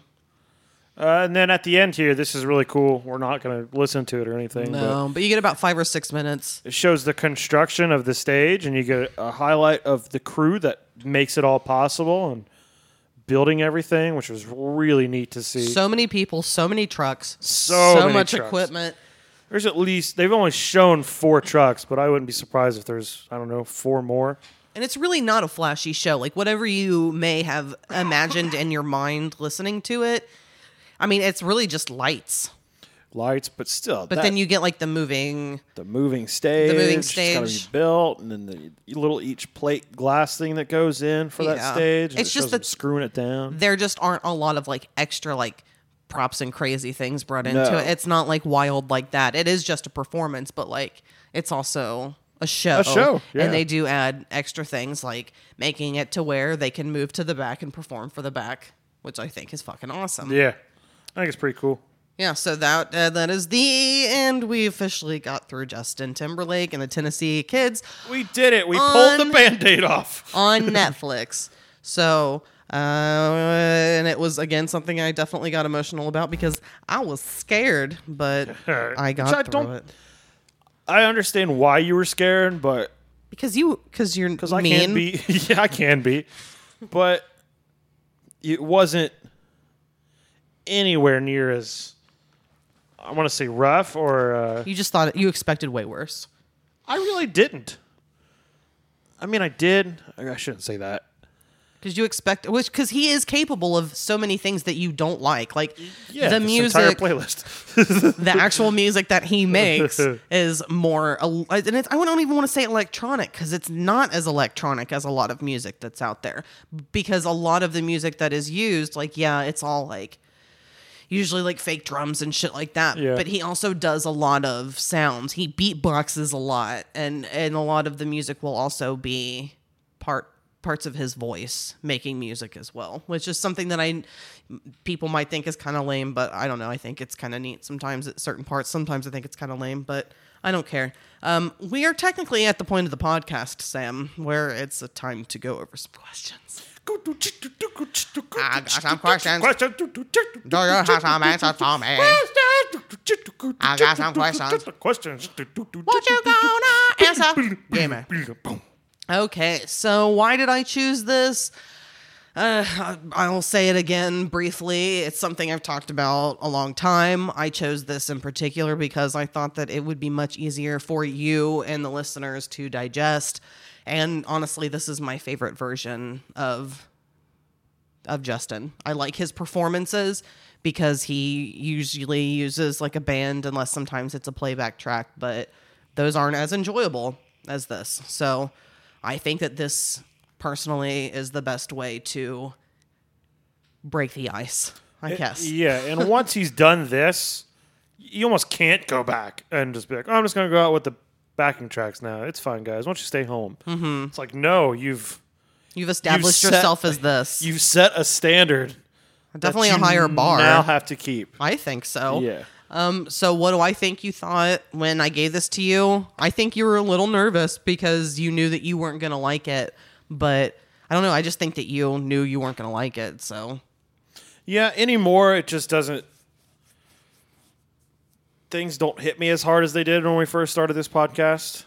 Uh, and then at the end here, this is really cool. We're not going to listen to it or anything. But No, but you get about five or six minutes. it shows the construction of the stage, and you get a highlight of the crew that makes it all possible and building everything, which was really neat to see. So many people, so many trucks, So many much trucks. equipment. there's at least they've only shown four trucks, but I wouldn't be surprised if there's I don't know four more. And it's really not a flashy show. Like whatever you may have imagined in your mind listening to it, I mean, it's really just lights. lights, but still. But that- then you get like the moving. the moving stage, it's gotta stage. be built, and then the little each plate glass thing that goes in for Yeah. that stage. and It's it just shows them that- screwing it down. There just aren't a lot of like extra like props and crazy things brought into No. it. It's not like wild like that. It is just a performance, but like it's also a show. A show, yeah. And they do add extra things like making it to where they can move to the back and perform for the back, which I think is fucking awesome. Yeah, I think it's pretty cool. Yeah, so that uh, that is the end. We officially got through Justin Timberlake and the Tennessee Kids We did it. We On- pulled the band-aid off. on Netflix. So, uh, and it was again something I definitely got emotional about because I was scared, but I got Which I through don't- it I understand why you were scared, but because you because you're because mean. I can be. yeah, I can be, but it wasn't anywhere near as I want to say rough or. Uh, You just thought you expected way worse. I really didn't. I mean, I did. I I shouldn't say that. Because you expect, which because he is capable of so many things that you don't like, like Yeah, the this music, entire playlist. the actual music that he makes is more el- and it's, i don't even want to say electronic because it's not as electronic as a lot of music that's out there because a lot of the music that is used like yeah it's all like usually like fake drums and shit like that Yeah. but he also does a lot of sounds he beatboxes a lot and and a lot of the music will also be part parts of his voice making music as well which is something that i people might think is kind of lame, but I don't know. I think it's kind of neat sometimes at certain parts. Sometimes I think it's kind of lame, but I don't care. Um, we are technically at the point of the podcast, Sam, where it's a time to go over some questions. I got some questions. Do you have some answers for me? I got some questions. Questions. What you gonna answer? Give me. Okay, so why did I choose this? Uh, I will say it again briefly. It's something I've talked about a long time. I chose this in particular because I thought that it would be much easier for you and the listeners to digest. And honestly, this is my favorite version of of Justin. I like his performances because he usually uses like a band, unless sometimes it's a playback track, but those aren't as enjoyable as this. So I think that this personally is the best way to break the ice, Eh, I guess. Yeah, and once he's done this, you almost can't go back and just be like, oh, I'm just going to go out with the backing tracks now. It's fine, guys. Why don't you stay home? Mm-hmm. It's like, no, you've You've established set- yourself as this. you've set a standard Definitely a you higher bar. Now have to keep. I think so. Yeah. Um, so what do I think you thought when I gave this to you? I think you were a little nervous because you knew that you weren't gonna like it, but I don't know, I just think that you knew you weren't gonna like it, so Yeah, anymore it just doesn't. Things don't hit me as hard as they did when we first started this podcast.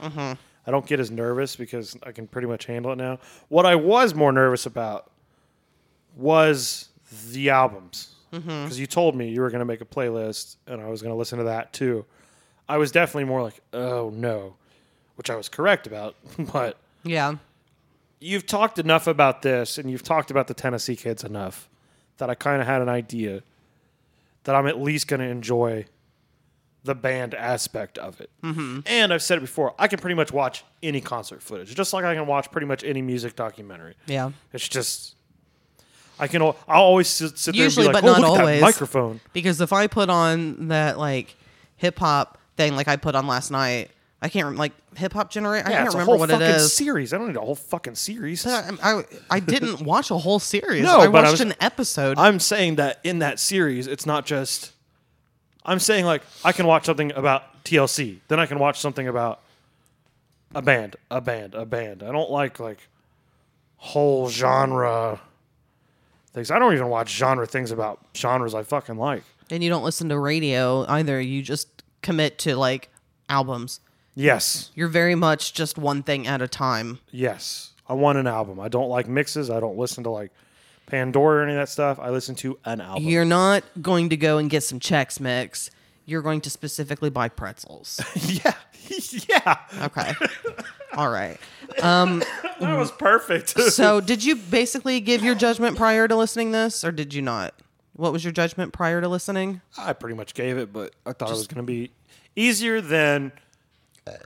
I don't get as nervous because I can pretty much handle it now. What I was more nervous about was the albums because you told me you were going to make a playlist and I was going to listen to that too. I was definitely more like, oh no, which I was correct about, but yeah. you've talked enough about this and you've talked about the Tennessee kids enough that I kind of had an idea that I'm at least going to enjoy the band aspect of it. Mm-hmm. And I've said it before, I can pretty much watch any concert footage, just like I can watch pretty much any music documentary. Yeah. It's just. I can. al- I'll always sit sit there Usually, and be like, but "Oh, not look at always." that microphone." Because if I put on that like hip hop thing like I put on last night, I can't rem- like hip hop generate I Yeah, can't it's a remember whole what it fucking is. series. I don't need a whole fucking series. I, I, I didn't watch a whole series. No, I but watched I was- an episode. I'm saying that in that series, it's not just. I'm saying like I can watch something about TLC, then I can watch something about a band, a band, a band. I don't like like whole genre things. I don't even watch genre things about genres I fucking like. and you don't listen to radio either. You just commit to like albums. Yes, You're very much just one thing at a time. yes. I want an album. I don't like mixes. I don't listen to like Pandora or any of that stuff. I listen to an album. You're not going to go and get some Chex Mix. You're going to specifically buy pretzels. yeah, yeah. Okay. All right. That was perfect. So, did you basically give your judgment prior to listening this or did you not? What was your judgment prior to listening? I pretty much gave it, but I thought it was going to be easier than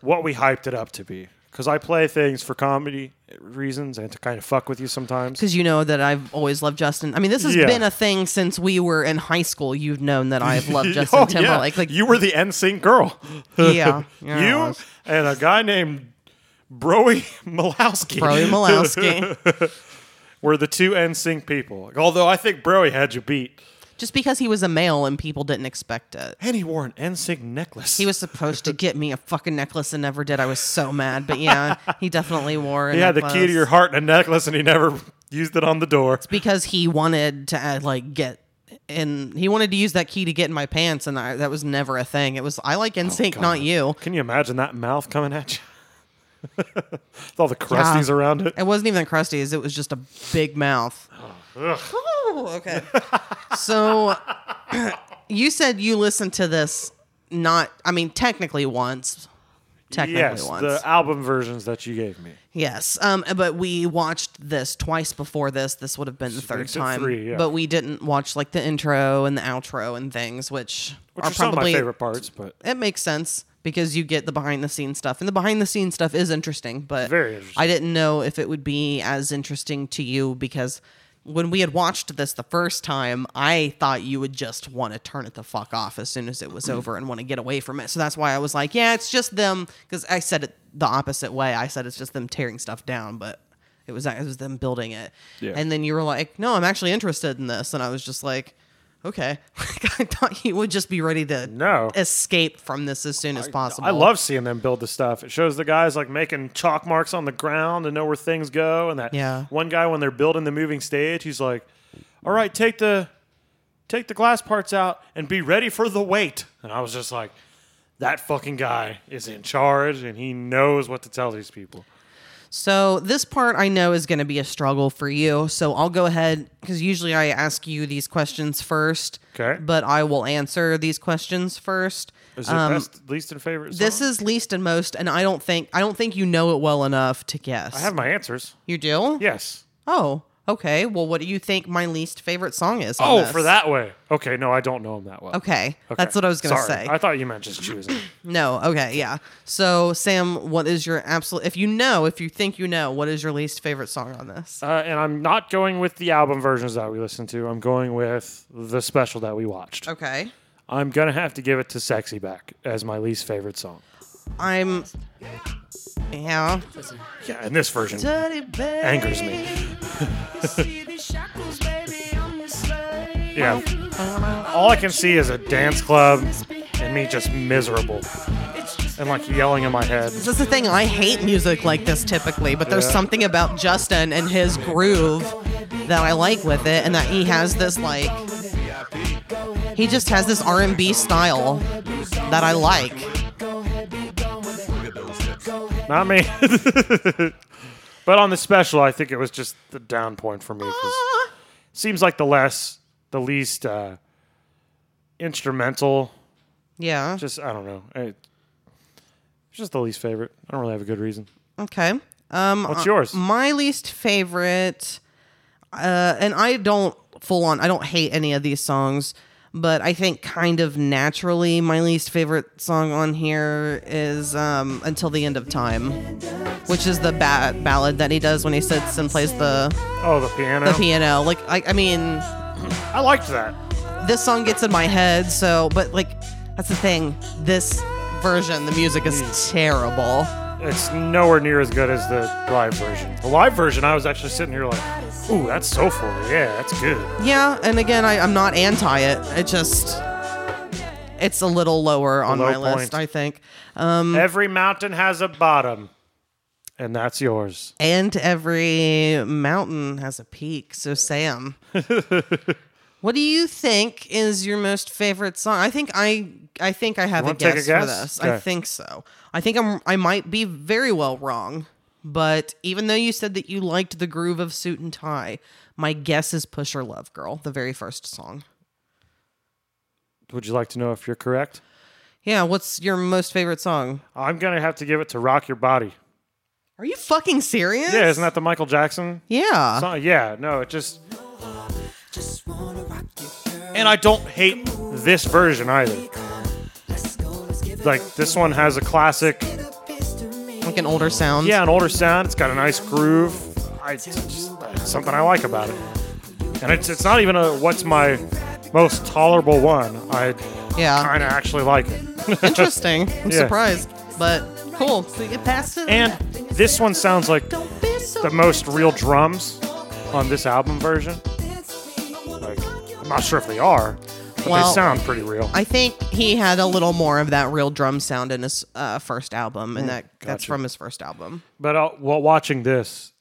what we hyped it up to be. Because I play things for comedy reasons and to kind of fuck with you sometimes. Because you know that I've always loved Justin. I mean, this has Yeah. been a thing since we were in high school. You've known that I've loved Justin Oh, yeah. Timberlake. Like, you were the NSYNC girl. yeah, yeah, I you was. and a guy named Broey Malowski. Broly Malowski. were the two NSYNC people. Although I think Broey had you beat. Just because he was a male and people didn't expect it. And he wore an NSYNC necklace. He was supposed to get me a fucking necklace and never did. I was so mad. But yeah, he definitely wore a he had the necklace. key to your heart and a necklace, and he never used it on the door. Because he wanted to uh, like get and he wanted to use that key to get in my pants and I, that was never a thing. It was I Oh, like NSYNC, not you. Can you imagine that mouth coming at you? With all the crusties Yeah. around it. It wasn't even crusties. It was just a big mouth. Oh, okay. so you said you listened to this not I mean technically once. Technically Yes, once. the album versions that you gave me. Yes, um, but we watched this twice before this. This would have been the third makes it time, three, yeah. but we didn't watch like the intro and the outro and things, which, Which are, are, some of probably my favorite parts, but It makes sense because you get the behind the scenes stuff, and the behind the scenes stuff is interesting. But Very interesting. I didn't know if it would be as interesting to you because when we had watched this the first time, I thought you would just want to turn it the fuck off as soon as it was over and want to get away from it. So that's why I was like, yeah, it's just them because I said it the opposite way. I said it's just them tearing stuff down, but it was it was them building it. Yeah. And then you were like, no, I'm actually interested in this, and I was just like. Okay, Like, I thought you would just be ready to No. escape from this as soon as possible. I love seeing them build the stuff. It shows the guys like making chalk marks on the ground to know where things go. And that Yeah. one guy when they're building the moving stage, he's like, All right, take the take the glass parts out and be ready for the weight. And I was just like, That fucking guy is in charge and he knows what to tell these people. So this part I know is going to be a struggle for you. So I'll go ahead because usually I ask you these questions first. Okay. But I will answer these questions first. Um, Is it best, least, and favorite? This song? is least and most, and I don't think I don't think you know it well enough to guess. I have my answers. you do? Yes. Oh, okay. Well, what do you think my least favorite song is? on Oh, this? for that way. Okay, no, I don't know him that well. Okay, Okay. that's what I was going to Sorry. say. I thought you meant just choosing. No. Okay. Yeah. So, Sam, what is your absolute? If you know, if you think you know, what is your least favorite song on this? uh, and I'm not going with the album versions that we listened to. I'm going with the special that we watched. Okay. I'm gonna have to give it to "Sexy Back" as my least favorite song. I'm. Yeah. Yeah, and this version Dirty baby. angers me. You see these shackles, baby, on this slave. It Yeah. All I can see is a dance club and me just miserable and like yelling in my head. That's the thing. I hate music like this typically, but there's Yeah. something about Justin and his groove that I like with it, and that he has this like. He just has this R&B style that I like. Not me. but on the special, I think it was just the down point for me. 'cause it seems like the less, the least uh, instrumental. Yeah. Just I don't know. It- It's just the least favorite. I don't really have a good reason. Okay. Um, What's uh, yours? My least favorite, uh, and I don't full on. I don't hate any of these songs, but I think kind of naturally, my least favorite song on here is um, "Until the End of Time," which is the ba- ballad that he does when he sits and plays the Oh, the piano. the piano. Like, I, I mean, I liked that. this song gets in my head. So, but like, that's the thing. This version, the music is terrible. It's nowhere near as good as the live version. The live version, I was actually sitting here like, "Ooh, that's soulful. Yeah, that's good." Yeah, and again, I, I'm not anti it. It just it's a little lower on low my point. list, I think. Mm. Every mountain has a bottom, and that's yours. And every mountain has a peak. So Sam, what do you think is your most favorite song? I think I I think I have a wanna take a guess, for guess? this. I Okay. think so. I think I'm I might be very well wrong, but even though you said that you liked the groove of suit and tie, my guess is Pusher Love Girl, the very first song. Would you like to know if you're correct? Yeah, what's your most favorite song? I'm gonna have to give it to "Rock Your Body." Are you fucking serious? Yeah, isn't that the Michael Jackson? Yeah. song? Yeah, no, it just. And I don't hate this version either. Like this one has a classic, like an older sound. yeah, an older sound. It's got a nice groove. I it's just it's something I like about it. And it's it's not even a what's my most tolerable one. I Yeah. kind of actually like it. Interesting. I'm Yeah. surprised, but cool. So you get past it. And this one sounds like the most real drums on this album version. Like, I'm not sure if they are, but Well, they sound pretty real. I think he had a little more of that real drum sound in his uh, first album, and that that's Hmm. gotcha. from his first album. but uh, while watching this,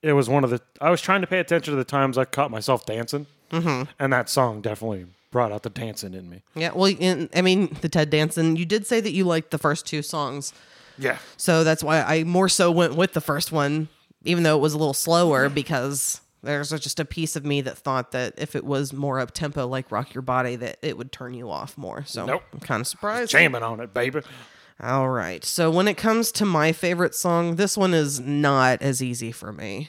it was one of the. I was trying to pay attention to the times I caught myself dancing, Mm-hmm. and that song definitely brought out the dancing in me. Yeah. Well, in, I mean, the Ted Danson. You did say that you liked the first two songs, Yeah, so that's why I more so went with the first one, even though it was a little slower because. There's just a piece of me that thought that if it was more up tempo, like Rock Your Body, that it would turn you off more. So Nope. I'm kind of surprised. jamming on it, baby. All right. So when it comes to my favorite song, this one is not as easy for me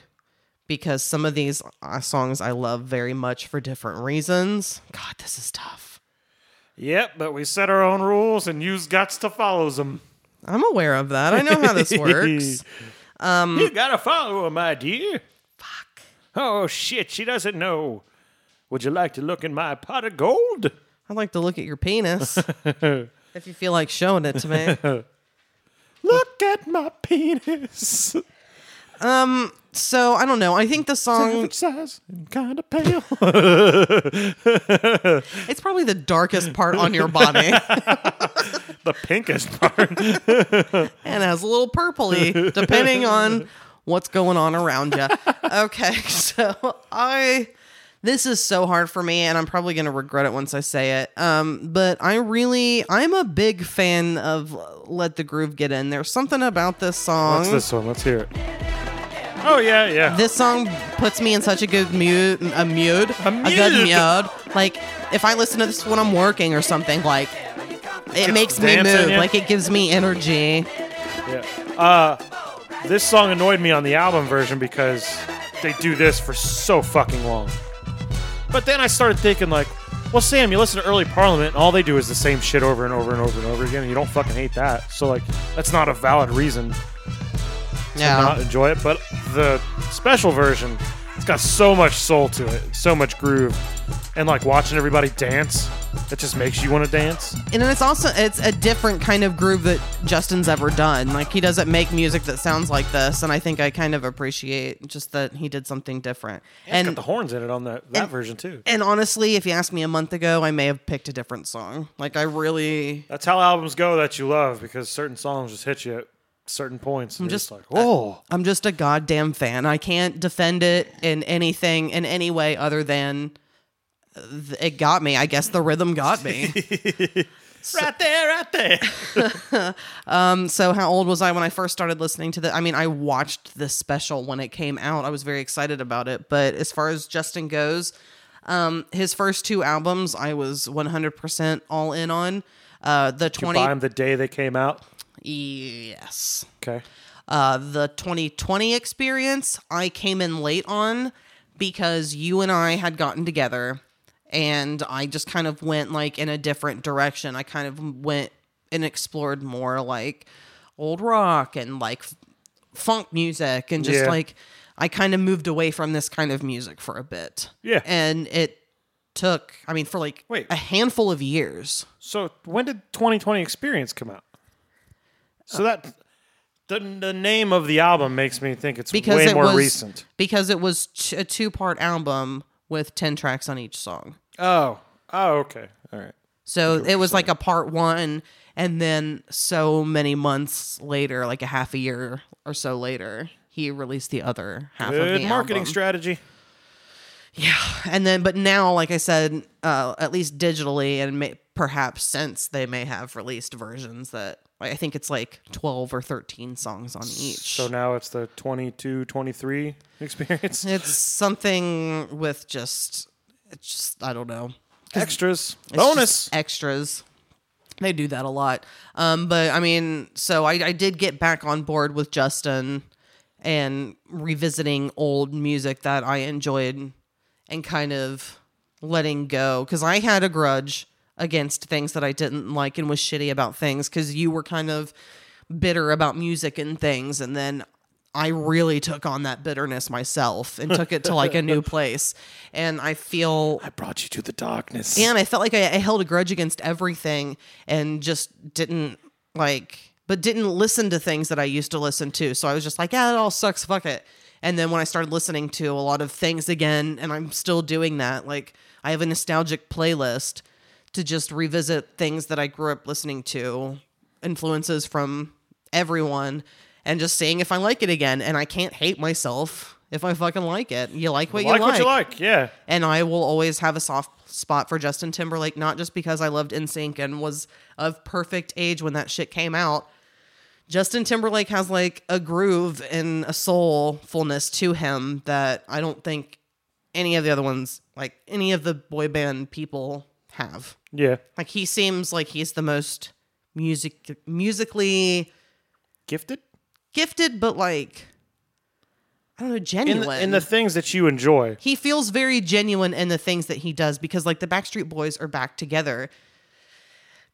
because some of these uh, songs I love very much for different reasons. God, this is tough. Yep, but we set our own rules, and you's gots to follow them. I'm aware of that. I know how this works. Mm. You gotta follow her, my dear. Fuck. Oh shit, she doesn't know. Would you like to look in my pot of gold? I'd like to look at your penis if you feel like showing it to me. Look at my penis. So I don't know. I think the song, Average size and kind of pale. it's probably the darkest part on your body the pinkest part. and has a little purpley depending on what's going on around you. Okay, so I this is so hard for me and I'm probably going to regret it once I say it. Um but I really I'm a big fan of Let the Groove Get In. There's something about this song. What's this one? Let's hear it. Oh yeah, yeah. This song puts me in such a good mood, a mood, a, good mood. mood. Like if I listen to this when I'm working or something, like it makes me dancing move. you. Like it gives me energy. yeah. Uh, this song annoyed me on the album version because they do this for so fucking long. But then I started thinking like, well, Sam, you listen to early Parliament, and all they do is the same shit over and over and over and over again. And you don't fucking hate that, so like, that's not a valid reason Yeah. not enjoy it. But the special version, it's got so much soul to it, so much groove. and like watching everybody dance. It just makes you want to dance. And then it's also it's a different kind of groove that Justin's ever done. Like he doesn't make music that sounds like this, and I think I kind of appreciate just that he did something different. it's got And the horns in it on that, that and- version too. and honestly, if you asked me a month ago, I may have picked a different song. Like I really That's how albums go that you love because certain songs just hit you at certain points. And I'm you're just- just like, oh, I'm just a goddamn fan. I can't defend it in anything in any way other than th- it got me. I guess the rhythm got me. right there, right there. Um, so how old was I when I first started listening to the I mean I watched this special when it came out. I was very excited about it, but as far as Justin goes, um his first two albums I was 100% all in on. Uh the You buy 20 them the day they came out. yes. Okay. Uh the 2020 experience I came in late on because you and I had gotten together and I just kind of went like in a different direction. I kind of went and explored more like old rock and like f- funk music and just Yeah. like I kind of moved away from this kind of music for a bit. Yeah. And it took, I mean, for like Wait. a handful of years. So when did 2020 Experience come out? So Uh, that the, the name of the album makes me think it's because way it more was recent. because it was t- a two part album with ten tracks on each song. Oh. Oh, okay. All right. So it was like a part one, and then so many months later, like a half a year or so later, he released the other half of Good the marketing album. strategy. And then, but now, like I said, uh, at least digitally, and may, perhaps since they may have released versions that like, I think it's like twelve or thirteen songs on each. So now it's the 22, 23 experience. it's something with just, it's just I don't know. Extras. It's just Bonus. extras. They do that a lot. Um, but I mean, so I, I did get back on board with Justin and revisiting old music that I enjoyed and kind of letting go because I had a grudge against things that I didn't like and was shitty about things because you were kind of bitter about music and things. And then I really took on that bitterness myself and took it to like a new place. And I feel I brought you to the darkness. and I felt like I, I held a grudge against everything and just didn't like, but didn't listen to things that I used to listen to. So I was just like, yeah, it all sucks. Fuck it. And then when I started listening to a lot of things again, and I'm still doing that, like I have a nostalgic playlist to just revisit things that I grew up listening to, influences from everyone, and just seeing if I like it again. And I can't hate myself if I fucking like it. You like what like you what like you like. Yeah. and I will always have a soft spot for Justin Timberlake, not just because I loved NSYNC and was of perfect age when that shit came out. Justin Timberlake has like a groove and a soulfulness to him that I don't think any of the other ones, like any of the boy band people, have. Yeah. Like he seems like he's the most music musically Gifted? gifted, but like I don't know, In, genuine the- in the things that you enjoy. he feels very genuine in the things that he does because like the backstreet boys are back together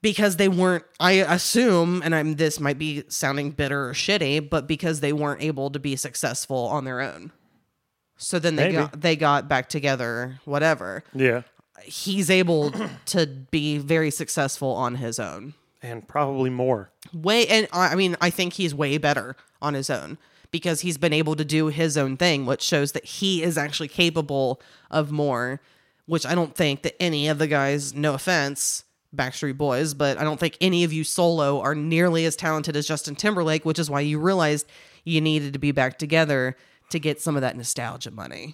because they weren't i assume and i'm this might be sounding bitter or shitty but because they weren't able to be successful on their own so then they Maybe. got they got back together whatever Yeah. he's able to be very successful on his own And probably more. way and I I mean I think he's way better on his own because he's been able to do his own thing which shows that he is actually capable of more which I don't think that any of the guys no offense Backstreet Boys but I don't think any of you solo are nearly as talented as Justin Timberlake which is why you realized you needed to be back together to get some of that nostalgia money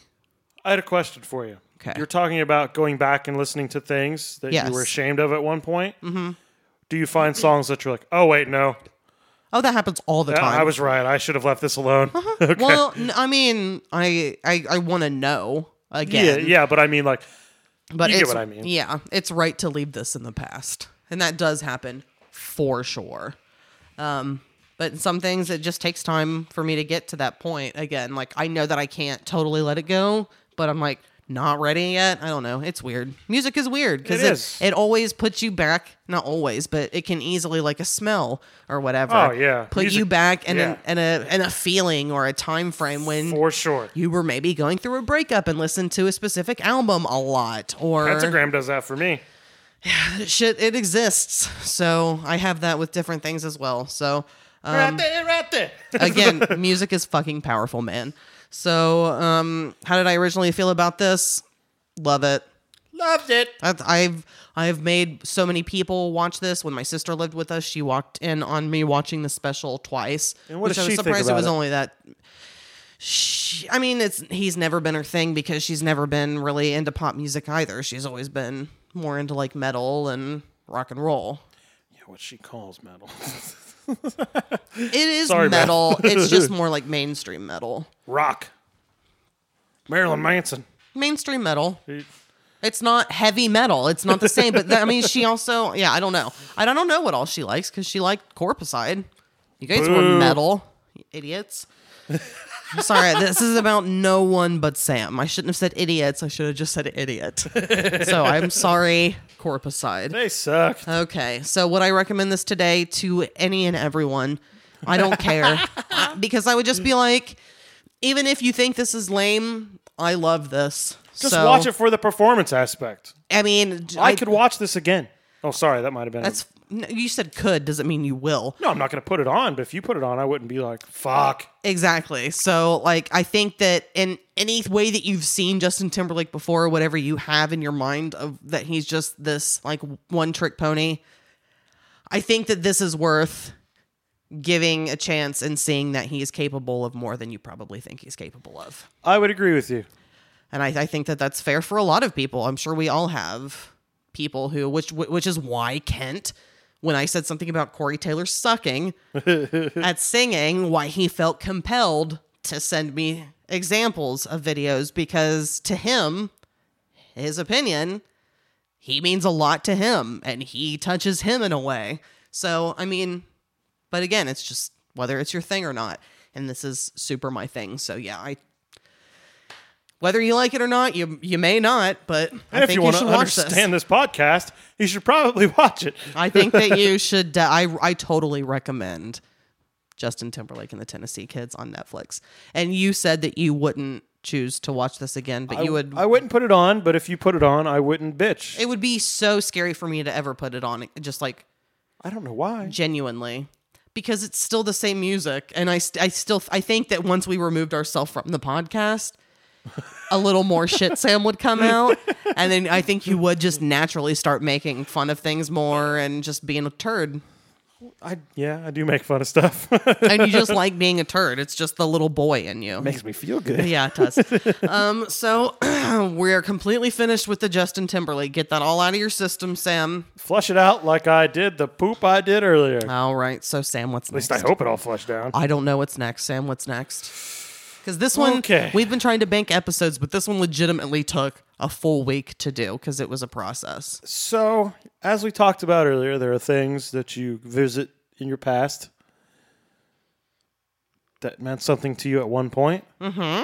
I had a question for you. Okay. You're talking about going back and listening to things that Yes. you were ashamed of at one point. Mm-hmm. Do you find songs that you're like, oh, wait, no. oh that happens all the I- time Uh-huh. I was right. I should have left this alone. well n- I mean I I, I want to know yeah, again yeah, but I mean, like, But You get it's- what I mean. Yeah, it's right to leave this in the past, and that does happen for sure. Um, but in some things, it just takes time for me to get to that point again. Like I know that I can't totally let it go, but I'm like, not ready yet. I don't know. It's weird. Music is weird because It it, is. it always puts you back. Not always, but it can easily like a smell or whatever. Oh, yeah. put Music- you back in yeah. an, in a in a feeling or a time frame when for sure. you were maybe going through a breakup and listened to a specific album a lot or Pentagram does that for me. shit it exists so i have that with different things as well so um, again music is fucking powerful man so um how did i originally feel about this love it Loved it. That's- I've I've made so many people watch this. When my sister lived with us, she walked in on me watching the special twice, And what which does I she was think surprised it about was it? only that. She, I mean, it's he's never been her thing because she's never been really into pop music either. She's always been more into like metal and rock and roll. Yeah, what she calls metal. It is Sorry, man. metal. it's just more like mainstream metal. Rock. Marilyn Manson. mainstream metal. It's not heavy metal. It's not the same. But that, I mean, she also, yeah, I don't know. I don't- I don't know what all she likes because she liked Corpicide. You guys were Boo. metal, you idiots. I'm sorry. This is about no one but Sam. I shouldn't have said idiots. I should have just said idiot. So I'm sorry, Corpicide. They suck. Okay, so would I recommend this today to any and everyone? I don't care Uh, because I would just be like, even if you think this is lame, I love this. Just So, watch it for the performance aspect. I mean, d- I, could watch this again. Oh, sorry, that might have been. That's no, you said could doesn't mean you will. no, I'm not going to put it on. But if you put it on, I wouldn't be like, "Fuck." Exactly. So, like, I think that in any way that you've seen Justin Timberlake before, whatever you have in your mind of that he's just this like one trick pony, I think that this is worth giving a chance and seeing that he is capable of more than you probably think he's capable of. I would agree with you. And I, I think that that's fair for a lot of people. I'm sure we all have people who, which which is why Kent, when I said something about Corey Taylor sucking at singing, why he felt compelled to send me examples of videos because to him, his opinion, he means a lot to him and he touches him in a way. So I mean, but again, it's just whether it's your thing or not. And this is super my thing. So yeah, I whether you like it or not, you you may not, but I And if think you you, want to should watch this. understand this. podcast, you should probably watch it. I think that you should. Uh, I I totally recommend Justin Timberlake and the Tennessee Kids on Netflix. And you said that you wouldn't choose to watch this again, but you would. I wouldn't put it on, but if you put it on, I wouldn't bitch. it would be so scary for me to ever put it on, just like I don't know why. genuinely, because it's still the same music, and I st- I still I think that once we removed ourselves from the podcast. A little more shit Sam would come out, and then I think you would just naturally start making fun of things more and just being a turd. I yeah, I do make fun of stuff. and you just like being a turd. It's just the little boy in you. Makes me feel good. yeah, it does. um, so we're completely finished with the Justin Timberlake. Get that all out of your system, Sam. Flush it out like I did the poop I did earlier. At All right. So Sam, what's next? least I hope it all flushed down. I don't know what's next, Sam. What's next? Because this one, Okay. we've been trying to bank episodes, but this one legitimately took a full week to do because it was a process. So, as we talked about earlier, there are things that you visit in your past that meant something to you at one point. Mm-hmm.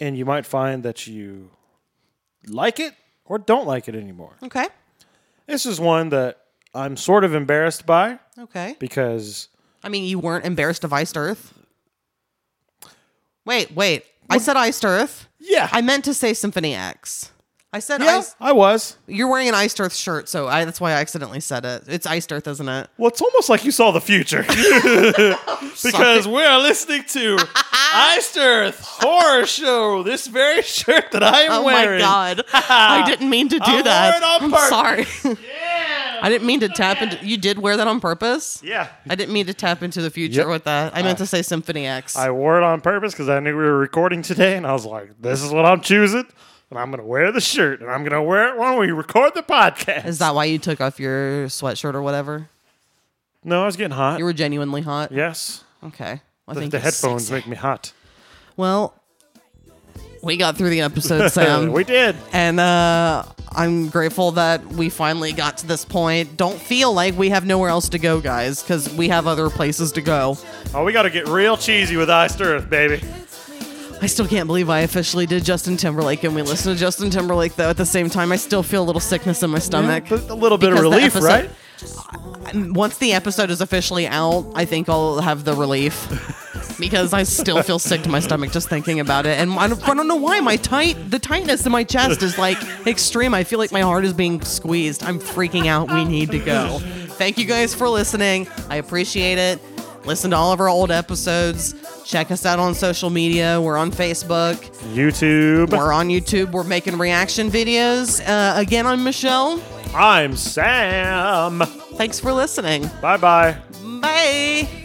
And you might find that you like it or don't like it anymore. Okay. This is one that I'm sort of embarrassed by Okay. because I mean, you weren't embarrassed of Iced Earth. Wait, wait. I said Iced Earth. Yeah. I meant to say Symphony X. I said yeah, Ice. I was. You're wearing an Iced Earth shirt, so I, that's why I accidentally said it. It's Iced Earth, isn't it? Well, it's almost like you saw the future because we are listening to Iced Earth Horror Show. This very shirt that I am Oh wearing. my god! I didn't mean to do I wore that. it on I'm purpose. sorry. I didn't mean to tap into. You did wear that on purpose. Yeah. I didn't mean to tap into the future Yep. with that. I meant to say Symphony X. I wore it on purpose because I knew we were recording today, and I was like, "This is what I'm choosing, and I'm gonna wear the shirt, and I'm gonna wear it when we record the podcast." Is that why you took off your sweatshirt or whatever? no, I was getting hot. You were genuinely hot. yes, Okay. I the, think the you're headphones make me hot. Well, we got through the episode, Sam. we did. and uh, I'm grateful that we finally got to this point. Don't feel like we have nowhere else to go, guys, because we have other places to go. Oh, we got to get real cheesy with Iced Earth, baby. I still can't believe I officially did Justin Timberlake, and we listened to Justin Timberlake though. At the same time, I still feel a little sickness in my stomach. But a little bit of Because the relief, episode- right? And Once the episode is officially out, I think I'll have the relief because I still feel sick to my stomach just thinking about it. And I don't, I don't know why my tight, the tightness in my chest is like extreme. I feel like my heart is being squeezed. I'm freaking out. We need to go. Thank you guys for listening. I appreciate it. Listen to all of our old episodes. Check us out on social media. We're on Facebook. YouTube. We're on YouTube. We're making reaction videos. Uh, again, I'm Michelle. I'm Sam. Thanks for listening. Bye bye. Bye.